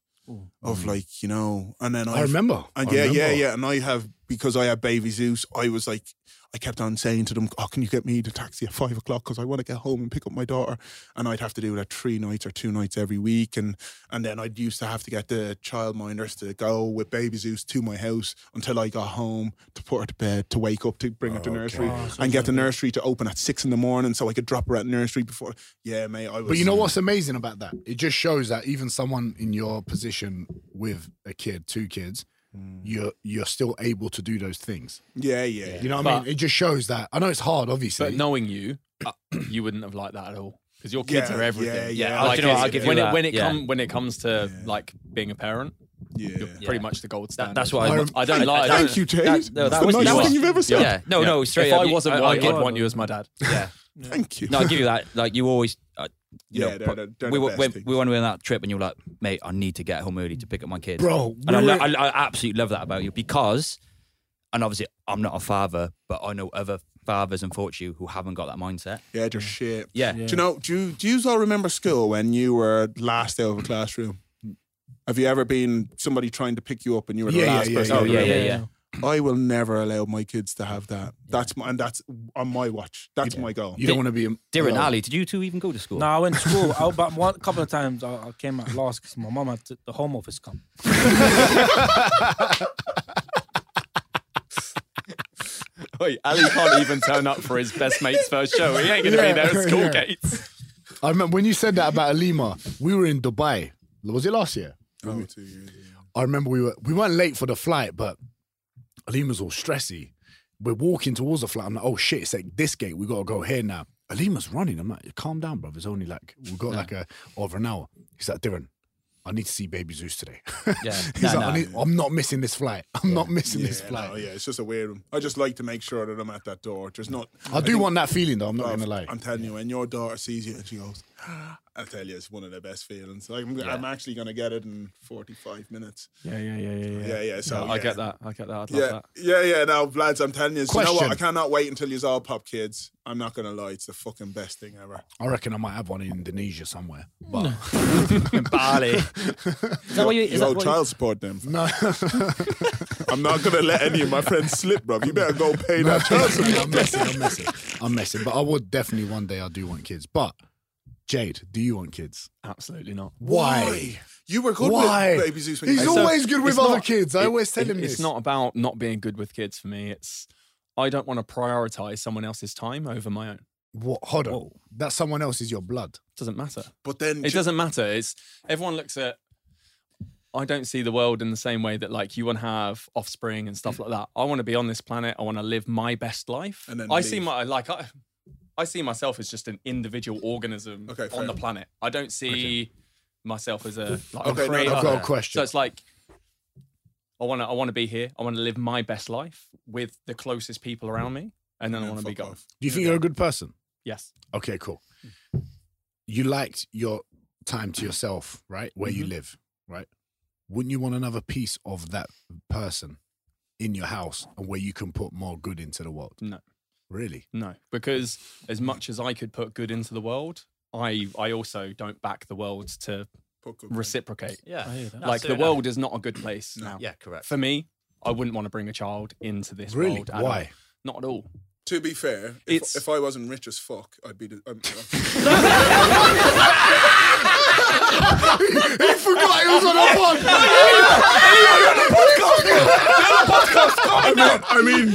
F: of like you know, and then
D: I
F: I've-
D: remember.
F: And
D: I
F: yeah, yeah,
D: remember.
F: yeah. And I have because I had baby Zeus, I was like, I kept on saying to them, "Oh, can you get me the taxi at five o'clock? Because I want to get home and pick up my daughter." And I'd have to do that three nights or two nights every week, and and then I'd used to have to get the childminders to go with baby Zeus to my house until I got home to put her to bed, to wake up, to bring her to nursery, and get the nursery to open at six in the morning so I could drop her at nursery before. Yeah, mate, I was.
D: But you know what's amazing about that? It just shows that even someone in your position with a kid, two kids, you're you're still able to do those things.
F: Yeah, yeah.
D: You know what I
B: But-
D: mean? It just shows that. I know it's hard, obviously.
B: But knowing you, uh, (clears throat) you wouldn't have liked that at all because your kids
F: Yeah,
B: are everything.
F: yeah, yeah.
B: Like,
F: Do you know what,
B: it's-
F: I'll give you
B: when
E: that,
B: it when it
E: yeah.
B: come when it comes to like being a parent,
F: yeah.
B: you're pretty much the gold standard.
E: that's why I-
B: I, I don't
F: Thank-
B: like. I
F: Thank
B: don't-
F: you, Jade.
E: that- no,
F: That's
E: that
F: the
E: was- you
F: nicest
E: are-
F: thing you've ever said.
E: Yeah. No, no, straight
B: If
E: up.
B: I
E: you-
B: wasn't
E: I- I
B: white,
E: get-
B: I'd want you as my dad. (laughs)
E: Yeah.
F: Thank you.
E: No, I give you that. Like you always, uh, you
F: Yeah,
E: know,
F: they're
E: pro-
F: the- they're
E: we
F: the
E: were
F: best
E: when
F: things.
E: we went on that trip, and you were like, "Mate, I need to get home early to pick up my kids."
D: Bro,
E: and I,
D: we
E: lo-
D: were-
E: I, I absolutely love that about you because, and obviously, I'm not a father, but I know other fathers, unfortunately, who haven't got that mindset.
F: Yeah, they're shit.
E: Yeah.
F: Do you know? Do you, do you all remember school when you were last out of a classroom? Have you ever been somebody trying to pick you up and you were the
D: Yeah, yeah,
F: last
D: yeah,
F: person?
D: yeah,
F: out
E: Oh
F: of the
E: yeah, yeah,
F: room?
E: yeah.
F: I will never allow my kids to have that. That's my and that's on my watch. That's my goal.
D: you don't want to be.
E: Dear and
D: alone.
E: Ali, did you two even go to school?
G: No, I went to school. I, but one couple of times I, I came out last because my mum had to, the home office come.
B: Oi, Ali can't even turn up for his best mate's first show. He ain't gonna
D: Yeah,
B: be there at school
D: yeah.
B: gates.
D: I remember when you said that about Lima. We were in Dubai. Was it last year?
F: Oh, two years, yeah.
D: I remember we were we weren't late for the flight, but Alima's all stressy. We're walking towards the flight. I'm like, oh shit, it's like this gate. We gotta go here now. Alima's running. I'm like, calm down, bro. It's only like we got like a over an hour. He's like, Darren, I need to see Baby Zeus today. (laughs)
E: Yeah.
D: He's
E: No,
D: like,
E: no.
D: I need, I'm not missing this flight. (laughs) I'm not missing this
F: Yeah,
D: flight.
F: no, yeah, it's just a weird one. I just like to make sure that I'm at that door. There's not.
D: I do want that feeling though. I'm not gonna lie.
F: I'm telling you, when your daughter sees you and she goes, I tell you, it's one of the best feelings. Like I'm, I'm actually gonna get it in 45 minutes.
B: Yeah, yeah, yeah, yeah,
F: Yeah, yeah. So
B: I
F: yeah.
B: get that. I get that. I'd love
F: Yeah,
B: that.
F: yeah, yeah. No, lads, I'm telling you. so You know what?
D: Question.
F: I cannot wait until you all pop kids. I'm not gonna lie. It's the fucking best thing ever.
D: I reckon I might have one in Indonesia somewhere. But (laughs)
E: Bali.
F: Is
E: that what you- is
F: you
E: that
F: owe
E: what you-
F: child support them?
D: no,
F: (laughs) I'm not gonna let any of my friends slip, bro. You better go pay (laughs)
D: No,
F: that child support.
D: I'm messing. I'm messing. I'm messing. But I would definitely one day. I do want kids. But Jade, do you want kids?
B: (laughs) Absolutely not.
D: Why?
F: You were good
D: Why?
F: with baby Zeus. When
D: He's
F: you
D: always good
B: it's
D: with other
B: not-
D: kids. I
B: it-
D: always tell
B: it-
D: him
B: it's
D: this.
B: not about not being good with kids for me. It's I don't want to prioritize someone else's time over my own.
D: What? Hold on. That someone else is your blood.
B: doesn't matter.
F: but then
B: It doesn't matter. It's everyone looks at. I don't see the world in the same way that like you want to have offspring and
D: Mm.
B: stuff like that. I want to be on this planet. I want to live my best life.
F: And then
B: I see
F: leave.
B: my like I, I see myself as just an individual organism
F: Okay, fair.
B: on the planet. I don't see myself as a
F: Okay,
B: like
F: no,
B: a
F: no,
B: creator.
D: I've got a question.
B: So it's like I want to I want to be here. I want to live my best life with the closest people around me, and then I want to be
F: Fuck
B: gone.
F: off.
D: do you think you're a good person?
B: Yes.
D: Okay, cool.
B: Hmm.
D: You liked your time to yourself, right? Where
B: Mm-hmm.
D: you live, right? Wouldn't you want another piece of that person in your house and where you can put more good into the world?
B: No.
D: Really?
B: No, because as much as I could put good into the world, I I also don't back the world to
F: Fuck off.
B: reciprocate.
E: Yeah. No,
B: like the
E: fair
B: world is not a good place now.
E: Yeah, correct.
B: For me, I wouldn't want to bring a child into this
D: Really?
B: world. at all.
D: Why?
B: Not at all.
F: To be fair, if,
B: It's-
F: if I wasn't rich as fuck, I'd be. The, um, I'm,
D: (laughs) I forgot he was on a pod.
F: I mean,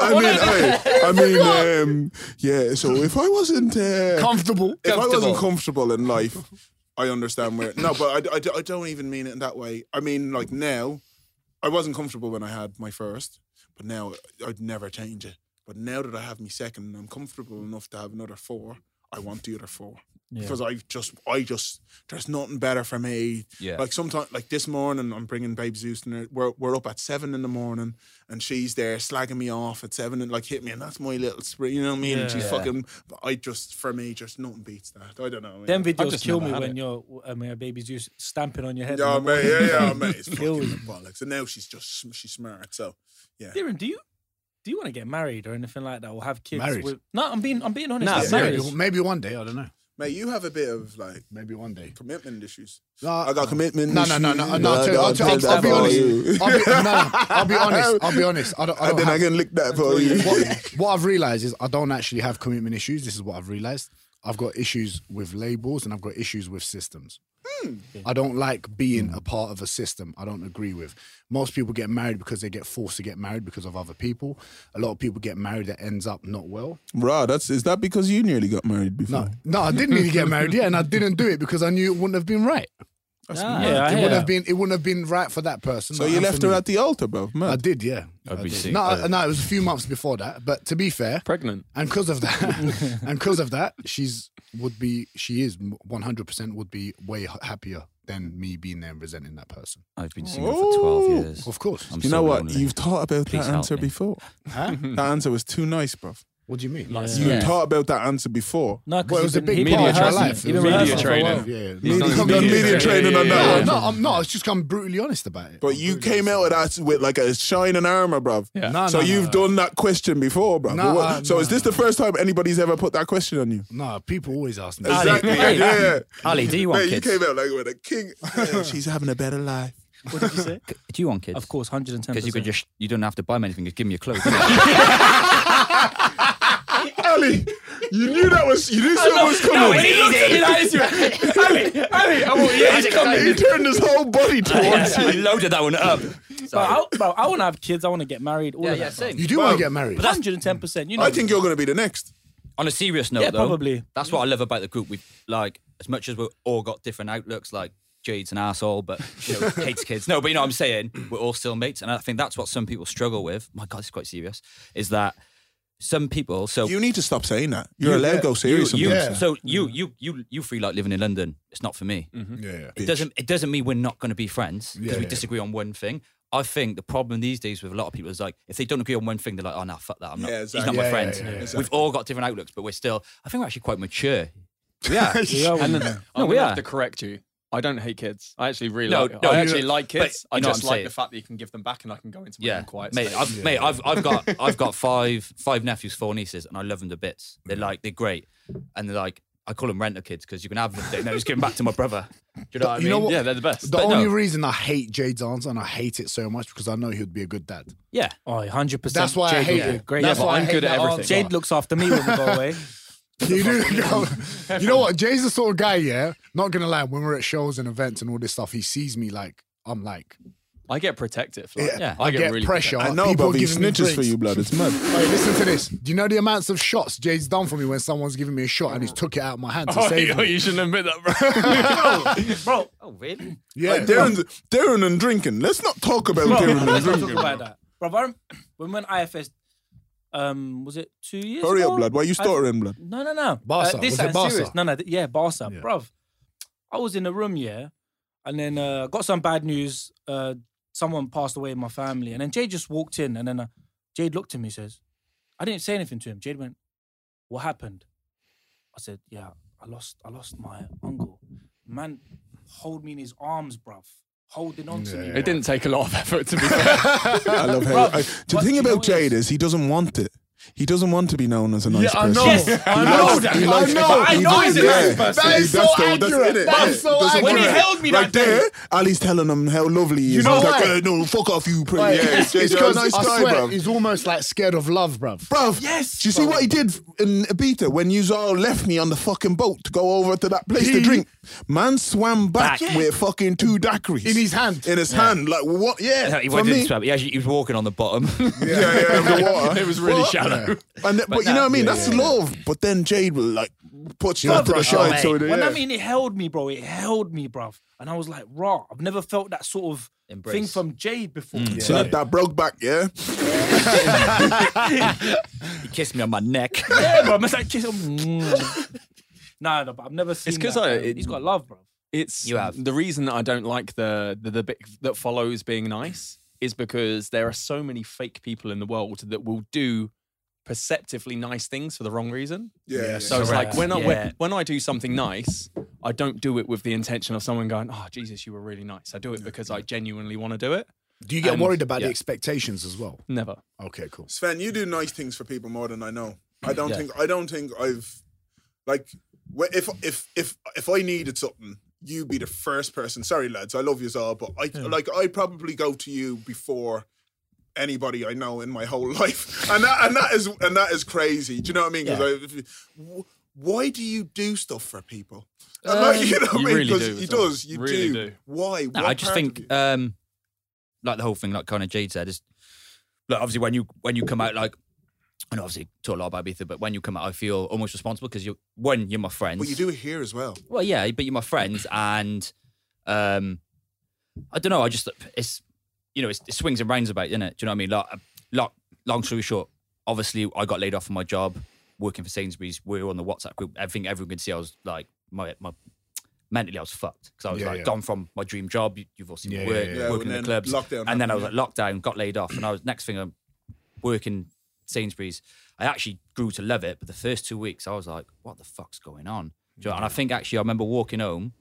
F: I mean, I mean, hey, I mean, um, yeah. So if I wasn't uh,
D: Comfortable.
F: if I wasn't comfortable in life, I understand where. No, but I, I, I don't even mean it in that way. I mean, like now, I wasn't comfortable when I had my first, but now I'd never change it. But now that I have my second, and I'm comfortable enough to have another four. I want the other four because I just, I just, there's nothing better for me.
E: Yeah.
F: Like sometimes, like this morning, I'm bringing Babe Zeus and her- we're we're up at seven in the morning, and she's there slagging me off at seven and like hit me, and that's my little spree. You know what I mean? And she's
E: Yeah.
F: fucking. But I just, for me, just nothing beats that. I don't know.
G: Them videos
B: just
G: kill
B: never
G: me
B: had
G: when
B: it.
G: you're uh, when your baby's just stamping on your head.
F: yeah,
G: in the
F: mate. Yeah,
G: (laughs)
F: yeah,
G: morning.
F: mate. It's fucking
G: Kills me.
F: bollocks. And now she's just, sm- she's smart. So yeah,
G: Darren, do you do you want to get married or anything like that, or have kids?
D: Married.
G: With... No, I'm being I'm being honest.
B: Nah,
G: Like,
B: married.
D: Maybe, maybe one day, I don't know.
F: Mate, you have a bit of like
D: Maybe one day.
F: commitment issues.
D: Nah,
F: I got commitment.
D: No, no,
F: issues.
D: no, no, no.
F: I
D: I'll, tell you, I'll,
F: got
D: tell, I'll, I'll be
F: that for
D: honest.
F: you.
D: I'll be, no, no, I'll
F: (laughs)
D: be honest. I'll be honest. I don't. I
F: And
D: don't
F: then I
D: have,
F: can lick that for you.
D: what, what I've realized is I don't actually have commitment issues. This is what I've realized. I've got issues with labels and I've got issues with systems.
F: Hmm.
D: I don't like being
E: Hmm.
D: a part of a system. I don't agree with. Most people get married because they get forced to get married because of other people. A lot of people get married that ends up not well.
F: Bro, that's is that because you nearly got married before?
E: Hmm.
D: No, no, I didn't really get married. Yeah, and I didn't do it because I knew it wouldn't have been right.
G: yeah, I
D: It
G: hear
D: wouldn't
G: that.
D: have been. It wouldn't have been right for that person.
F: So
D: not
F: you
D: and
F: left
D: for
F: her
D: me.
F: at the altar, bro. Man.
D: I did, yeah.
E: I'd
D: I
E: be
D: did.
E: sick. Uh,
D: No,
E: I'd-
D: I- no, it was a few months before that. But to be fair,
B: Pregnant.
D: and because of that, and because of that, she's would be she is one hundred percent would be way h- happier than me being there and resenting that person.
E: I've been single for 12
F: Ooh.
E: years.
D: Of course.
E: I'm
F: you
E: so
F: know what?
E: lonely.
F: You've thought about
E: Please
F: that
E: help
F: answer
D: (laughs)
E: me.
F: before.
D: Huh?
F: That answer was too nice, bro.
D: What do you mean?
G: Like,
F: You
G: yeah.
F: thought about that answer before.
G: No, 'cause
D: Well, it was
G: he's
D: a
G: been-
D: big
G: he's
D: part of
G: been
D: my
G: rehearsing-
D: life.
G: he's been
D: It was a
B: media
D: big
G: rehearsing for a
D: part of my
B: training.
D: life, Yeah, yeah.
B: He's
F: Media-
B: done his
F: I've done
B: media
F: media
B: training.
F: training on that
D: No,
F: one.
D: no, I'm not. It's just I'm brutally honest about it.
F: But you came out of that with like a shining armor, bro.
B: Yeah.
D: No,
F: so
D: no, no,
F: you've
D: no.
F: done that question before, bro.
D: Nah,
F: so is
D: nah.
F: this the first time anybody's ever put that question on you?
D: No, people always ask me.
F: Exactly.
E: yeah.
F: yeah.
E: Ali, do you want
F: Mate, you
E: kids?
F: came out like with a
D: (laughs)
F: king. Yeah, she's having a better life.
G: What did you say?
E: Do you want kids?
G: Of course, 110%.
E: Because you could just, you don't have to buy me anything, just give me your clothes.
F: Ali, you knew that was you knew something was coming.
G: No, and Oh, he looked at me like this. he
E: (laughs)
G: went, Ali, Ali, I'm all, Oh, yeah, he's coming.
F: he (laughs) turned his
D: (laughs)
F: whole body towards
E: I loaded that one up.
G: But I, but I want to have kids. I want to get married. All
E: Yeah,
G: of
E: yeah,
G: that. stuff.
E: same.
D: You do want
F: Well,
D: to get married.
G: But that's 110%. You know,
F: I think you're going to be the next.
E: On a serious note,
G: Yeah,
E: though,
G: probably.
E: That's what I love about the group. We've like as much as we've all got different outlooks. Like Jade's an asshole, but you know, hates kids. No, but you know what I'm saying. We're all still mates, and I think that's what some people struggle with. My God, it's quite serious. Is that some people? So
F: You need to stop saying that. You're allowed to go
E: Oh. you,
F: serious.
E: you-
F: sometimes.
D: Yeah.
E: so you, you, you, you three like living in London. It's not for me.
D: Yeah. (laughs)
E: It doesn't. It doesn't mean we're not going to be friends because
D: Yeah,
E: we
D: yeah.
E: disagree on one thing. I think the problem these days with a lot of people is like if they don't agree on one thing, they're like, "Oh no, fuck that! I'm not.
F: Yeah,
E: He's not
F: exactly.
E: my
D: Yeah,
E: friend."
D: yeah, yeah, yeah.
E: We've all got different outlooks, but we're still. I think we're actually quite mature.
G: Yeah, well,
B: And then, I'm
E: we
B: gonna
E: are.
B: have to correct you. I don't hate kids. I actually really
E: No,
B: like.
E: no,
B: I
E: you-
B: actually like
E: but
B: kids.
E: you
B: I
E: know what
B: just
E: I'm
B: like
E: saying.
B: the fact that you can give them back and I can go into my
E: Yeah,
B: own quiet.
E: mate.
B: space.
E: I've, Mate, I've, I've got I've (laughs) got five five nephews, four nieces, and I love them to bits. They're like they're great, and they're like I call them renter kids because you can have them. They, no, just give them back to my brother. Do you know what I mean?
D: You know what?
B: yeah, they're the best.
D: The
E: But no.
D: only reason I hate Jade's answer and I hate it so much because I know he'd be a good dad.
E: Yeah,
G: oh, 1100%.
D: That's why I
G: Jade
D: hate
G: would be
D: it.
G: Great.
D: That's
B: Yeah, but
D: why I
B: I'm
D: hate
B: good at
D: that
B: everything.
D: answer.
G: Jade looks after me when we go away.
D: (laughs) You do. you know what? Jay's the sort of guy. Yeah, not gonna lie. When we're at shows and events and all this stuff, he sees me like I'm like
B: I get protective. Like,
D: Yeah.
B: I
D: I
B: get,
D: get
B: really
D: pressure.
B: protective.
F: I know,
D: People
F: but he
D: giving me
F: snitches for
D: breaks.
F: you, blood. It's mad.
D: Hey, listen to this. Do you know the amounts of shots Jay's done for me when someone's giving me a shot and he's took it out of my hand to
B: Oh,
D: save
B: you,
D: me?
B: you shouldn't admit that, bro.
G: Bro,
E: Oh really?
D: Yeah,
F: Like, Darren, Darren and drinking. Let's not talk
G: (laughs)
F: about
G: bro
F: Darren
D: (laughs)
F: and
G: let's not
F: drinking.
G: talk about that. Bro, I rem- when we went IFS, um, was it two years
F: Hurry
G: ago?
F: up, blood. Why you
G: I-
D: (laughs)
F: stuttering, blood?
G: No, no, no.
D: Barca.
G: this
D: Was it
G: ain't
D: Barca?
G: serious. No, no. th- yeah, Barca,
D: Yeah.
G: bruv. I was in the room, yeah, and then uh, got some bad news. Uh, someone passed away in my family, and then Jade just walked in, and then uh, Jade looked at me, says, "I didn't say anything to him." Jade went, "What happened?" I said, "Yeah, I lost, I lost my uncle." Man, hold me in his arms, bruv, holding on to me.
B: it
G: bruv.
B: didn't take a lot of effort
D: (laughs)
B: to be fair.
F: I love how.
G: Bro,
F: I, the
G: what
F: thing
G: you know
F: about
G: is-
F: Jade is he doesn't want it. He doesn't want to be known as a nice
D: I
F: person.
D: know.
G: Yes, I know that.
F: He likes-
D: I know.
G: I know he's a nice
D: person. That is so accurate. That is so accurate.
G: When he held me that
F: right there, Ali's telling him how lovely he is. You
D: know
F: like,
D: why?
F: "Uh, no, fuck off, you pretty.
D: Like,
F: yeah,
D: it's
F: Jade's a
D: because
F: nice
D: I
F: guy,
D: swear
F: bro.
D: he's almost like scared of love, bruv.
F: Bruv,
G: Yes,
F: Do you see
G: bro.
F: what he did in Ibiza when you all left me on the fucking boat to go over to that place to
D: He-
F: drink? Man swam back,
E: Back.
F: with fucking two daiquiris
D: In his hand.
F: In his hand, like what? Yeah,
E: No, (laughs) he
F: for
E: went in
F: me.
E: the swamp. He, actually, he was walking on the bottom.
F: Yeah, yeah, in the
E: (laughs)
F: water.
B: it was really
F: What?
B: shallow.
F: And th- but, you know
E: no.
F: what I mean? That's love. But then Jade will like put you
G: Bro,
F: to
G: bro,
F: the side.
E: mate.
F: so that-
G: When
F: yeah.
G: I mean it held me, bro, it held me, bruv. And I was like, raw. I've never felt that sort of thing
E: Embrace.
G: from Jade before.
B: Mm.
F: So that, that broke back, yeah.
E: he kissed me on my neck.
G: (laughs) Yeah, bro. It's like kiss him. (laughs) nah, no, but I've never seen.
B: 'cause
G: that,
B: I-
G: bro.
B: it-
G: he's got love, bro.
B: It's
E: You have.
B: the reason that I don't like the the, the bit that follows being nice is because there are so many fake people in the world that will do perceptively nice things for the wrong reason.
F: Yeah.
B: So it's
G: Correct.
B: like when I
G: Yeah.
B: when, when I do something nice, I don't do it with the intention of someone going, "Oh Jesus, you were really nice." I do it because I genuinely want to do it.
D: Do you get
B: And-
D: worried about
B: yeah.
D: the expectations as well?
B: Never.
D: Okay, cool.
F: Sven, you do nice things for people more than I know. I don't
E: Yeah.
F: think I don't think I've like Well, if if if if I needed something, you be the first person. Sorry, lads, I love you all, but I like I probably go to you before anybody I know in my whole (laughs) life, and that and that is and that is crazy. Do you know what I mean? 'Cause I- w- why do you do stuff for people? And like, (laughs) you know what I
B: you
F: mean?
B: really
F: 'Cause
B: do
F: he
B: as well.
F: does. You
B: Really
F: do.
B: do.
F: Why?
E: No,
F: What
E: I just
F: part of
E: think
F: you?
E: um, like the whole thing, like kind of Jade said, is like obviously when you when you come out like. And obviously, talk a lot about Ibiza, but when you come out, I feel almost responsible because you, one, you're my friends.
F: but you do it here as well.
E: Well, yeah, but you're my friends, and um, I don't know. I just it's you know it's, it swings and roundabout, isn't it? Do you know what I mean? Like, like long story short, obviously I got laid off from my job working for Sainsbury's. We were on the WhatsApp group. Everything everyone could see. I was like my my mentally I was fucked because I was
D: Yeah,
E: like
D: yeah.
E: gone from my dream job. You, you've all seen
D: Yeah,
E: me
D: yeah,
E: work,
D: yeah.
F: Yeah,
E: working
F: and
E: in
F: then
E: the clubs,
F: lockdown
E: and then I was like
F: happened,
E: lockdown, got laid off, and I was next thing I'm working Sainsbury's, I actually grew to love it. But the first two weeks, I was like, what the fuck's going on? Do you know- And I think actually, I remember walking home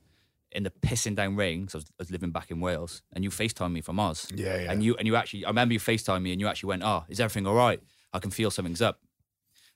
E: in the pissing down rain because I was, I was living back in Wales, and you FaceTimed me from Oz.
D: Yeah, yeah.
E: And you and you actually, I remember you FaceTimed me, and you actually went, "Oh, is everything all right? I can feel something's up."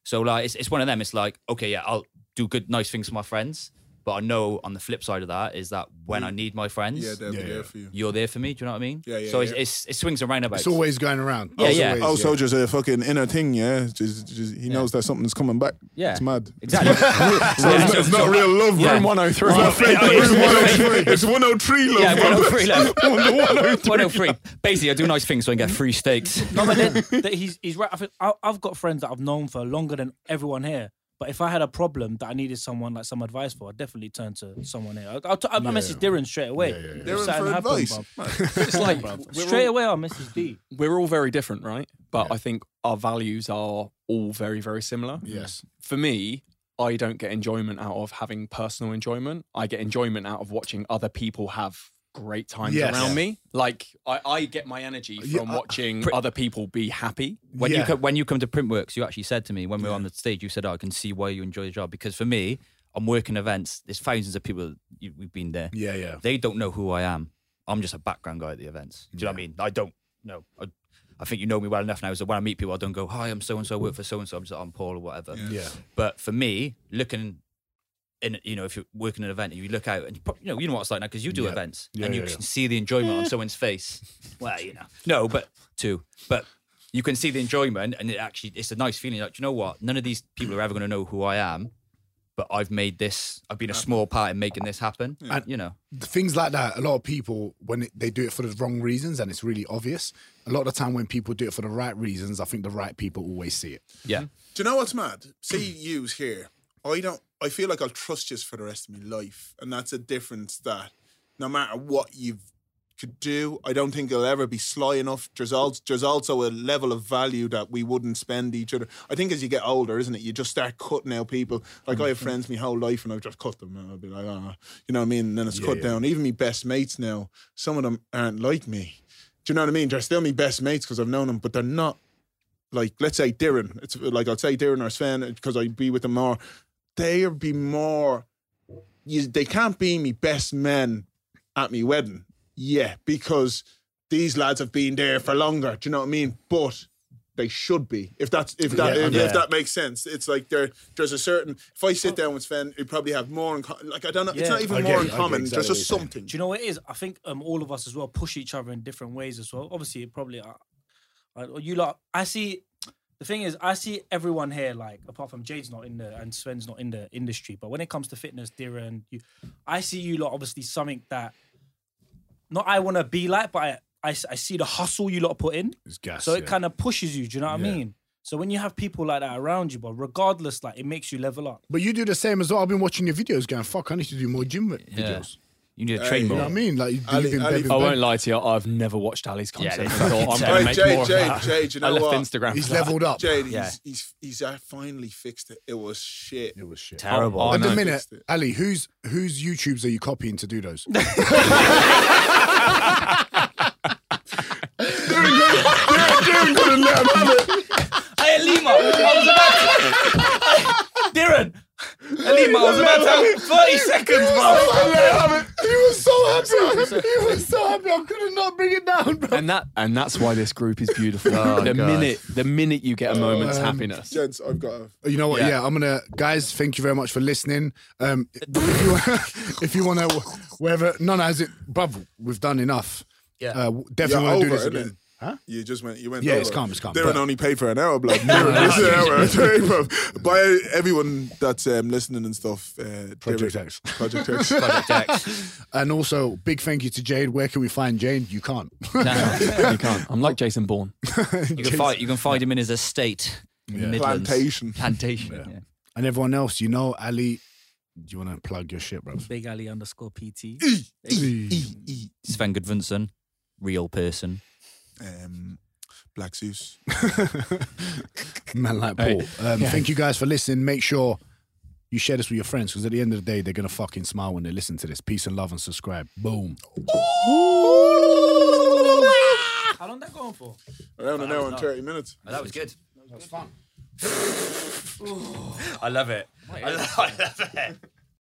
E: So like, it's it's one of them. It's like, okay, yeah, I'll do good, nice things for my friends, but I know on the flip side of that is that when I need my friends,
F: Mm. Yeah, they'll
D: Yeah,
F: be there
D: yeah.
F: for you.
E: you're there for me. Do you know what I mean?
F: Yeah, yeah,
E: So it's,
F: yeah.
E: it's it swings and roundabouts.
D: It's always going around.
E: Yeah,
D: It's
E: yeah.
D: always,
F: Oh, soldier's a fucking inner thing, yeah. Just, just he knows that something's coming back.
E: Yeah.
F: it's mad.
E: exactly.
F: (laughs) So it's, it's not real love,
E: Yeah.
F: room 103. It's, not fake, room 103. It's 103 love.
E: Yeah,
F: bro.
E: 103 love.
F: The 103.
E: 103. Basically, I do nice things so I can get free steaks.
G: No, but
B: (laughs)
G: then, that he's he's right. I think I, I've got friends that I've known for longer than everyone here. But if I had a problem that I needed someone like some advice for, I'd definitely turn to someone here. I'll, I'll, t- I'll message Darren straight away. If
F: Darren
G: something
F: for
G: happened,
F: advice.
G: bruv.
B: It's like we're
G: Straight
B: all,
G: away, I'll message D.
B: we're all very different, right? But I think our values are all very, very similar.
D: Yes.
B: For me, I don't get enjoyment out of having personal enjoyment. I get enjoyment out of watching other people have great times
D: Yes.
B: around me. Like I, I get my energy from
D: uh,
B: watching other people be happy.
E: When
D: Yeah.
E: you come, when you come to Printworks, you actually said to me when we were on the stage, you said, oh, "I can see why you enjoy the job." Because for me, I'm working events. There's thousands of people. You, we've been there.
D: Yeah, yeah.
E: They don't know who I am. I'm just a background guy at the events. Do you know what I mean? I don't know. I, I think you know me well enough now. So when I meet people, I don't go, "Hi, I'm so and so. I work for so and so." I'm just, like, I'm Paul or whatever.
D: Yeah.
E: But for me, looking in, you know, if you're working an event and you look out and you prob- you know, you know what it's like now because you do
D: Yeah.
E: events
D: Yeah,
E: and you
D: yeah,
E: can
D: yeah.
E: see the enjoyment on someone's face. Well, you know, no, but two, but you can see the enjoyment and it actually it's a nice feeling. Like, do you know what? None of these people are ever going to know who I am, but I've made this. I've been a small part in making this happen.
D: And-
E: you know,
D: things like that, a lot of people, when it, they do it for the wrong reasons and it's really obvious, a lot of the time when people do it for the right reasons, I think the right people always see it.
E: yeah.
F: Do you know what's mad? See yous here. I don't. I feel like I'll trust yous for the rest of my life, and that's a difference that, no matter what you could do, I don't think I'll ever be sly enough. There's also, there's also a level of value that we wouldn't spend each other. I think as you get older, isn't it? You just start cutting out people. Like I have friends my whole life, and I've just cut them, and I'll be like, ah, you know what I mean. And then it's cut down. Even my best mates now, some of them aren't like me. Do you know what I mean? They're still my best mates because I've known them, but they're not like let's say Darren, it's like I'd say Darren or Sven because I'd be with them more. They'd be more. You, they can't be me best men at me wedding, yeah, because these lads have been there for longer. Do you know what I mean? But they should be. If that's if that if, if that makes sense, it's like there there's a certain. If I sit down with Sven, he'd probably have more in common. Like I don't know, it's
G: Yeah.
F: not even
D: I get
F: more
D: you,
F: in
D: I get
F: common.
D: exactly
F: There's
D: what
F: just
D: you're saying.
F: something.
G: Do you know what it is? I think um, all of us as well push each other in different ways as well. Obviously, it probably uh, uh, you lot. I see. The thing is, I see everyone here like apart from Jade's not in the and Sven's not in the industry. But when it comes to fitness, Dira and you, I see you lot obviously something that not I want to be like, but I, I s- I see the hustle you lot put in.
D: It's gas.
G: So it kind of pushes you. Do you know what I mean? So when you have people like that around you, but regardless, like it makes you level up.
D: But you do the same as well. I've been watching your videos going, fuck, I need to do more gym videos.
E: You need a train
D: You know
E: more.
D: what I mean? Like, you've
F: Ali-
D: been
F: Ali-
D: been-
B: I won't lie to you. I've never watched Ali's content.
E: they
B: I thought, I'm
F: Hey,
B: going to make
F: Jade,
B: more of
F: Jade,
B: that."
F: Jade, you
B: (laughs) I
F: know
B: left
F: what?
B: Instagram.
D: He's
B: for that.
D: leveled up.
F: Jade,
E: Yeah.
F: he's, he's he's uh, finally fixed it. It was shit.
D: It was shit.
E: Terrible.
B: Oh,
D: At the
B: no.
D: minute, Ali, whose whose YouTubes are you copying to do those?
F: Darren couldn't let him have it.
G: Hey, Lima, I was about (laughs) to... Darren, Lima, I was about to have 30 seconds,
D: (laughs)
G: bro.
F: I let him have it. He was
D: was so happy. He was so happy. I couldn't not bring it down, bro.
B: And that and that's why this group is beautiful. (laughs) Oh, the minute the minute you get a moment's happiness.
F: Gents, I've got a.
D: You know what? Yeah. I'm gonna, guys. Thank you very much for listening. Um, if you, if you wanna, (laughs) wherever, no, no, as it, bruv, we've done enough. Yeah, uh, definitely
F: You're
D: wanna do
F: over,
D: this
F: isn't
D: again.
F: it? You just went. You went.
D: Yeah,
F: over.
D: it's calm, it's calm,
F: They
D: but-
F: were only paid for an
D: (laughs)
F: hour, blood. this is an hour. (laughs) I tell you, bruv. By everyone that's um, listening and stuff. Uh,
D: Project
F: they were-
D: X.
F: (laughs) Project
D: (laughs)
F: X.
E: (laughs)
D: And also, big thank you to Jade. Where can we find Jade? You can't. (laughs)
B: you can't. I'm like Jason Bourne.
E: You can, find, you can find him in his estate. in the Midlands.
F: Plantation.
E: Plantation. yeah.
D: and everyone else, you know, Ali. Do you wanna plug your shit, bro?
G: Big Ali underscore PT.
E: Sven Goodvinson, real person.
F: Um, Black Zeus.
D: Man like Paul. Um, Thank you guys for listening. Make sure you share this with your friends because at the end of the day, they're gonna fucking smile when they listen to this. Peace and love and subscribe. Boom.
G: How long that going for?
F: Around an hour and 30 minutes.
E: Oh, that was good. (laughs)
G: I love it.